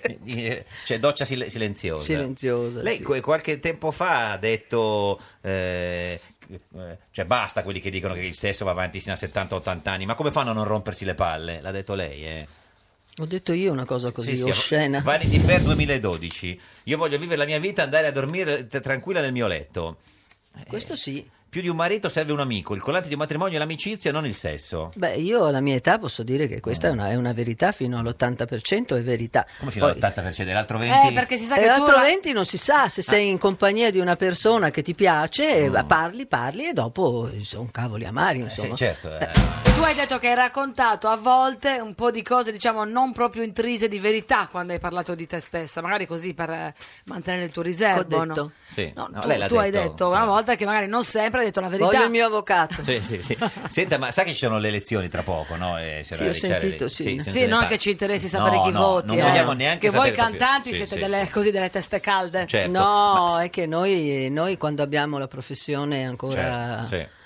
Speaker 2: Eh, cioè, doccia sil- silenziosa.
Speaker 12: Silenziosa.
Speaker 2: Lei
Speaker 12: sì.
Speaker 2: que- qualche tempo fa ha detto. eh, eh, cioè, basta quelli che dicono che il sesso va avanti sino a 70-80 anni, ma come fanno a non rompersi le palle? L'ha detto lei, eh.
Speaker 12: Ho detto io una cosa così
Speaker 2: Sì, sì,
Speaker 12: oscena.
Speaker 2: Vanity Fair 2012. Io voglio vivere la mia vita, andare a dormire t- tranquilla nel mio letto. Eh,
Speaker 12: Questo sì.
Speaker 2: Più di un marito serve un amico. Il collante di un matrimonio è l'amicizia, non il sesso.
Speaker 12: Beh, io alla mia età posso dire che questa è, una, è una verità, fino all'80% è verità.
Speaker 2: Come fino
Speaker 12: Poi-
Speaker 2: all'80%, l'altro 20%.
Speaker 1: Eh, si sa
Speaker 12: E
Speaker 1: che tu
Speaker 12: l'altro
Speaker 1: la-
Speaker 12: 20 non si sa se sei
Speaker 2: Ah.
Speaker 12: in compagnia di una persona che ti piace, eh, parli, parli e dopo sono cavoli amari,
Speaker 2: Mm. Eh, sì,
Speaker 12: insomma.
Speaker 2: certo. eh.
Speaker 1: Tu hai detto che hai raccontato a volte un po' di cose, diciamo, non proprio intrise di verità quando hai parlato di te stessa, magari così per eh, mantenere il tuo riservo.
Speaker 12: Ecco, Ho
Speaker 1: no?
Speaker 12: detto.
Speaker 2: Sì.
Speaker 1: No,
Speaker 2: No,
Speaker 1: tu,
Speaker 2: lei l'ha
Speaker 1: tu hai detto una volta che magari non sempre hai detto la verità.
Speaker 12: Voglio il mio avvocato.
Speaker 2: Sì, sì, sì. Senta, ma sa che ci sono le elezioni tra poco, no? Eh,
Speaker 12: Sì, ho sentito, sì.
Speaker 1: Sì,
Speaker 2: se ne
Speaker 1: non
Speaker 2: parla.
Speaker 1: che ci interessi sapere
Speaker 2: No,
Speaker 1: chi
Speaker 2: no,
Speaker 1: voti.
Speaker 2: Non
Speaker 1: eh.
Speaker 2: vogliamo neanche
Speaker 1: Che voi
Speaker 2: sapere proprio.
Speaker 1: cantanti
Speaker 2: Sì,
Speaker 1: siete
Speaker 2: sì,
Speaker 1: delle,
Speaker 2: sì.
Speaker 1: Eh, così delle teste calde.
Speaker 2: Certo.
Speaker 12: No, è che noi, noi quando abbiamo la professione ancora
Speaker 2: Certo, sì.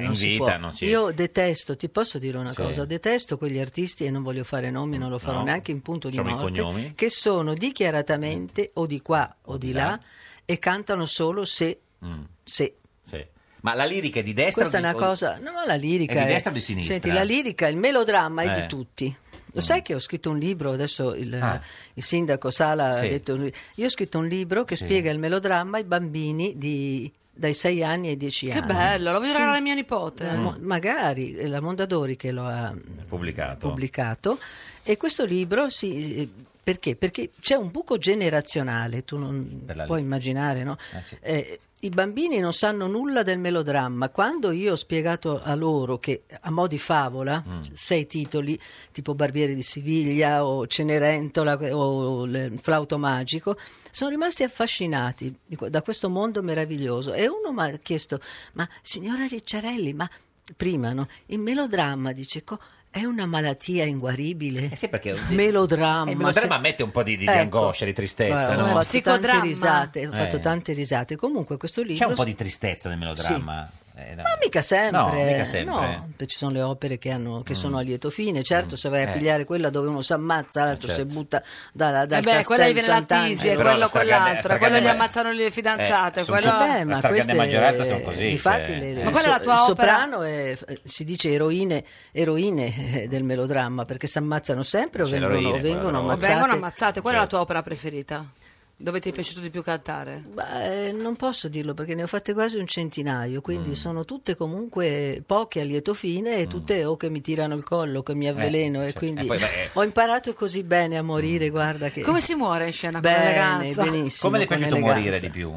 Speaker 2: in
Speaker 12: Eh, si
Speaker 2: vita
Speaker 12: può.
Speaker 2: non si
Speaker 12: Io detesto, ti posso dire una
Speaker 2: Sì.
Speaker 12: cosa, detesto quegli artisti e non voglio fare nomi, non lo farò
Speaker 2: No.
Speaker 12: neanche in punto di
Speaker 2: Facciamo i
Speaker 12: morte,
Speaker 2: cognomi.
Speaker 12: che sono dichiaratamente o di qua o, di là, e cantano solo se,
Speaker 2: Mm,
Speaker 12: se.
Speaker 2: sì. Ma la lirica è di destra?
Speaker 12: Questa
Speaker 2: o
Speaker 12: è
Speaker 2: di-
Speaker 12: una
Speaker 2: o di-
Speaker 12: cosa, no, ma la lirica
Speaker 2: È di destra o di sinistra?
Speaker 12: Senti, la lirica, il melodramma è
Speaker 2: Eh. Ah.
Speaker 12: di tutti. Lo sai che ho scritto un libro, adesso il, il sindaco Sala
Speaker 2: Sì.
Speaker 12: ha detto, io ho scrammato scritto un libro che
Speaker 2: Sì.
Speaker 12: spiega il melodramma ai bambini di- dai 6 anni ai 10
Speaker 19: Che
Speaker 12: anni.
Speaker 19: bello, lo voglio
Speaker 12: Sì.
Speaker 19: regalare a mia nipote.
Speaker 2: Mm.
Speaker 12: Eh, mo- magari è la Mondadori che lo ha
Speaker 2: Pubblicato.
Speaker 12: pubblicato e questo libro si eh, perché? Perché c'è un buco generazionale, tu non
Speaker 2: Per la
Speaker 12: puoi
Speaker 2: lì.
Speaker 12: immaginare, no?
Speaker 2: Ah, sì.
Speaker 12: Eh, I bambini non sanno nulla del melodramma. Quando io ho spiegato a loro che a mo' di favola,
Speaker 2: Mm.
Speaker 12: sei titoli tipo Barbieri di Siviglia o Cenerentola o il Flauto Magico, sono rimasti affascinati di que- da questo mondo meraviglioso. E uno mi ha chiesto: Ma signora Ricciarelli, ma prima no? il melodramma dice. "Co- è una malattia inguaribile.
Speaker 2: Eh sì, perché
Speaker 12: melodramma.
Speaker 2: Eh, il melodramma
Speaker 12: se-
Speaker 2: mette un po' di, di- di
Speaker 12: Ecco.
Speaker 2: angoscia, di tristezza,
Speaker 12: Guarda,
Speaker 2: no?
Speaker 12: Ho fatto tante
Speaker 19: Psicodramma.
Speaker 12: risate, ho
Speaker 2: Eh.
Speaker 12: fatto tante risate. Comunque questo libro
Speaker 2: C'è un po' di tristezza nel melodramma. Eh, no.
Speaker 12: ma mica sempre,
Speaker 2: No, mica sempre. Mm.
Speaker 12: no, perché ci sono le opere che, hanno- che sono a lieto fine. Certo, se vai a pigliare quella dove uno si ammazza, l'altro
Speaker 2: Eh. certo.
Speaker 12: si butta dalla, dal
Speaker 19: Eh beh, quella gli
Speaker 12: castello
Speaker 19: viene la
Speaker 12: Sant'Angelo.
Speaker 19: tisi,
Speaker 2: Eh,
Speaker 19: è
Speaker 2: però la
Speaker 19: quello
Speaker 2: stragrande-
Speaker 19: quell'altro,
Speaker 2: la
Speaker 19: quello gli
Speaker 2: stragrande-
Speaker 19: ammazzano le fidanzate,
Speaker 2: eh, sono
Speaker 19: quello...
Speaker 2: tutte- Eh, ma la stragrande
Speaker 12: queste-
Speaker 2: maggioranza sono così,
Speaker 12: Infatti,
Speaker 2: cioè.
Speaker 12: le-
Speaker 2: Ma
Speaker 12: le
Speaker 19: quella è la tua
Speaker 12: il
Speaker 19: opera?
Speaker 12: soprano è- si dice eroine, eroine eh, del melodramma perché si ammazzano sempre o
Speaker 2: C'è
Speaker 12: vengono,
Speaker 2: l'eroina,
Speaker 12: o vengono
Speaker 2: quella roba.
Speaker 19: O
Speaker 12: ammazzate.
Speaker 19: vengono ammazzate. Qual è la tua opera preferita? Dove ti è piaciuto di più cantare?
Speaker 12: Beh, Eh, non posso dirlo perché ne ho fatte quasi un centinaio,
Speaker 2: Mm.
Speaker 12: quindi sono tutte comunque poche a lieto fine e tutte o che mi tirano il collo, che mi avveleno e
Speaker 2: cioè,
Speaker 12: quindi
Speaker 2: e poi, beh, eh. Mm.
Speaker 12: ho imparato così bene a morire, guarda che...
Speaker 19: Come si muore in scena con
Speaker 12: Bene,
Speaker 19: ragazza?
Speaker 12: Eh, benissimo.
Speaker 2: Come le è
Speaker 12: con
Speaker 2: piaciuto
Speaker 12: eleganza.
Speaker 2: morire di più?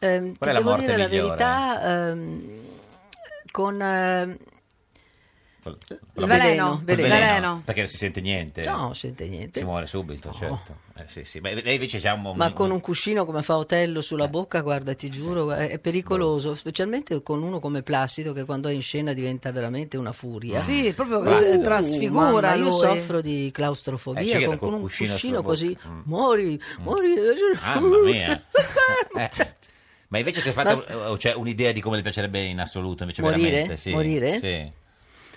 Speaker 12: Ehm, ti
Speaker 2: Qual è la
Speaker 12: devo
Speaker 2: morte
Speaker 12: dire la
Speaker 2: migliore?
Speaker 12: verità, ehm, con... ehm,
Speaker 2: Col-
Speaker 12: Il
Speaker 2: col-
Speaker 12: veleno,
Speaker 2: col
Speaker 12: veleno. veleno.
Speaker 2: Perché non si sente niente.
Speaker 12: No, non sente niente.
Speaker 2: Si muore subito, certo. Eh, sì, sì. Ma lei invece c'ha un...
Speaker 12: Ma con un cuscino come fa Otello
Speaker 2: Eh.
Speaker 12: sulla bocca, guarda, ti giuro, è è pericoloso,
Speaker 2: Boh.
Speaker 12: specialmente con uno come Placido che quando è in scena diventa veramente una furia.
Speaker 19: Sì, proprio che
Speaker 12: Placido.
Speaker 19: si trasfigura
Speaker 12: mamma,
Speaker 19: lui.
Speaker 12: Io soffro di
Speaker 2: Eh,
Speaker 12: claustrofobia
Speaker 2: sì,
Speaker 12: con,
Speaker 2: col
Speaker 12: con un
Speaker 2: cuscino
Speaker 12: cuscino,
Speaker 2: sulla
Speaker 12: così,
Speaker 2: bocca. Mm.
Speaker 12: muori, muori.
Speaker 2: Mamma mia. Eh. Ma invece si è fatta
Speaker 12: Ma s-
Speaker 2: eh, cioè, un'idea di come le piacerebbe in assoluto, invece
Speaker 12: Morire?
Speaker 2: veramente, sì.
Speaker 12: Morire?
Speaker 2: Sì.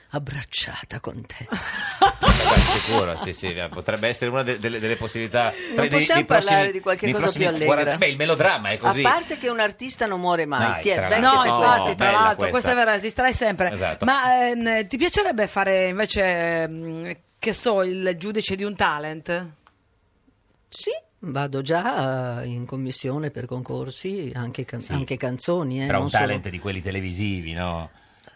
Speaker 12: Abbracciata con te.
Speaker 2: Beh, sicuro, sì, sì, potrebbe essere una de- delle, delle possibilità. tra i- dei-
Speaker 12: possiamo
Speaker 2: dei prossimi-
Speaker 12: parlare di qualche
Speaker 2: dei
Speaker 12: cosa
Speaker 2: prossimi
Speaker 12: più allegra.
Speaker 2: 40 Beh, il melodramma è così.
Speaker 12: A parte che un artista non muore mai,
Speaker 2: Dai,
Speaker 12: ti è
Speaker 2: tra
Speaker 12: vecchio
Speaker 2: l'altro.
Speaker 12: che
Speaker 2: No,
Speaker 12: questo.
Speaker 19: Infatti, tra
Speaker 2: bella
Speaker 19: l'altro,
Speaker 2: questa.
Speaker 19: questa. è vera, esisterai sempre.
Speaker 2: Esatto.
Speaker 19: Ma ehm, ti piacerebbe fare invece, mm, che so, il giudice di un talent?
Speaker 12: Sì, vado già eh, in commissione per concorsi, anche, can- anche canzoni. Eh,
Speaker 2: Però un
Speaker 12: non solo-
Speaker 2: talent di quelli televisivi, no?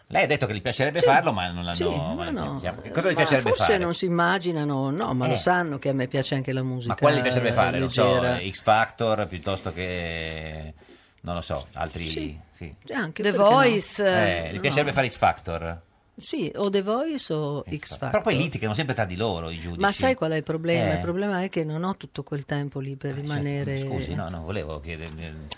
Speaker 2: Lei ha detto che gli piacerebbe farlo, ma non l'hanno.
Speaker 12: Sì,
Speaker 2: ma
Speaker 12: ma
Speaker 2: non
Speaker 12: no.
Speaker 2: sappiamo. diciamo. Che cosa gli
Speaker 12: Ma
Speaker 2: piacerebbe
Speaker 12: forse
Speaker 2: fare?
Speaker 12: non si immaginano, no, ma
Speaker 2: Eh.
Speaker 12: lo sanno che a me piace anche la musica.
Speaker 2: Ma quale gli piacerebbe
Speaker 12: eh,
Speaker 2: fare? Non so,
Speaker 12: leggera.
Speaker 2: eh, X Factor piuttosto che. non lo so, altri. Sì.
Speaker 12: Eh, anche
Speaker 19: The
Speaker 12: perché no?
Speaker 19: Voice.
Speaker 2: Eh, gli
Speaker 12: no.
Speaker 2: piacerebbe fare X Factor?
Speaker 12: Sì, o The Voice o X Factor.
Speaker 2: Eh, Però poi litigano sempre tra di loro i giudici.
Speaker 12: Ma sai qual è il problema?
Speaker 2: Eh. certo,
Speaker 12: Il problema è che non ho tutto quel tempo lì per rimanere...
Speaker 2: Scusi, no, non volevo chiedere.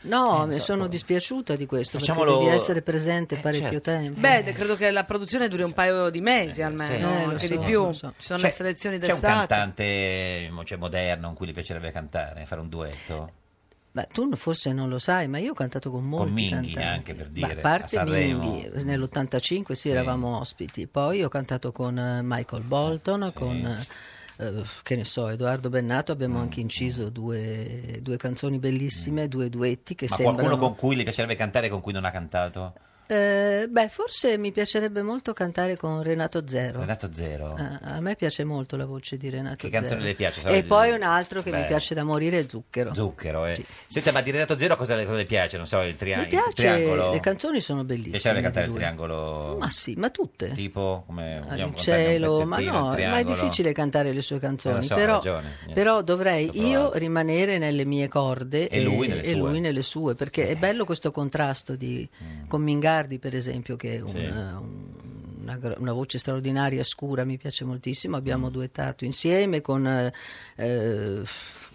Speaker 12: No,
Speaker 2: Eh,
Speaker 12: mi
Speaker 2: so-
Speaker 12: sono dispiaciuta di questo,
Speaker 2: Facciamolo-
Speaker 12: perché devi essere presente parecchio
Speaker 2: certo.
Speaker 12: tempo.
Speaker 19: Beh, credo che la produzione duri un paio di mesi almeno,
Speaker 2: sì. Eh, lo
Speaker 19: anche
Speaker 2: so,
Speaker 19: di più.
Speaker 2: lo
Speaker 19: Ci
Speaker 2: so.
Speaker 19: sono
Speaker 2: C'è-
Speaker 19: le selezioni
Speaker 2: C'è un
Speaker 19: d'estate.
Speaker 2: cantante mo- cioè, moderno con cui le piacerebbe cantare, fare un duetto?
Speaker 12: Ma tu forse non lo sai, ma io ho cantato con molti
Speaker 2: Minghi
Speaker 12: cantanti.
Speaker 2: anche, per
Speaker 12: Ma
Speaker 2: dire,
Speaker 12: a
Speaker 2: a
Speaker 12: parte
Speaker 2: Sanremo.
Speaker 12: Minghi, nell'85 sì, eravamo ospiti. Poi ho cantato con eh, Michael Bolton, con eh, eh, che ne so, Edoardo Bennato,
Speaker 2: Mm,
Speaker 12: abbiamo anche inciso due, due canzoni bellissime, due duetti che
Speaker 2: Ma
Speaker 12: sembrano
Speaker 2: qualcuno con cui le piacerebbe cantare e con cui non ha cantato?
Speaker 12: Eh, beh, forse mi piacerebbe molto cantare con Renato Zero.
Speaker 2: Renato Zero.
Speaker 12: Eh, a me piace molto la voce di Renato
Speaker 2: Che
Speaker 12: Zero.
Speaker 2: canzone le piace? Sa-
Speaker 12: E poi un altro che
Speaker 2: Beh.
Speaker 12: mi piace da morire è Zucchero.
Speaker 2: Zucchero, eh. Senta, ma di Renato Zero cosa le, cosa le piace? Non so, il, tria-
Speaker 12: Mi
Speaker 2: il
Speaker 12: piace,
Speaker 2: triangolo.
Speaker 12: le canzoni sono
Speaker 2: Le
Speaker 12: bellissime.
Speaker 2: piacerebbe cantare
Speaker 12: di
Speaker 2: il
Speaker 12: lui.
Speaker 2: triangolo.
Speaker 12: Ma sì, ma tutte.
Speaker 2: Tipo, come vogliamo
Speaker 12: al
Speaker 2: cantarne un
Speaker 12: cielo, ma
Speaker 2: pezzettino,
Speaker 12: no,
Speaker 2: il
Speaker 12: ma è
Speaker 2: triangolo?
Speaker 12: difficile cantare le sue canzoni,
Speaker 2: Eh, lo so,
Speaker 12: però,
Speaker 2: ha ragione, niente.
Speaker 12: però dovrei
Speaker 2: Sto
Speaker 12: io rimanere nelle mie corde
Speaker 2: E lui nelle sue. Mm.
Speaker 12: lui nelle sue, perché è bello questo contrasto di, con Mingardi per esempio che è un-
Speaker 2: Sì.
Speaker 12: eh, un- una, gr- una voce
Speaker 2: Mm.
Speaker 12: straordinaria, scura, mi piace moltissimo, abbiamo duettato insieme con... eh, eh,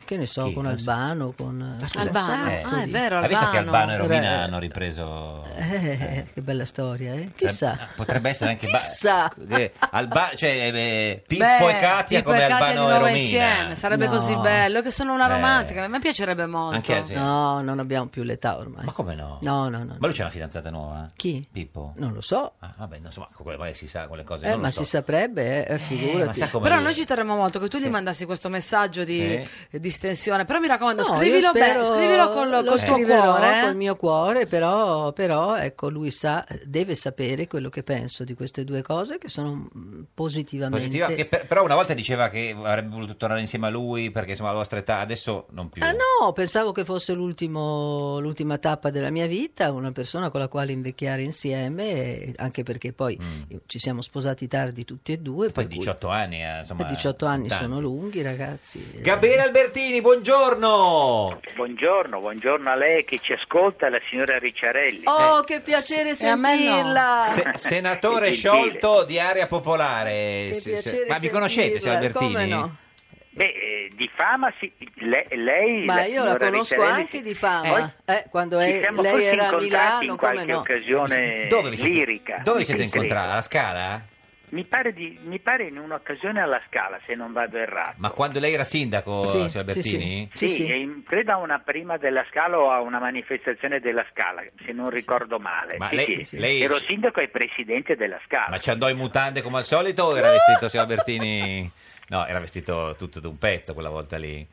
Speaker 12: Che ne so, con Albano, con...
Speaker 19: scusa, Albano?
Speaker 12: Eh,
Speaker 19: Ah, è
Speaker 12: di-
Speaker 19: vero,
Speaker 2: Hai visto che Albano e
Speaker 12: Era-
Speaker 2: Romina hanno ripreso...
Speaker 12: Eh, che bella storia, eh? Chissà.
Speaker 2: Potrebbe essere anche...
Speaker 12: Chissà.
Speaker 2: Ba- eh, Alba- cioè, eh, Pippo
Speaker 19: Beh,
Speaker 2: e Katia
Speaker 19: Pippo
Speaker 2: come
Speaker 19: Katia di
Speaker 2: Albano e
Speaker 19: nuovo
Speaker 2: Romina.
Speaker 19: insieme, eh, sarebbe
Speaker 12: No.
Speaker 19: così bello. Che sono una
Speaker 2: Eh.
Speaker 19: romantica, a me piacerebbe molto.
Speaker 12: No, non abbiamo più l'età ormai. Ma
Speaker 2: come no?
Speaker 12: No, no, no.
Speaker 2: Ma lui c'è una fidanzata nuova? eh?
Speaker 12: Chi?
Speaker 2: Pippo?
Speaker 12: Non lo so.
Speaker 2: Ah, vabbè, no, insomma, quelle, magari si sa quelle cose.
Speaker 12: Eh,
Speaker 2: non lo
Speaker 12: ma
Speaker 2: so.
Speaker 12: si saprebbe, eh, figurati.
Speaker 2: ma sa com'è
Speaker 19: Però
Speaker 2: lui.
Speaker 19: noi ci terremo molto che tu gli mandassi questo messaggio di distensione. Però mi raccomando,
Speaker 12: No,
Speaker 19: scrivilo,
Speaker 12: io spero-
Speaker 19: bene, scrivilo col,
Speaker 12: lo
Speaker 19: col tuo
Speaker 12: scriverò
Speaker 19: cuore. eh.
Speaker 12: col mio cuore, però, però, ecco, lui sa, deve sapere quello che penso di queste due cose che sono mm, positivamente.
Speaker 2: Positiva, che per- però una volta diceva che avrebbe voluto tornare insieme a lui perché insomma alla vostra età adesso non più.
Speaker 12: Ah no, pensavo che fosse l'ultimo- l'ultima tappa della mia vita, una persona con la quale invecchiare insieme, eh, anche perché poi eh, ci siamo sposati tardi tutti e due,
Speaker 2: Mm. Poi
Speaker 12: per cui-
Speaker 2: 18 anni, eh, insomma.
Speaker 12: 18 anni
Speaker 2: tanti.
Speaker 12: sono lunghi ragazzi.
Speaker 2: Gabriele Albertini, buongiorno.
Speaker 3: Buongiorno, buongiorno a lei che ci ascolta, alla signora Ricciarelli.
Speaker 12: Oh, che piacere
Speaker 19: Eh, E a me no.
Speaker 12: sentirla!
Speaker 2: Se- senatore
Speaker 3: Che
Speaker 2: sciolto di Area Popolare.
Speaker 3: Che
Speaker 2: Se- se-
Speaker 3: piacere
Speaker 2: eh, Ma vi conoscete, signor
Speaker 3: sentirla,
Speaker 2: Albertini?
Speaker 3: come no? Beh, eh, di fama sì, le- lei...
Speaker 12: Ma
Speaker 3: la
Speaker 12: io la
Speaker 3: signora
Speaker 12: conosco
Speaker 3: Ricciarelli,
Speaker 12: anche
Speaker 3: sì.
Speaker 12: di
Speaker 3: Poi
Speaker 12: fama, eh, quando
Speaker 3: ci
Speaker 12: è-
Speaker 3: siamo
Speaker 12: lei
Speaker 3: forse
Speaker 12: era a
Speaker 3: incontrati
Speaker 12: Milano,
Speaker 3: in
Speaker 12: come
Speaker 3: qualche
Speaker 12: no?
Speaker 3: occasione
Speaker 2: Dove vi siete,
Speaker 3: lirica.
Speaker 2: Dove vi siete
Speaker 3: Sì, credo.
Speaker 2: incontrati? Alla Scala?
Speaker 3: Mi pare, di- mi pare in un'occasione alla Scala, se non vado errato.
Speaker 2: Ma quando lei era sindaco,
Speaker 3: Sì,
Speaker 2: signor
Speaker 3: sì,
Speaker 2: Albertini?
Speaker 3: Sì, e in- credo a una prima della Scala o a una manifestazione della Scala, se non ricordo male.
Speaker 2: Ma
Speaker 3: Sì,
Speaker 2: lei-
Speaker 3: sì.
Speaker 2: lei-
Speaker 3: Ero sindaco e presidente della Scala.
Speaker 2: Ma ci andò in mutande come al solito o era vestito, signor Albertini? No, era vestito tutto d'un pezzo quella volta lì.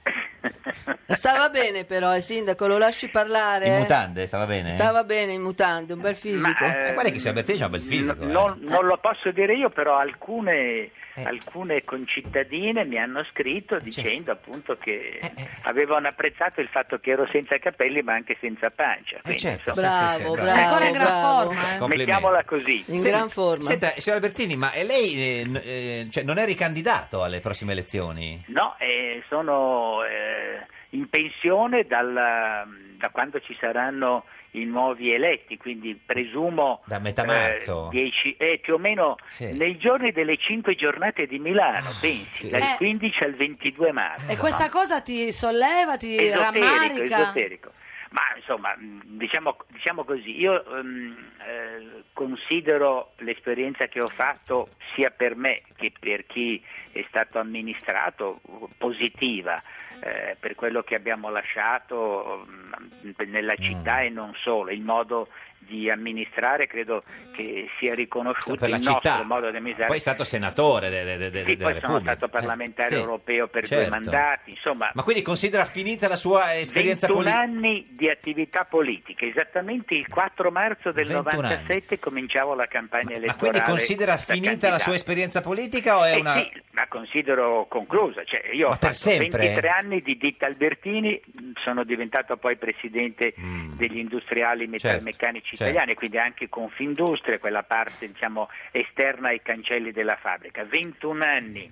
Speaker 12: Stava bene però, il sindaco, lo lasci parlare.
Speaker 2: In
Speaker 12: eh.
Speaker 2: mutande, stava bene?
Speaker 12: Stava bene in mutande, un bel fisico.
Speaker 2: Eh, guarda che signor Albertini c'ha un bel fisico. eh.
Speaker 3: Non, non lo posso dire io, però alcune, alcune concittadine mi hanno scritto dicendo appunto che avevano apprezzato il fatto che ero senza capelli ma anche senza pancia.
Speaker 2: Eh,
Speaker 3: Quindi,
Speaker 2: certo.
Speaker 3: insomma,
Speaker 12: Bravo, bravo, Ancora in gran bravo. forma, eh.
Speaker 2: Complimenti.
Speaker 3: Mettiamola così.
Speaker 12: In gran forma.
Speaker 2: Senta, signor Albertini, ma eh, lei eh, n- eh, cioè, non è ricandidato alle prossime elezioni?
Speaker 3: No, eh, sono eh, in pensione dalla- da quando ci saranno i nuovi eletti, quindi presumo
Speaker 2: Da metà marzo?
Speaker 3: eh, dieci- eh, più o meno
Speaker 2: Sì. Ah,
Speaker 3: nei giorni delle cinque giornate di Milano, pensi, dal
Speaker 19: Eh.
Speaker 3: 15 al 22 marzo.
Speaker 19: E questa cosa ti solleva, ti
Speaker 3: esoterico,
Speaker 19: rammarica.
Speaker 3: esoterico. Ma insomma, mh, diciamo, diciamo così, io ehm, eh, considero l'esperienza che ho fatto sia per me che per chi è stato amministrato eh, positiva eh, per quello che abbiamo lasciato mh, nella
Speaker 2: Mm.
Speaker 3: città e non solo, il modo di amministrare credo che sia riconosciuto
Speaker 2: Per la
Speaker 3: il nostro
Speaker 2: città.
Speaker 3: modo di amministrare
Speaker 2: Poi è stato senatore de- de- de- de-
Speaker 3: sì,
Speaker 2: della
Speaker 3: poi sono
Speaker 2: Repubblica.
Speaker 3: stato parlamentare
Speaker 2: Eh, sì,
Speaker 3: europeo per due
Speaker 2: certo.
Speaker 3: mandati, insomma.
Speaker 2: Ma quindi considera finita la sua esperienza
Speaker 3: 21
Speaker 2: politica?
Speaker 3: anni di attività politica, esattamente il 4 marzo del
Speaker 2: 21 anni.
Speaker 3: 97 cominciavo la campagna elettorale.
Speaker 2: Ma quindi considera
Speaker 3: da
Speaker 2: finita la
Speaker 3: candidato.
Speaker 2: sua esperienza politica o è
Speaker 3: Eh
Speaker 2: una...
Speaker 3: sì, la considero conclusa, cioè io
Speaker 2: Ma
Speaker 3: ho
Speaker 2: per
Speaker 3: fatto
Speaker 2: sempre?
Speaker 3: 23 anni di ditta Albertini, mh, sono diventato poi presidente degli industriali metalmeccanici
Speaker 2: Mm. certo.
Speaker 3: italiani, quindi anche Confindustria, quella parte diciamo, esterna ai cancelli della fabbrica. 21 anni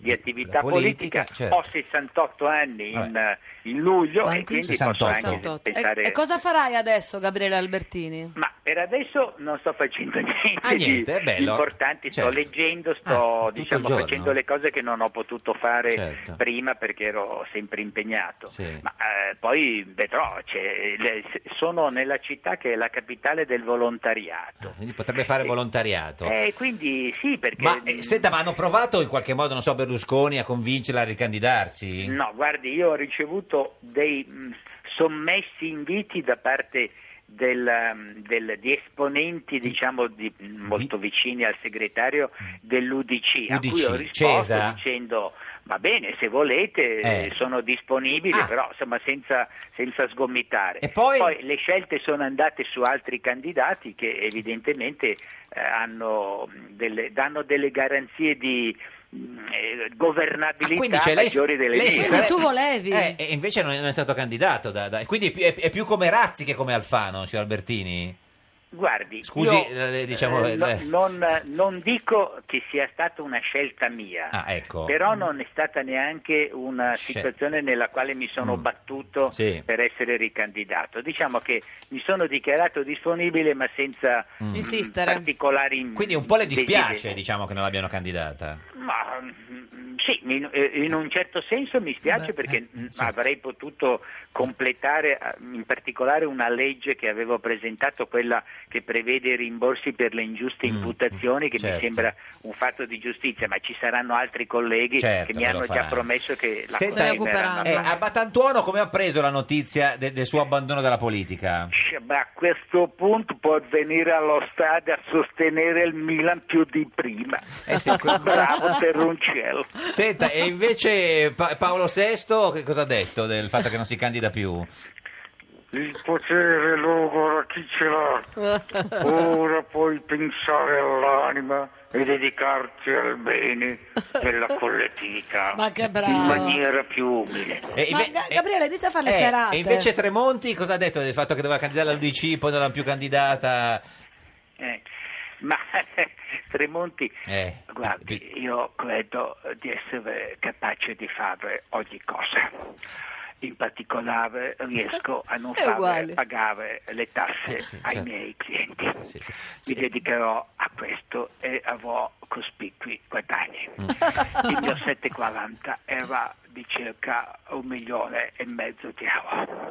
Speaker 2: di,
Speaker 3: attività
Speaker 2: politica,
Speaker 3: politica,
Speaker 2: certo.
Speaker 3: ho 68 anni in, eh, in luglio e quindi posso anche
Speaker 19: 68. E-
Speaker 3: pensare...
Speaker 19: E, cosa farai adesso, Gabriele Albertini?
Speaker 3: Ma per adesso non sto facendo niente,
Speaker 2: Ah, niente,
Speaker 3: di
Speaker 2: è bello.
Speaker 3: importante,
Speaker 2: Certo.
Speaker 3: sto leggendo, sto diciamo,
Speaker 2: giorno.
Speaker 3: facendo le cose che non ho potuto fare
Speaker 2: Certo.
Speaker 3: prima perché ero sempre impegnato.
Speaker 2: Sì.
Speaker 3: Ma eh, poi vedrò, cioè, le- se- sono nella città che è la capitale del volontariato.
Speaker 2: Quindi potrebbe fare volontariato.
Speaker 3: Eh, quindi sì, perché...
Speaker 2: Ma eh, senta, ma hanno provato in qualche modo, non so, Berlusconi a convincerla a ricandidarsi?
Speaker 3: No, guardi, io ho ricevuto dei mh, sommessi inviti da parte del, mh, del- di esponenti, diciamo, di- mh, molto vicini al segretario dell'UDC, a
Speaker 2: UDC,
Speaker 3: cui ho risposto
Speaker 2: Cesa?
Speaker 3: dicendo va bene, se volete
Speaker 2: Eh. Ah.
Speaker 3: sono disponibile, però insomma senza, senza sgomitare.
Speaker 2: E poi-
Speaker 3: le scelte sono andate su altri candidati che evidentemente eh, hanno mh, delle, danno delle garanzie di mh, eh, governabilità
Speaker 2: Quindi cioè, lei,
Speaker 3: maggiori delle
Speaker 2: lei si
Speaker 3: mie.
Speaker 2: sare-
Speaker 19: volevi.
Speaker 2: Eh, e invece non è, non è stato candidato. da- da- quindi è, pi- è- è più come Razzi che come Alfano, signor Albertini?
Speaker 3: Guardi,
Speaker 2: Scusi,
Speaker 3: io,
Speaker 2: eh, diciamo,
Speaker 3: eh, no-
Speaker 2: eh.
Speaker 3: non, non dico che sia stata una scelta mia,
Speaker 2: Ah, ecco.
Speaker 3: però non è stata neanche una
Speaker 2: Scel-
Speaker 3: situazione nella quale mi sono battuto
Speaker 2: Mm. Sì.
Speaker 3: per essere ricandidato. Diciamo che mi sono dichiarato disponibile, ma senza
Speaker 2: Mm.
Speaker 3: mh,
Speaker 19: Insistere.
Speaker 3: particolari.
Speaker 2: Quindi un po' le dispiace,
Speaker 3: desideri.
Speaker 2: diciamo, che non l'abbiano candidata.
Speaker 3: Ma mh, Sì, in, eh, in un certo senso mi spiace perché
Speaker 2: eh,
Speaker 3: mh,
Speaker 2: certo.
Speaker 3: avrei potuto completare eh, in particolare una legge che avevo presentato, quella che prevede i rimborsi per le ingiuste imputazioni, che
Speaker 2: Mm, certo.
Speaker 3: mi sembra un fatto di giustizia, ma ci saranno altri colleghi
Speaker 2: Certo,
Speaker 3: che mi
Speaker 2: che lo
Speaker 3: hanno già
Speaker 2: faranno.
Speaker 3: promesso che la
Speaker 2: Senta,
Speaker 3: confermeranno.
Speaker 2: eh, a Batantuono come ha preso la notizia de- del suo abbandono dalla politica?
Speaker 6: Ma a questo punto può venire allo stadio a sostenere il Milan più di prima.
Speaker 2: Eh,
Speaker 6: Ecco, Bravo Terroncello.
Speaker 2: Senta, e invece Pa- Paolo VI che cosa ha detto del fatto che non si candida più?
Speaker 6: Il potere logora chi ce
Speaker 4: Ah,
Speaker 6: l'ha. Ora puoi pensare all'anima e dedicarti al bene della collettività
Speaker 19: Ma che
Speaker 6: in
Speaker 19: bravo.
Speaker 6: maniera più umile.
Speaker 2: Eh,
Speaker 19: Ma Ga- Gabriele, inizia a fare le
Speaker 6: eh,
Speaker 19: serate.
Speaker 2: E invece Tremonti cosa ha detto del fatto che doveva candidare all'UDC, poi non l'ha più candidata?
Speaker 3: Eh, ma Tremonti,
Speaker 2: Eh,
Speaker 3: guardi, io credo eh, di essere capace di fare ogni cosa. In particolare riesco a non
Speaker 12: È
Speaker 3: fare
Speaker 12: uguale.
Speaker 3: pagare le tasse ai miei clienti. Mi dedicherò a questo e avrò cospicui guadagni. Il mio 740 era di circa un milione e mezzo di euro.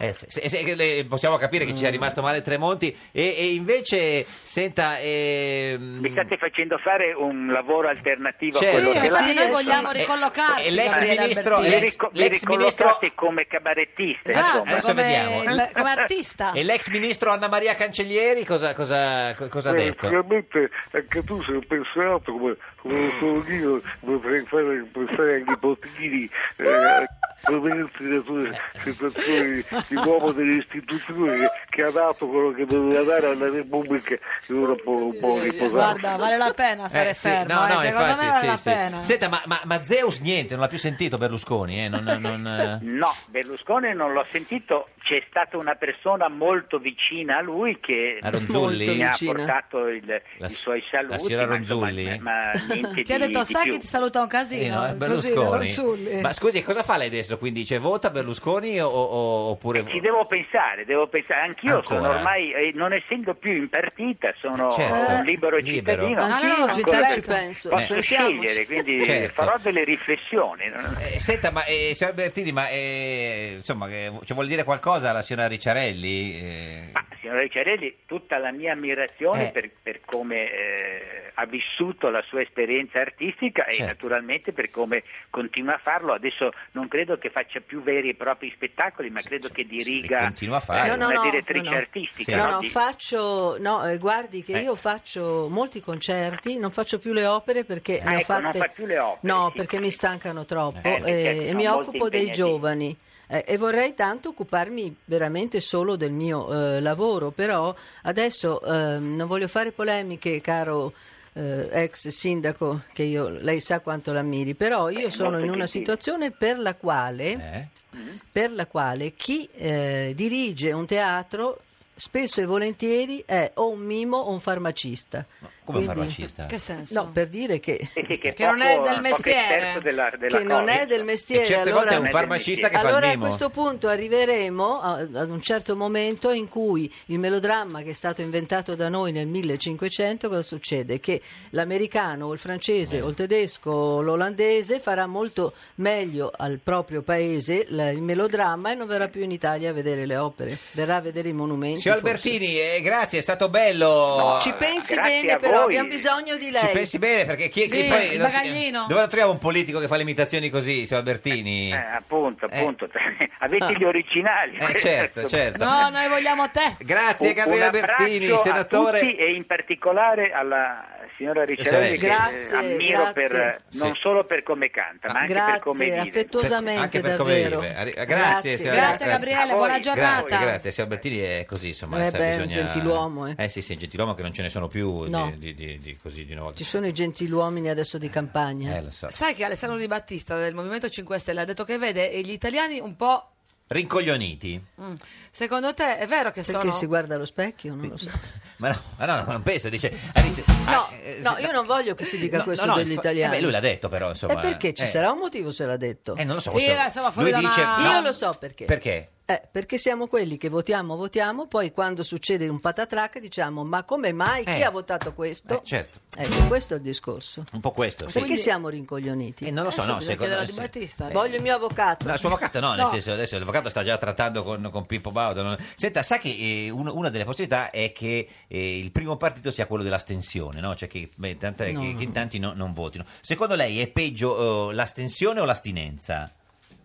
Speaker 2: Eh, se- se- se- le- possiamo capire che ci
Speaker 19: Mm.
Speaker 2: è rimasto male Tremonti e, e invece, senta... ehm,
Speaker 3: Mi state facendo fare un lavoro alternativo
Speaker 2: Eh, Certo. Eh,
Speaker 3: a quello che
Speaker 2: Sì, ma sì, noi
Speaker 19: vogliamo ricollocarti,
Speaker 3: E
Speaker 19: E l'ex Gabriele ministro- Albertini.
Speaker 3: mi, rico- mi
Speaker 2: l'ex ministro-
Speaker 3: ricollocate come cabarettista.
Speaker 19: Esatto,
Speaker 3: insomma.
Speaker 2: Adesso
Speaker 19: come,
Speaker 2: vediamo. Eh,
Speaker 19: il- come artista.
Speaker 2: E l'ex ministro Anna Maria Cancellieri cosa, cosa- co- cosa ha
Speaker 6: Eh,
Speaker 2: detto?
Speaker 6: Veramente anche tu sei un pensionato come, come lo sono io, come per fare pensare ai nipotini, eh, provenienti da tue
Speaker 2: Eh,
Speaker 6: situazioni di uomo delle istituzioni che, che ha dato quello che doveva dare alla Repubblica e ora può, può riposare.
Speaker 19: Guarda, vale la pena stare
Speaker 2: Eh, sì,
Speaker 19: fermo.
Speaker 2: no,
Speaker 19: eh,
Speaker 2: no,
Speaker 19: Secondo
Speaker 2: infatti,
Speaker 19: me vale
Speaker 2: sì,
Speaker 19: la
Speaker 2: sì.
Speaker 19: pena.
Speaker 2: Senta, ma, ma- ma Zeus niente, non l'ha più sentito Berlusconi, eh? Non, non-
Speaker 3: No, Berlusconi non l'ho sentito, c'è stata una persona molto vicina a lui che
Speaker 2: A Ronzulli?
Speaker 3: mi ha
Speaker 2: Molto vicina.
Speaker 3: portato il- i suoi saluti.
Speaker 2: la signora
Speaker 3: ma insomma, Ma,
Speaker 2: Ronzulli?
Speaker 3: ma niente
Speaker 19: Ti ha
Speaker 3: di-
Speaker 19: detto,
Speaker 3: di
Speaker 19: sai
Speaker 3: più.
Speaker 19: che ti saluta un
Speaker 2: Eh,
Speaker 19: casino?
Speaker 2: no, è
Speaker 19: così,
Speaker 2: Berlusconi.
Speaker 19: Ronzulli.
Speaker 2: Ma scusi, cosa fa lei adesso? Quindi cioè, vota Berlusconi o- o- oppure...
Speaker 3: Ci devo pensare, devo pensare, anch'io sono
Speaker 2: Ancora?
Speaker 3: ormai, eh, non essendo più in partita, sono
Speaker 2: Certo.
Speaker 3: un libero
Speaker 2: Libero.
Speaker 3: cittadino.
Speaker 2: Anch'io
Speaker 3: Ancora
Speaker 2: ci penso.
Speaker 3: posso-
Speaker 2: penso.
Speaker 3: Posso
Speaker 2: Eh.
Speaker 3: scegliere, quindi
Speaker 2: Certo.
Speaker 3: farò delle riflessioni.
Speaker 2: Eh, Senta, ma eh, signor Bertini, ma eh, insomma, eh, ci vuol dire qualcosa la signora Ricciarelli? Eh,
Speaker 3: Signora Ricciarelli, tutta la mia ammirazione
Speaker 2: Eh.
Speaker 3: per, per come eh, ha vissuto la sua esperienza artistica e
Speaker 2: Certo.
Speaker 3: naturalmente per come continua a farlo. Adesso non credo che faccia più veri e propri spettacoli, ma credo che diriga
Speaker 2: continua a fare.
Speaker 3: eh,
Speaker 12: No, no,
Speaker 3: una
Speaker 12: no,
Speaker 3: direttrice
Speaker 12: no, no.
Speaker 3: artistica.
Speaker 12: No,
Speaker 3: no?
Speaker 12: no,
Speaker 3: Di-
Speaker 12: faccio, no, eh, guardi che
Speaker 3: Eh.
Speaker 12: io faccio molti concerti, non faccio più le opere perché
Speaker 3: Ah,
Speaker 12: ne ho
Speaker 3: ecco, non
Speaker 12: fatte.
Speaker 3: fa più le opere,
Speaker 12: no, perché mi stancano troppo
Speaker 3: Eh, perché
Speaker 12: eh,
Speaker 3: sono
Speaker 12: e mi
Speaker 3: molto
Speaker 12: occupo dei
Speaker 3: impegnative.
Speaker 12: giovani. Eh, e vorrei tanto occuparmi veramente solo del mio eh, lavoro, però adesso ehm, non voglio fare polemiche, caro eh, ex sindaco, che io, lei sa quanto l'ammiri, però io
Speaker 11: Beh,
Speaker 12: sono
Speaker 11: molto
Speaker 12: in una
Speaker 11: gentile.
Speaker 12: situazione per la quale
Speaker 2: eh?
Speaker 3: Eh.
Speaker 12: per la quale chi eh, dirige un teatro spesso e volentieri è o un mimo o un farmacista.
Speaker 2: come farmacista? Che
Speaker 19: senso?
Speaker 12: No, per dire che,
Speaker 3: che,
Speaker 12: non è
Speaker 3: poco-
Speaker 12: del
Speaker 3: poco
Speaker 12: mestiere.
Speaker 3: esperto della- della
Speaker 12: che non
Speaker 3: cosa.
Speaker 12: è del mestiere.
Speaker 2: E certe
Speaker 12: allora,
Speaker 2: volte è un farmacista che fa il
Speaker 12: allora
Speaker 2: mimo.
Speaker 12: a questo punto arriveremo a- ad un certo momento in cui il melodramma che è stato inventato da noi nel 1500, cosa succede? Che l'americano o il francese o il tedesco o l'olandese farà molto meglio al proprio paese la- il melodramma e non verrà più in Italia a vedere le opere, verrà a vedere i monumenti.
Speaker 2: Signor
Speaker 12: forse.
Speaker 2: Albertini, eh, grazie, è stato bello.
Speaker 12: Ci pensi
Speaker 3: eh, grazie a
Speaker 12: bene però,
Speaker 3: voi.
Speaker 12: abbiamo bisogno di lei.
Speaker 2: Ci pensi bene perché chi, chi
Speaker 12: Sì,
Speaker 2: poi
Speaker 12: il
Speaker 2: dove-
Speaker 12: bagaglino.
Speaker 2: dove lo troviamo un politico che fa le imitazioni così, signor Albertini?
Speaker 3: Eh, appunto, appunto. Avete gli originali.
Speaker 2: Eh, certo, certo.
Speaker 19: No, noi vogliamo te.
Speaker 2: Grazie
Speaker 3: Un-
Speaker 2: Gabriele
Speaker 3: un abbraccio
Speaker 2: Albertini,
Speaker 3: a
Speaker 2: senatore.
Speaker 3: tutti e in particolare alla signora Ricciarelli che eh,
Speaker 12: Grazie,
Speaker 3: ammiro per, eh,
Speaker 2: grazie.
Speaker 3: non solo per come canta, ma anche per come
Speaker 12: Grazie,
Speaker 3: vive.
Speaker 12: affettuosamente
Speaker 2: Anche per come
Speaker 12: davvero.
Speaker 2: vive. Arri- Grazie,
Speaker 12: Grazie.
Speaker 2: signora-
Speaker 12: Grazie, Gabriele,
Speaker 2: A voi.
Speaker 12: buona giornata.
Speaker 2: Grazie, grazie. Signor Albertini è così, insomma,
Speaker 12: Eh
Speaker 2: sai,
Speaker 12: beh, è un
Speaker 2: bisogna...
Speaker 12: gentiluomo, eh.
Speaker 2: sì, sì, un gentiluomo che non ce ne sono più di-
Speaker 12: No.
Speaker 2: di, di- di- così di una volta.
Speaker 12: Ci sono i gentiluomini adesso di campagna.
Speaker 2: Eh, lo so.
Speaker 19: Sai che Alessandro Di Battista del Movimento 5 Stelle ha detto che vede gli italiani un po'.
Speaker 2: Rincoglioniti.
Speaker 19: mm, Secondo te è vero che
Speaker 12: Perché
Speaker 19: sono.
Speaker 12: si guarda allo specchio? Non lo so.
Speaker 2: Ma no, ma no, non penso, dice... ah, dice-
Speaker 12: No,
Speaker 2: ah, eh,
Speaker 12: no,
Speaker 2: sì,
Speaker 12: io non voglio che si dica
Speaker 2: no,
Speaker 12: questo
Speaker 2: no,
Speaker 12: degli
Speaker 2: infa-
Speaker 12: italiani.
Speaker 2: eh beh, lui l'ha detto però, insomma.
Speaker 12: e perché ci
Speaker 2: eh.
Speaker 12: sarà un motivo se l'ha detto?
Speaker 2: Eh, non lo so.
Speaker 12: Sì,
Speaker 2: questo-
Speaker 12: era- stava fuori
Speaker 2: lui
Speaker 12: da
Speaker 2: dice,
Speaker 12: una-
Speaker 2: no,
Speaker 12: Io lo so perché.
Speaker 2: Perché?
Speaker 12: Eh, perché siamo quelli che votiamo, votiamo, poi quando succede un patatrac diciamo ma come mai chi
Speaker 2: Eh.
Speaker 12: ha votato questo?
Speaker 2: Eh, certo.
Speaker 12: Ecco, questo è il discorso.
Speaker 2: Un po' questo. sì. Eh,
Speaker 12: Perché siamo rincoglioniti?
Speaker 2: non lo so, no, secondo me sì. Eh.
Speaker 12: Battista. Voglio il mio avvocato.
Speaker 2: No, il suo avvocato no, nel senso adesso l'avvocato sta già trattando con, con Pippo Baudo. non- Senta, sa che eh, uno- una delle possibilità è che eh, il primo partito sia quello dell'astensione, no? Cioè che, beh, tante-
Speaker 12: No.
Speaker 2: che- che in tanti no- non votino. Secondo lei è peggio eh, l'astensione o l'astinenza?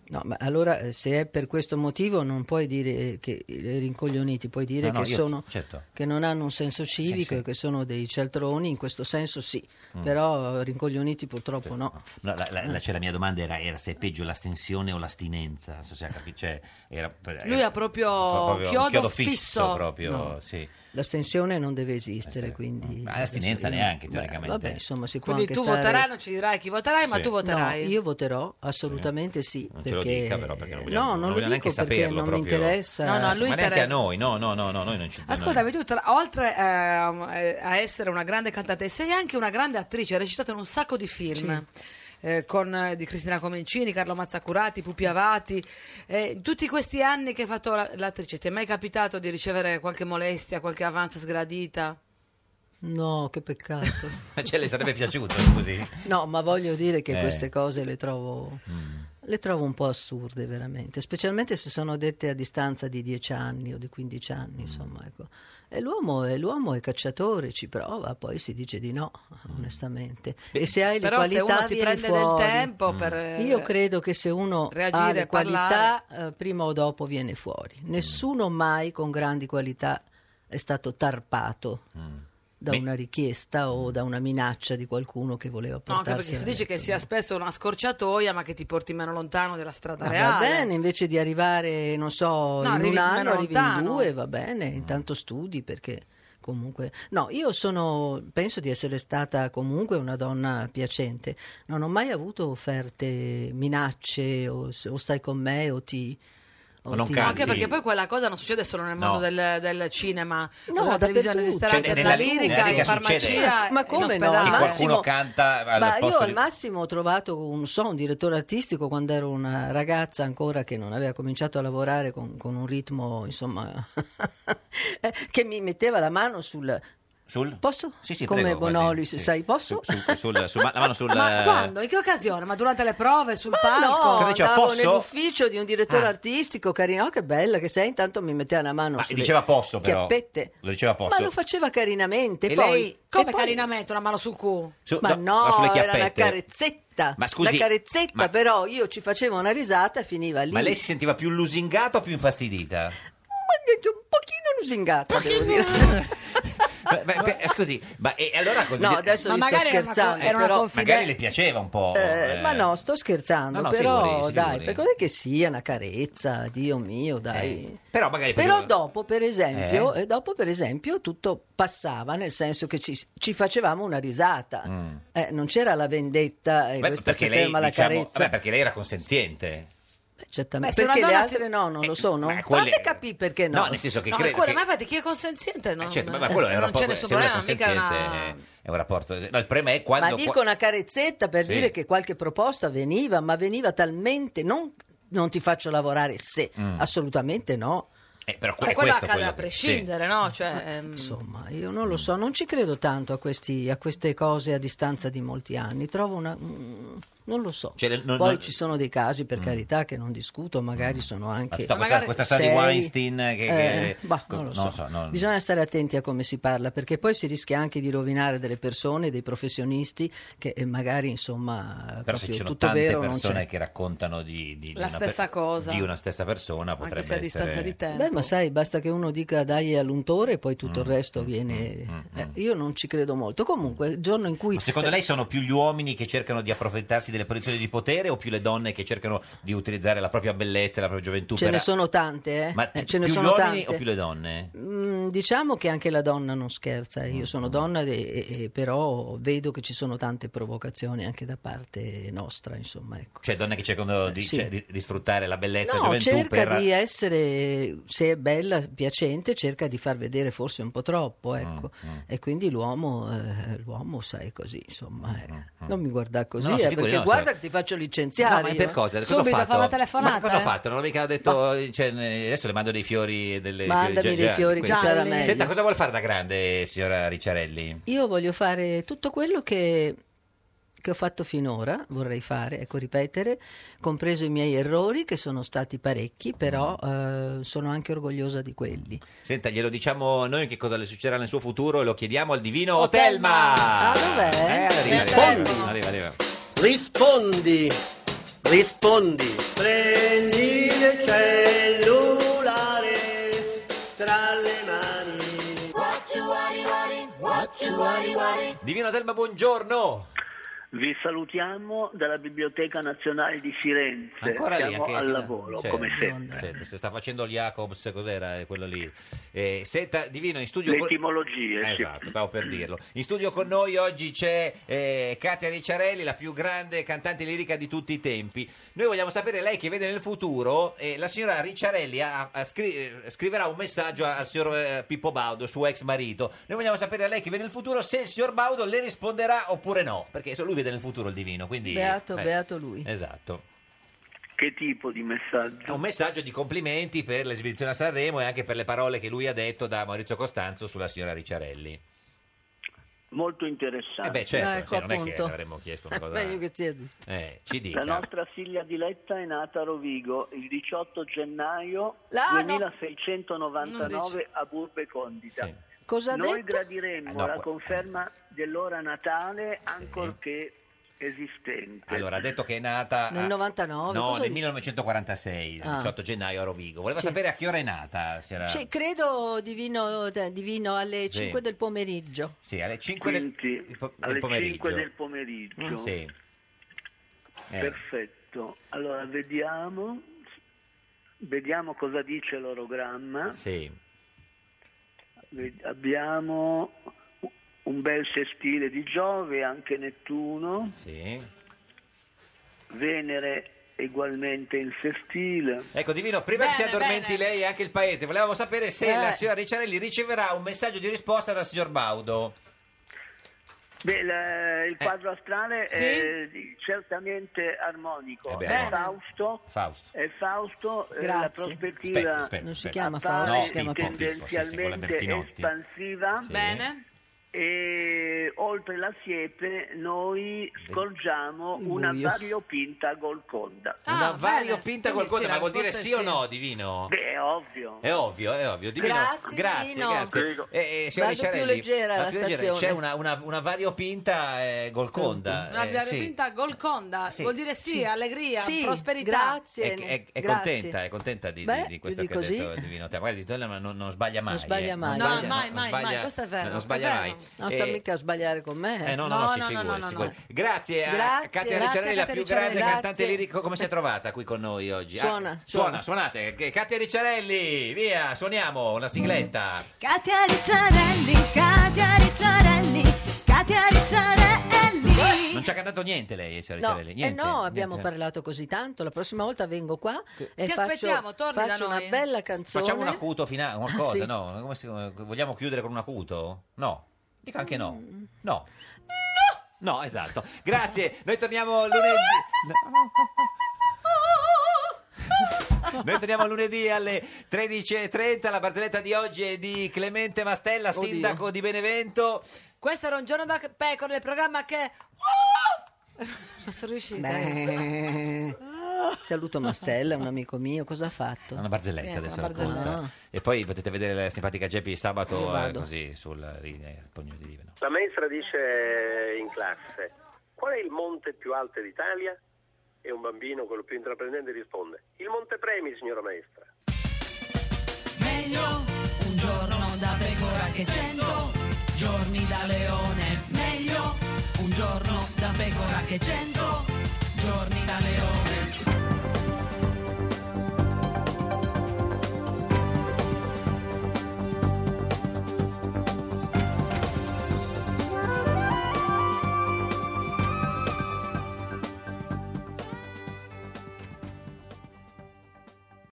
Speaker 12: No, ma allora eh, se è per questo motivo non puoi dire eh, che eh, rincoglioniti, puoi dire
Speaker 2: No, no,
Speaker 12: che,
Speaker 2: io-
Speaker 12: sono,
Speaker 2: certo.
Speaker 12: che non hanno un senso civico e che sono dei cialtroni, in questo senso sì,
Speaker 2: Mm.
Speaker 12: però eh, rincoglioniti purtroppo no.
Speaker 2: No, la, la- la- cioè, la mia domanda era, era se è peggio l'astensione o l'astinenza. Non so se ha capito. Cioè, era per-
Speaker 12: Lui
Speaker 2: era
Speaker 12: ha proprio
Speaker 2: pro- un
Speaker 12: chiodo
Speaker 2: fisso.
Speaker 12: fisso.
Speaker 2: proprio,
Speaker 12: No.
Speaker 2: sì.
Speaker 12: L'astensione non deve esistere, quindi...
Speaker 2: Eh, Ma l'astinenza
Speaker 12: adesso-
Speaker 2: neanche, cioè,
Speaker 12: Beh,
Speaker 2: teoricamente.
Speaker 12: Vabbè, insomma, si può
Speaker 1: Quindi
Speaker 12: anche
Speaker 1: tu
Speaker 12: stare-
Speaker 1: voterai, non ci dirai chi voterai, ma
Speaker 2: Sì.
Speaker 1: tu voterai.
Speaker 12: No, io voterò assolutamente sì.
Speaker 2: Non
Speaker 12: perché... eh,
Speaker 2: ce lo dica, però, perché non vogliamo,
Speaker 12: no, non, lo
Speaker 2: vogliamo
Speaker 12: dico
Speaker 2: neanche
Speaker 12: perché
Speaker 2: saperlo.
Speaker 12: non mi
Speaker 2: proprio.
Speaker 12: interessa.
Speaker 1: No, no, a lui
Speaker 2: ma neanche a
Speaker 1: interessa.
Speaker 2: noi, no, no, no, Eh, no, noi non ci
Speaker 1: Ascoltami, tu tra- oltre ehm, eh, a essere una grande cantante, sei anche una grande attrice, hai recitato in un sacco di film. eh, con eh, di Cristina Comencini, Carlo Mazzacurati, Pupi Avati, Eh, in tutti questi anni che hai fatto la- l'attrice, ti è mai capitato di ricevere qualche molestia, qualche avanza sgradita?
Speaker 12: No, che peccato.
Speaker 2: no. Cioè, le sarebbe piaciuto, scusi.
Speaker 12: No, ma voglio dire che
Speaker 2: Eh.
Speaker 12: queste cose le trovo, le trovo un po' assurde veramente, specialmente se sono dette a distanza di 10 anni o di 15 anni, insomma. Ecco. E l'uomo è, l'uomo è cacciatore, ci prova, poi si dice di no, onestamente. E se hai le
Speaker 1: Però se
Speaker 12: qualità
Speaker 1: uno si
Speaker 12: vieni
Speaker 1: prende del
Speaker 12: fuori.
Speaker 1: tempo per... eh,
Speaker 12: Io credo che se uno ha
Speaker 1: reagire,
Speaker 12: le qualità, eh, prima o dopo viene fuori. Nessuno mai con grandi qualità è stato tarpato da
Speaker 1: Mi-
Speaker 12: una richiesta o da una minaccia di qualcuno che voleva
Speaker 1: No, anche perché
Speaker 12: portarsi
Speaker 1: si
Speaker 12: a-
Speaker 1: dice che sia spesso una scorciatoia, ma che ti porti meno lontano della strada
Speaker 12: Ah, va
Speaker 1: reale.
Speaker 12: bene, invece di arrivare, non
Speaker 1: No,
Speaker 12: so, in
Speaker 1: arrivi
Speaker 12: un anno,
Speaker 1: meno
Speaker 12: arrivi in
Speaker 1: lontano.
Speaker 12: due, va bene, intanto studi perché comunque... No, io sono, penso di essere stata comunque una donna piacente, non ho mai avuto offerte, minacce o, s- o stai con me o ti... o
Speaker 2: Ma non
Speaker 12: ti-
Speaker 2: canti.
Speaker 1: Anche perché poi quella cosa non succede solo nel
Speaker 2: No.
Speaker 1: mondo del, del cinema,
Speaker 12: No,
Speaker 1: della televisione, esiste
Speaker 2: Cioè,
Speaker 1: anche per
Speaker 2: nella-
Speaker 1: la
Speaker 2: nella
Speaker 1: lirica, in
Speaker 2: lirica succede.
Speaker 1: farmacia,
Speaker 12: Ma
Speaker 1: in
Speaker 12: come no?
Speaker 1: ospedale.
Speaker 2: Che
Speaker 12: Al
Speaker 2: qualcuno
Speaker 12: massimo-
Speaker 2: canta al
Speaker 12: Ma io
Speaker 2: posto
Speaker 12: al
Speaker 2: di-
Speaker 12: massimo ho trovato un, so, un direttore artistico quando ero una ragazza ancora che non aveva cominciato a lavorare con, con un ritmo, insomma, eh, che mi metteva la mano sul...
Speaker 2: Sul?
Speaker 12: Posso?
Speaker 2: Sì, sì,
Speaker 12: Come
Speaker 2: prego, guardi,
Speaker 12: Bonolis,
Speaker 2: sì.
Speaker 12: sai, posso? Ah,
Speaker 2: Sul- sul- sul- la mano sul... eh,
Speaker 1: Ma quando? In che occasione? Ma durante le prove? Sul palco?
Speaker 12: No,
Speaker 2: Cosa diceva,
Speaker 12: andavo
Speaker 2: posso?
Speaker 12: nell'ufficio di un direttore
Speaker 2: Ah.
Speaker 12: artistico, carino, oh, che bella che sei, intanto mi metteva la mano
Speaker 2: Ma
Speaker 12: sulle
Speaker 2: Ah, diceva posso, però.
Speaker 12: chiappette.
Speaker 2: Lo diceva posso.
Speaker 12: Ma lo faceva carinamente,
Speaker 2: E
Speaker 12: poi...
Speaker 2: lei-
Speaker 12: Come
Speaker 1: carinamente? Una mano sul culo?
Speaker 2: Su-
Speaker 12: ma
Speaker 2: no,
Speaker 12: no,
Speaker 2: sulle
Speaker 12: era una
Speaker 2: chiappette.
Speaker 12: carezzetta.
Speaker 2: Ma scusi,
Speaker 12: una carezzetta,
Speaker 2: ma-
Speaker 12: però io ci facevo una risata e finiva lì.
Speaker 2: Ma lei si sentiva più lusingata o più infastidita?
Speaker 12: Un pochino lusingata, devo dire.
Speaker 2: Beh, beh, beh, scusi, ma e allora... con-
Speaker 12: No, adesso
Speaker 2: Ma
Speaker 12: vi sto
Speaker 2: magari era una co-
Speaker 12: scherzando,
Speaker 2: era una
Speaker 12: però...
Speaker 2: confiden- Magari le piaceva un po'.
Speaker 12: Eh,
Speaker 2: eh.
Speaker 12: ma no, sto scherzando,
Speaker 2: No, no,
Speaker 12: però
Speaker 2: figuri, si
Speaker 12: dai,
Speaker 2: figuri. Eh,
Speaker 12: perché non è che sia una carezza, Dio mio, dai.
Speaker 2: Però magari...
Speaker 12: Però
Speaker 2: faceva-
Speaker 12: dopo per, esempio,
Speaker 2: Eh?
Speaker 12: eh, dopo, per esempio, tutto passava, nel senso che ci, ci facevamo una risata.
Speaker 2: Mm.
Speaker 12: Eh, non c'era la vendetta, e
Speaker 2: Beh,
Speaker 12: questa
Speaker 2: perché
Speaker 12: si
Speaker 2: lei,
Speaker 12: ferma la
Speaker 2: diciamo,
Speaker 12: carezza.
Speaker 2: vabbè, perché lei era consenziente.
Speaker 12: Certamente.
Speaker 1: Beh, se Eh,
Speaker 12: perché
Speaker 1: una
Speaker 12: le
Speaker 1: donna si-
Speaker 12: altre no, non lo sono?
Speaker 2: ma quelle-
Speaker 12: Fate capire perché no.
Speaker 2: No, nel senso che
Speaker 1: No, ma
Speaker 2: credo
Speaker 1: quello,
Speaker 2: che-
Speaker 1: ma infatti chi è consenziente non,
Speaker 2: Eh, certo, ma, ma quello è un
Speaker 1: non c'è
Speaker 2: rapporto...
Speaker 1: nessun
Speaker 2: se uno è
Speaker 1: problema, mica è
Speaker 2: consenziente
Speaker 1: una...
Speaker 2: eh, è un rapporto... No, il problema è quando...
Speaker 12: Ma dico una carezzetta per
Speaker 2: Sì.
Speaker 12: dire che qualche proposta veniva, ma veniva talmente... Non, non ti faccio lavorare se,
Speaker 2: Mm.
Speaker 12: assolutamente no.
Speaker 2: Eh, però que-
Speaker 1: Ma
Speaker 2: è
Speaker 1: quello
Speaker 2: questo
Speaker 1: accade
Speaker 2: quello
Speaker 1: a
Speaker 2: che-
Speaker 1: prescindere, no? Cioè, ehm,
Speaker 12: Insomma, io non
Speaker 1: Mm.
Speaker 12: lo so, non ci credo tanto a, questi- a queste cose a distanza di molti anni. Trovo una... mm, non lo so.
Speaker 2: Cioè, non-
Speaker 12: Poi
Speaker 2: non-
Speaker 12: ci sono dei casi, per carità, che non discuto, magari sono
Speaker 2: Mm. Ma
Speaker 12: anche...
Speaker 2: tutta questa, questa storia di
Speaker 12: seri.
Speaker 2: Weinstein che... che-
Speaker 12: Eh, bah, non lo so.
Speaker 2: no, no.
Speaker 12: Bisogna stare attenti a come si parla, perché poi si rischia anche di rovinare delle persone, dei professionisti che eh, magari insomma
Speaker 2: Però se
Speaker 12: proprio
Speaker 2: ci sono
Speaker 12: tutto
Speaker 2: tante
Speaker 12: vero non
Speaker 2: persone
Speaker 12: c'è.
Speaker 2: che raccontano di, di- di
Speaker 1: La
Speaker 2: una
Speaker 1: stessa cosa.
Speaker 2: di una stessa persona, potrebbe
Speaker 1: se a
Speaker 2: essere...
Speaker 1: distanza di tempo.
Speaker 12: Beh, ma sai, basta che uno dica dai all'untore e poi tutto
Speaker 2: Mm,
Speaker 12: il resto viene. Eh, io non ci credo molto. Comunque, il giorno in cui.
Speaker 2: Ma secondo lei sono più gli uomini che cercano di approfittarsi delle posizioni di potere o più le donne che cercano di utilizzare la propria bellezza e la propria gioventù?
Speaker 12: Ce
Speaker 2: per-
Speaker 12: ne sono tante, eh?
Speaker 2: Ma
Speaker 12: Eh,
Speaker 2: chi-
Speaker 12: ce ne
Speaker 2: più
Speaker 12: sono
Speaker 2: gli uomini
Speaker 12: tante.
Speaker 2: o più le donne?
Speaker 12: Mm, diciamo che anche la donna non scherza,
Speaker 2: Mm,
Speaker 12: io sono donna e- e- e però vedo che ci sono tante provocazioni anche da parte nostra, insomma. ecco.
Speaker 2: Cioè donne che cercano di,
Speaker 12: sì.
Speaker 2: cioè, di- di sfruttare la bellezza e la
Speaker 12: No,
Speaker 2: gioventù
Speaker 12: cerca
Speaker 2: Eh, per...
Speaker 12: di essere, se è bella, piacente, cerca di far vedere forse un po'
Speaker 2: Mm,
Speaker 12: troppo, ecco. E quindi l'uomo, eh, l'uomo sai così, insomma, eh. non mi guarda così,
Speaker 2: Mm, No, no, si
Speaker 12: eh,
Speaker 2: figuri,
Speaker 12: perché
Speaker 2: no, cioè,
Speaker 12: guarda che ti faccio licenziare.
Speaker 2: No, ma
Speaker 12: io,
Speaker 2: per
Speaker 12: eh.
Speaker 2: cosa? Cosa ho
Speaker 1: Subito,
Speaker 2: fatto?
Speaker 1: fa una telefonata,
Speaker 2: Ma cosa ho
Speaker 1: eh.
Speaker 2: fatto? Non ho mica detto. cioè, ne- adesso le mando dei fiori. Delle,
Speaker 12: Mandami
Speaker 2: già-
Speaker 12: dei
Speaker 2: già-
Speaker 12: fiori,
Speaker 2: quindi-
Speaker 12: già era meglio.
Speaker 2: Senta, cosa vuole fare da grande, signora Ricciarelli?
Speaker 12: Io voglio fare tutto quello che, che ho fatto finora, vorrei fare, ecco, ripetere, compreso i miei errori, che sono stati parecchi, però
Speaker 2: Mm.
Speaker 12: eh, sono anche orgogliosa di quelli.
Speaker 2: Senta, glielo diciamo noi che cosa le succederà nel suo futuro e lo chiediamo al divino
Speaker 12: Oh,
Speaker 2: Otelma.
Speaker 12: Ah, dov'è?
Speaker 2: Eh, arriva, arriva, arriva, arriva, arriva.
Speaker 20: Rispondi, rispondi.
Speaker 21: Prendi il cellulare tra le mani.
Speaker 2: Divino Otelma, buongiorno.
Speaker 21: Vi salutiamo dalla Biblioteca Nazionale di Firenze.
Speaker 2: Ancora lì,
Speaker 21: Siamo
Speaker 2: anche-
Speaker 21: al
Speaker 2: sì,
Speaker 21: lavoro,
Speaker 2: sì.
Speaker 21: come sempre.
Speaker 2: Senta, se sta facendo il Jacobs, cos'era eh, quello lì? Eh, senta, Divino, in studio...
Speaker 21: Le
Speaker 2: con-
Speaker 21: etimologie,
Speaker 2: Eh,
Speaker 21: sì.
Speaker 2: Esatto, stavo per dirlo. In studio con noi oggi c'è eh, Katia Ricciarelli, la più grande cantante lirica di tutti i tempi. Noi vogliamo sapere, lei che vede nel futuro, eh, la signora Ricciarelli ha- ha scri- eh, scriverà un messaggio al signor eh, Pippo Baudo, suo ex marito. Noi vogliamo sapere, lei che vede nel futuro, se il signor Baudo le risponderà oppure no. Perché lui vede nel futuro il Divino, quindi... eh,
Speaker 21: Beato, beato
Speaker 2: lui. Esatto.
Speaker 21: Che tipo di messaggio?
Speaker 2: Un messaggio di complimenti per l'esibizione a Sanremo e anche per le parole che lui ha detto da Maurizio Costanzo sulla signora Ricciarelli.
Speaker 21: Molto interessante.
Speaker 2: Eh beh, certo,
Speaker 21: Ecco,
Speaker 2: sì, non è che avremmo chiesto una cosa.
Speaker 21: Meglio che sia
Speaker 2: Eh, ci dica.
Speaker 21: La nostra figlia Diletta è nata a Rovigo il 18 gennaio
Speaker 12: La- no.
Speaker 21: 2699 a Burbe Condita.
Speaker 12: Cosa ha
Speaker 21: Noi
Speaker 12: detto?
Speaker 21: gradiremmo
Speaker 2: Ah, no,
Speaker 21: la
Speaker 2: qua-
Speaker 21: conferma dell'ora natale ancorché esistente.
Speaker 2: Allora, ha detto che è nata...
Speaker 21: Nel
Speaker 2: a-
Speaker 21: 99,
Speaker 2: Ah, No,
Speaker 21: cosa
Speaker 2: nel
Speaker 21: dici?
Speaker 2: 1946, il
Speaker 12: Ah.
Speaker 2: 18 gennaio a Rovigo. Voleva sapere a che ora è nata, signora...
Speaker 12: Cioè, credo divino, eh, divino alle
Speaker 2: Sì.
Speaker 12: 5 del pomeriggio.
Speaker 2: Sì, alle 5 del, il po- del
Speaker 21: alle
Speaker 2: pomeriggio. Mm,
Speaker 21: 5 del pomeriggio.
Speaker 2: Sì.
Speaker 21: Mm.
Speaker 2: Eh.
Speaker 21: Perfetto. Allora, vediamo. Vediamo cosa dice l'orogramma.
Speaker 2: Sì.
Speaker 21: Ve- Abbiamo un bel sestile di Giove, anche Nettuno. Venere ugualmente in sestile.
Speaker 2: Ecco, Divino, prima che si addormenti lei e anche il paese, volevamo sapere se
Speaker 21: Eh.
Speaker 2: la signora Ricciarelli riceverà un messaggio di risposta dal signor Baudo.
Speaker 21: Beh, la- il quadro astrale
Speaker 2: Eh. Sì?
Speaker 21: è certamente armonico.
Speaker 2: Eh beh,
Speaker 21: è
Speaker 2: allora.
Speaker 21: Fausto.
Speaker 2: Fausto.
Speaker 21: È Fausto, eh,
Speaker 2: Grazie.
Speaker 21: la prospettiva
Speaker 2: Aspetta, aspetta, Non si aspetta. chiama Fausto,
Speaker 21: appare
Speaker 2: si chiama Pippo, Pippo, sì, sì, quella
Speaker 21: tendenzialmente
Speaker 2: Bertinotti.
Speaker 21: espansiva.
Speaker 2: Sì. Bene.
Speaker 21: E oltre la siepe noi scorgiamo
Speaker 2: Il
Speaker 21: una
Speaker 2: buio. Ah,
Speaker 21: variopinta golconda.
Speaker 2: Una variopinta col
Speaker 21: Ah, Quindi sì,
Speaker 2: conto, ma
Speaker 21: la
Speaker 2: vuol dire
Speaker 21: risposta
Speaker 2: sì
Speaker 21: è
Speaker 2: o
Speaker 21: sì.
Speaker 2: no, Divino?
Speaker 21: Beh, è ovvio.
Speaker 2: È ovvio, è ovvio. Divino,
Speaker 21: Grazie,
Speaker 2: grazie.
Speaker 21: Divino.
Speaker 2: grazie.
Speaker 21: Prego.
Speaker 2: Eh, eh, signora
Speaker 21: Vado più
Speaker 2: Ricciarelli,
Speaker 21: leggera
Speaker 2: vado
Speaker 21: alla
Speaker 2: più leggera. C'è
Speaker 21: stazione.
Speaker 2: una, una, una variopinta eh, Golconda.
Speaker 1: Una
Speaker 2: eh,
Speaker 1: abbia
Speaker 2: sì.
Speaker 1: vinta Golconda
Speaker 2: Sì.
Speaker 1: vuol dire sì,
Speaker 12: Sì.
Speaker 1: allegria,
Speaker 12: Sì,
Speaker 1: prosperità.
Speaker 2: È, è- è contenta, è contenta di, di-
Speaker 1: Beh,
Speaker 2: di
Speaker 1: io
Speaker 2: questo che
Speaker 1: dico
Speaker 2: ha detto
Speaker 1: sì.
Speaker 2: Divino Cioè, Te. Magari Divino Te non, non- non sbaglia mai.
Speaker 12: sbaglia
Speaker 2: eh.
Speaker 12: mai.
Speaker 2: Non
Speaker 12: No,
Speaker 2: sbaglia-
Speaker 12: mai,
Speaker 2: non
Speaker 12: mai,
Speaker 2: sbaglia-
Speaker 12: mai, questo è vero,
Speaker 2: Non sbaglia
Speaker 12: è vero.
Speaker 2: mai.
Speaker 12: Non
Speaker 2: Eh,
Speaker 12: sta mica a sbagliare con me.
Speaker 2: Eh, no, no, no, si figuri, si figuri. Grazie, a Katia
Speaker 12: Grazie, grazie,
Speaker 2: Ricciarelli, la
Speaker 12: Katia
Speaker 2: più grande
Speaker 12: Ricciarelli.
Speaker 2: cantante
Speaker 12: Grazie.
Speaker 2: lirico. Come si è trovata qui con noi oggi? Ah,
Speaker 12: Suona,
Speaker 2: suona,
Speaker 12: suona.
Speaker 2: suonate. Che- Katia Ricciarelli, via, suoniamo una sigletta.
Speaker 22: Katia Ricciarelli, Katia Ricciarelli, Katia Ricciarelli.
Speaker 2: Non ci ha cantato niente lei, signora Ricciarelli?
Speaker 12: eh
Speaker 2: niente,
Speaker 12: no, abbiamo
Speaker 2: niente.
Speaker 12: parlato così tanto. La prossima volta vengo qua e
Speaker 1: Ti
Speaker 12: faccio,
Speaker 1: aspettiamo, torni da
Speaker 12: faccio
Speaker 1: noi.
Speaker 12: una bella canzone. Ah,
Speaker 2: Facciamo un acuto finale, qualcosa,
Speaker 12: Sì.
Speaker 2: no? Come si- come- vogliamo chiudere con un acuto? No. Dica anche no.
Speaker 12: Mm.
Speaker 2: No. No, esatto. Grazie. Noi torniamo lunedì. Noi torniamo lunedì alle 13.30. La barzelletta di oggi è di Clemente Mastella,
Speaker 1: Oddio.
Speaker 2: sindaco di Benevento.
Speaker 1: Questo era un giorno da pecora, il programma che... Oh! Non sono riuscita.
Speaker 12: Beh. Saluto Mastella, un amico mio. Cosa ha fatto?
Speaker 2: Una barzelletta
Speaker 12: Niente,
Speaker 2: adesso
Speaker 12: una
Speaker 2: racconta.
Speaker 12: barzelletta.
Speaker 2: E poi potete vedere la simpatica Geppi
Speaker 12: Io
Speaker 2: sabato eh,
Speaker 12: vado.
Speaker 2: così sul eh, pugno di Divino.
Speaker 23: La maestra dice in classe: Qual è il monte più alto d'Italia? E un bambino, quello più intraprendente, risponde: Il Monte Premi, signora maestra.
Speaker 24: Meglio un giorno da pecora che cento giorni da leone. Meglio un giorno da pecora che cento giorni da leone.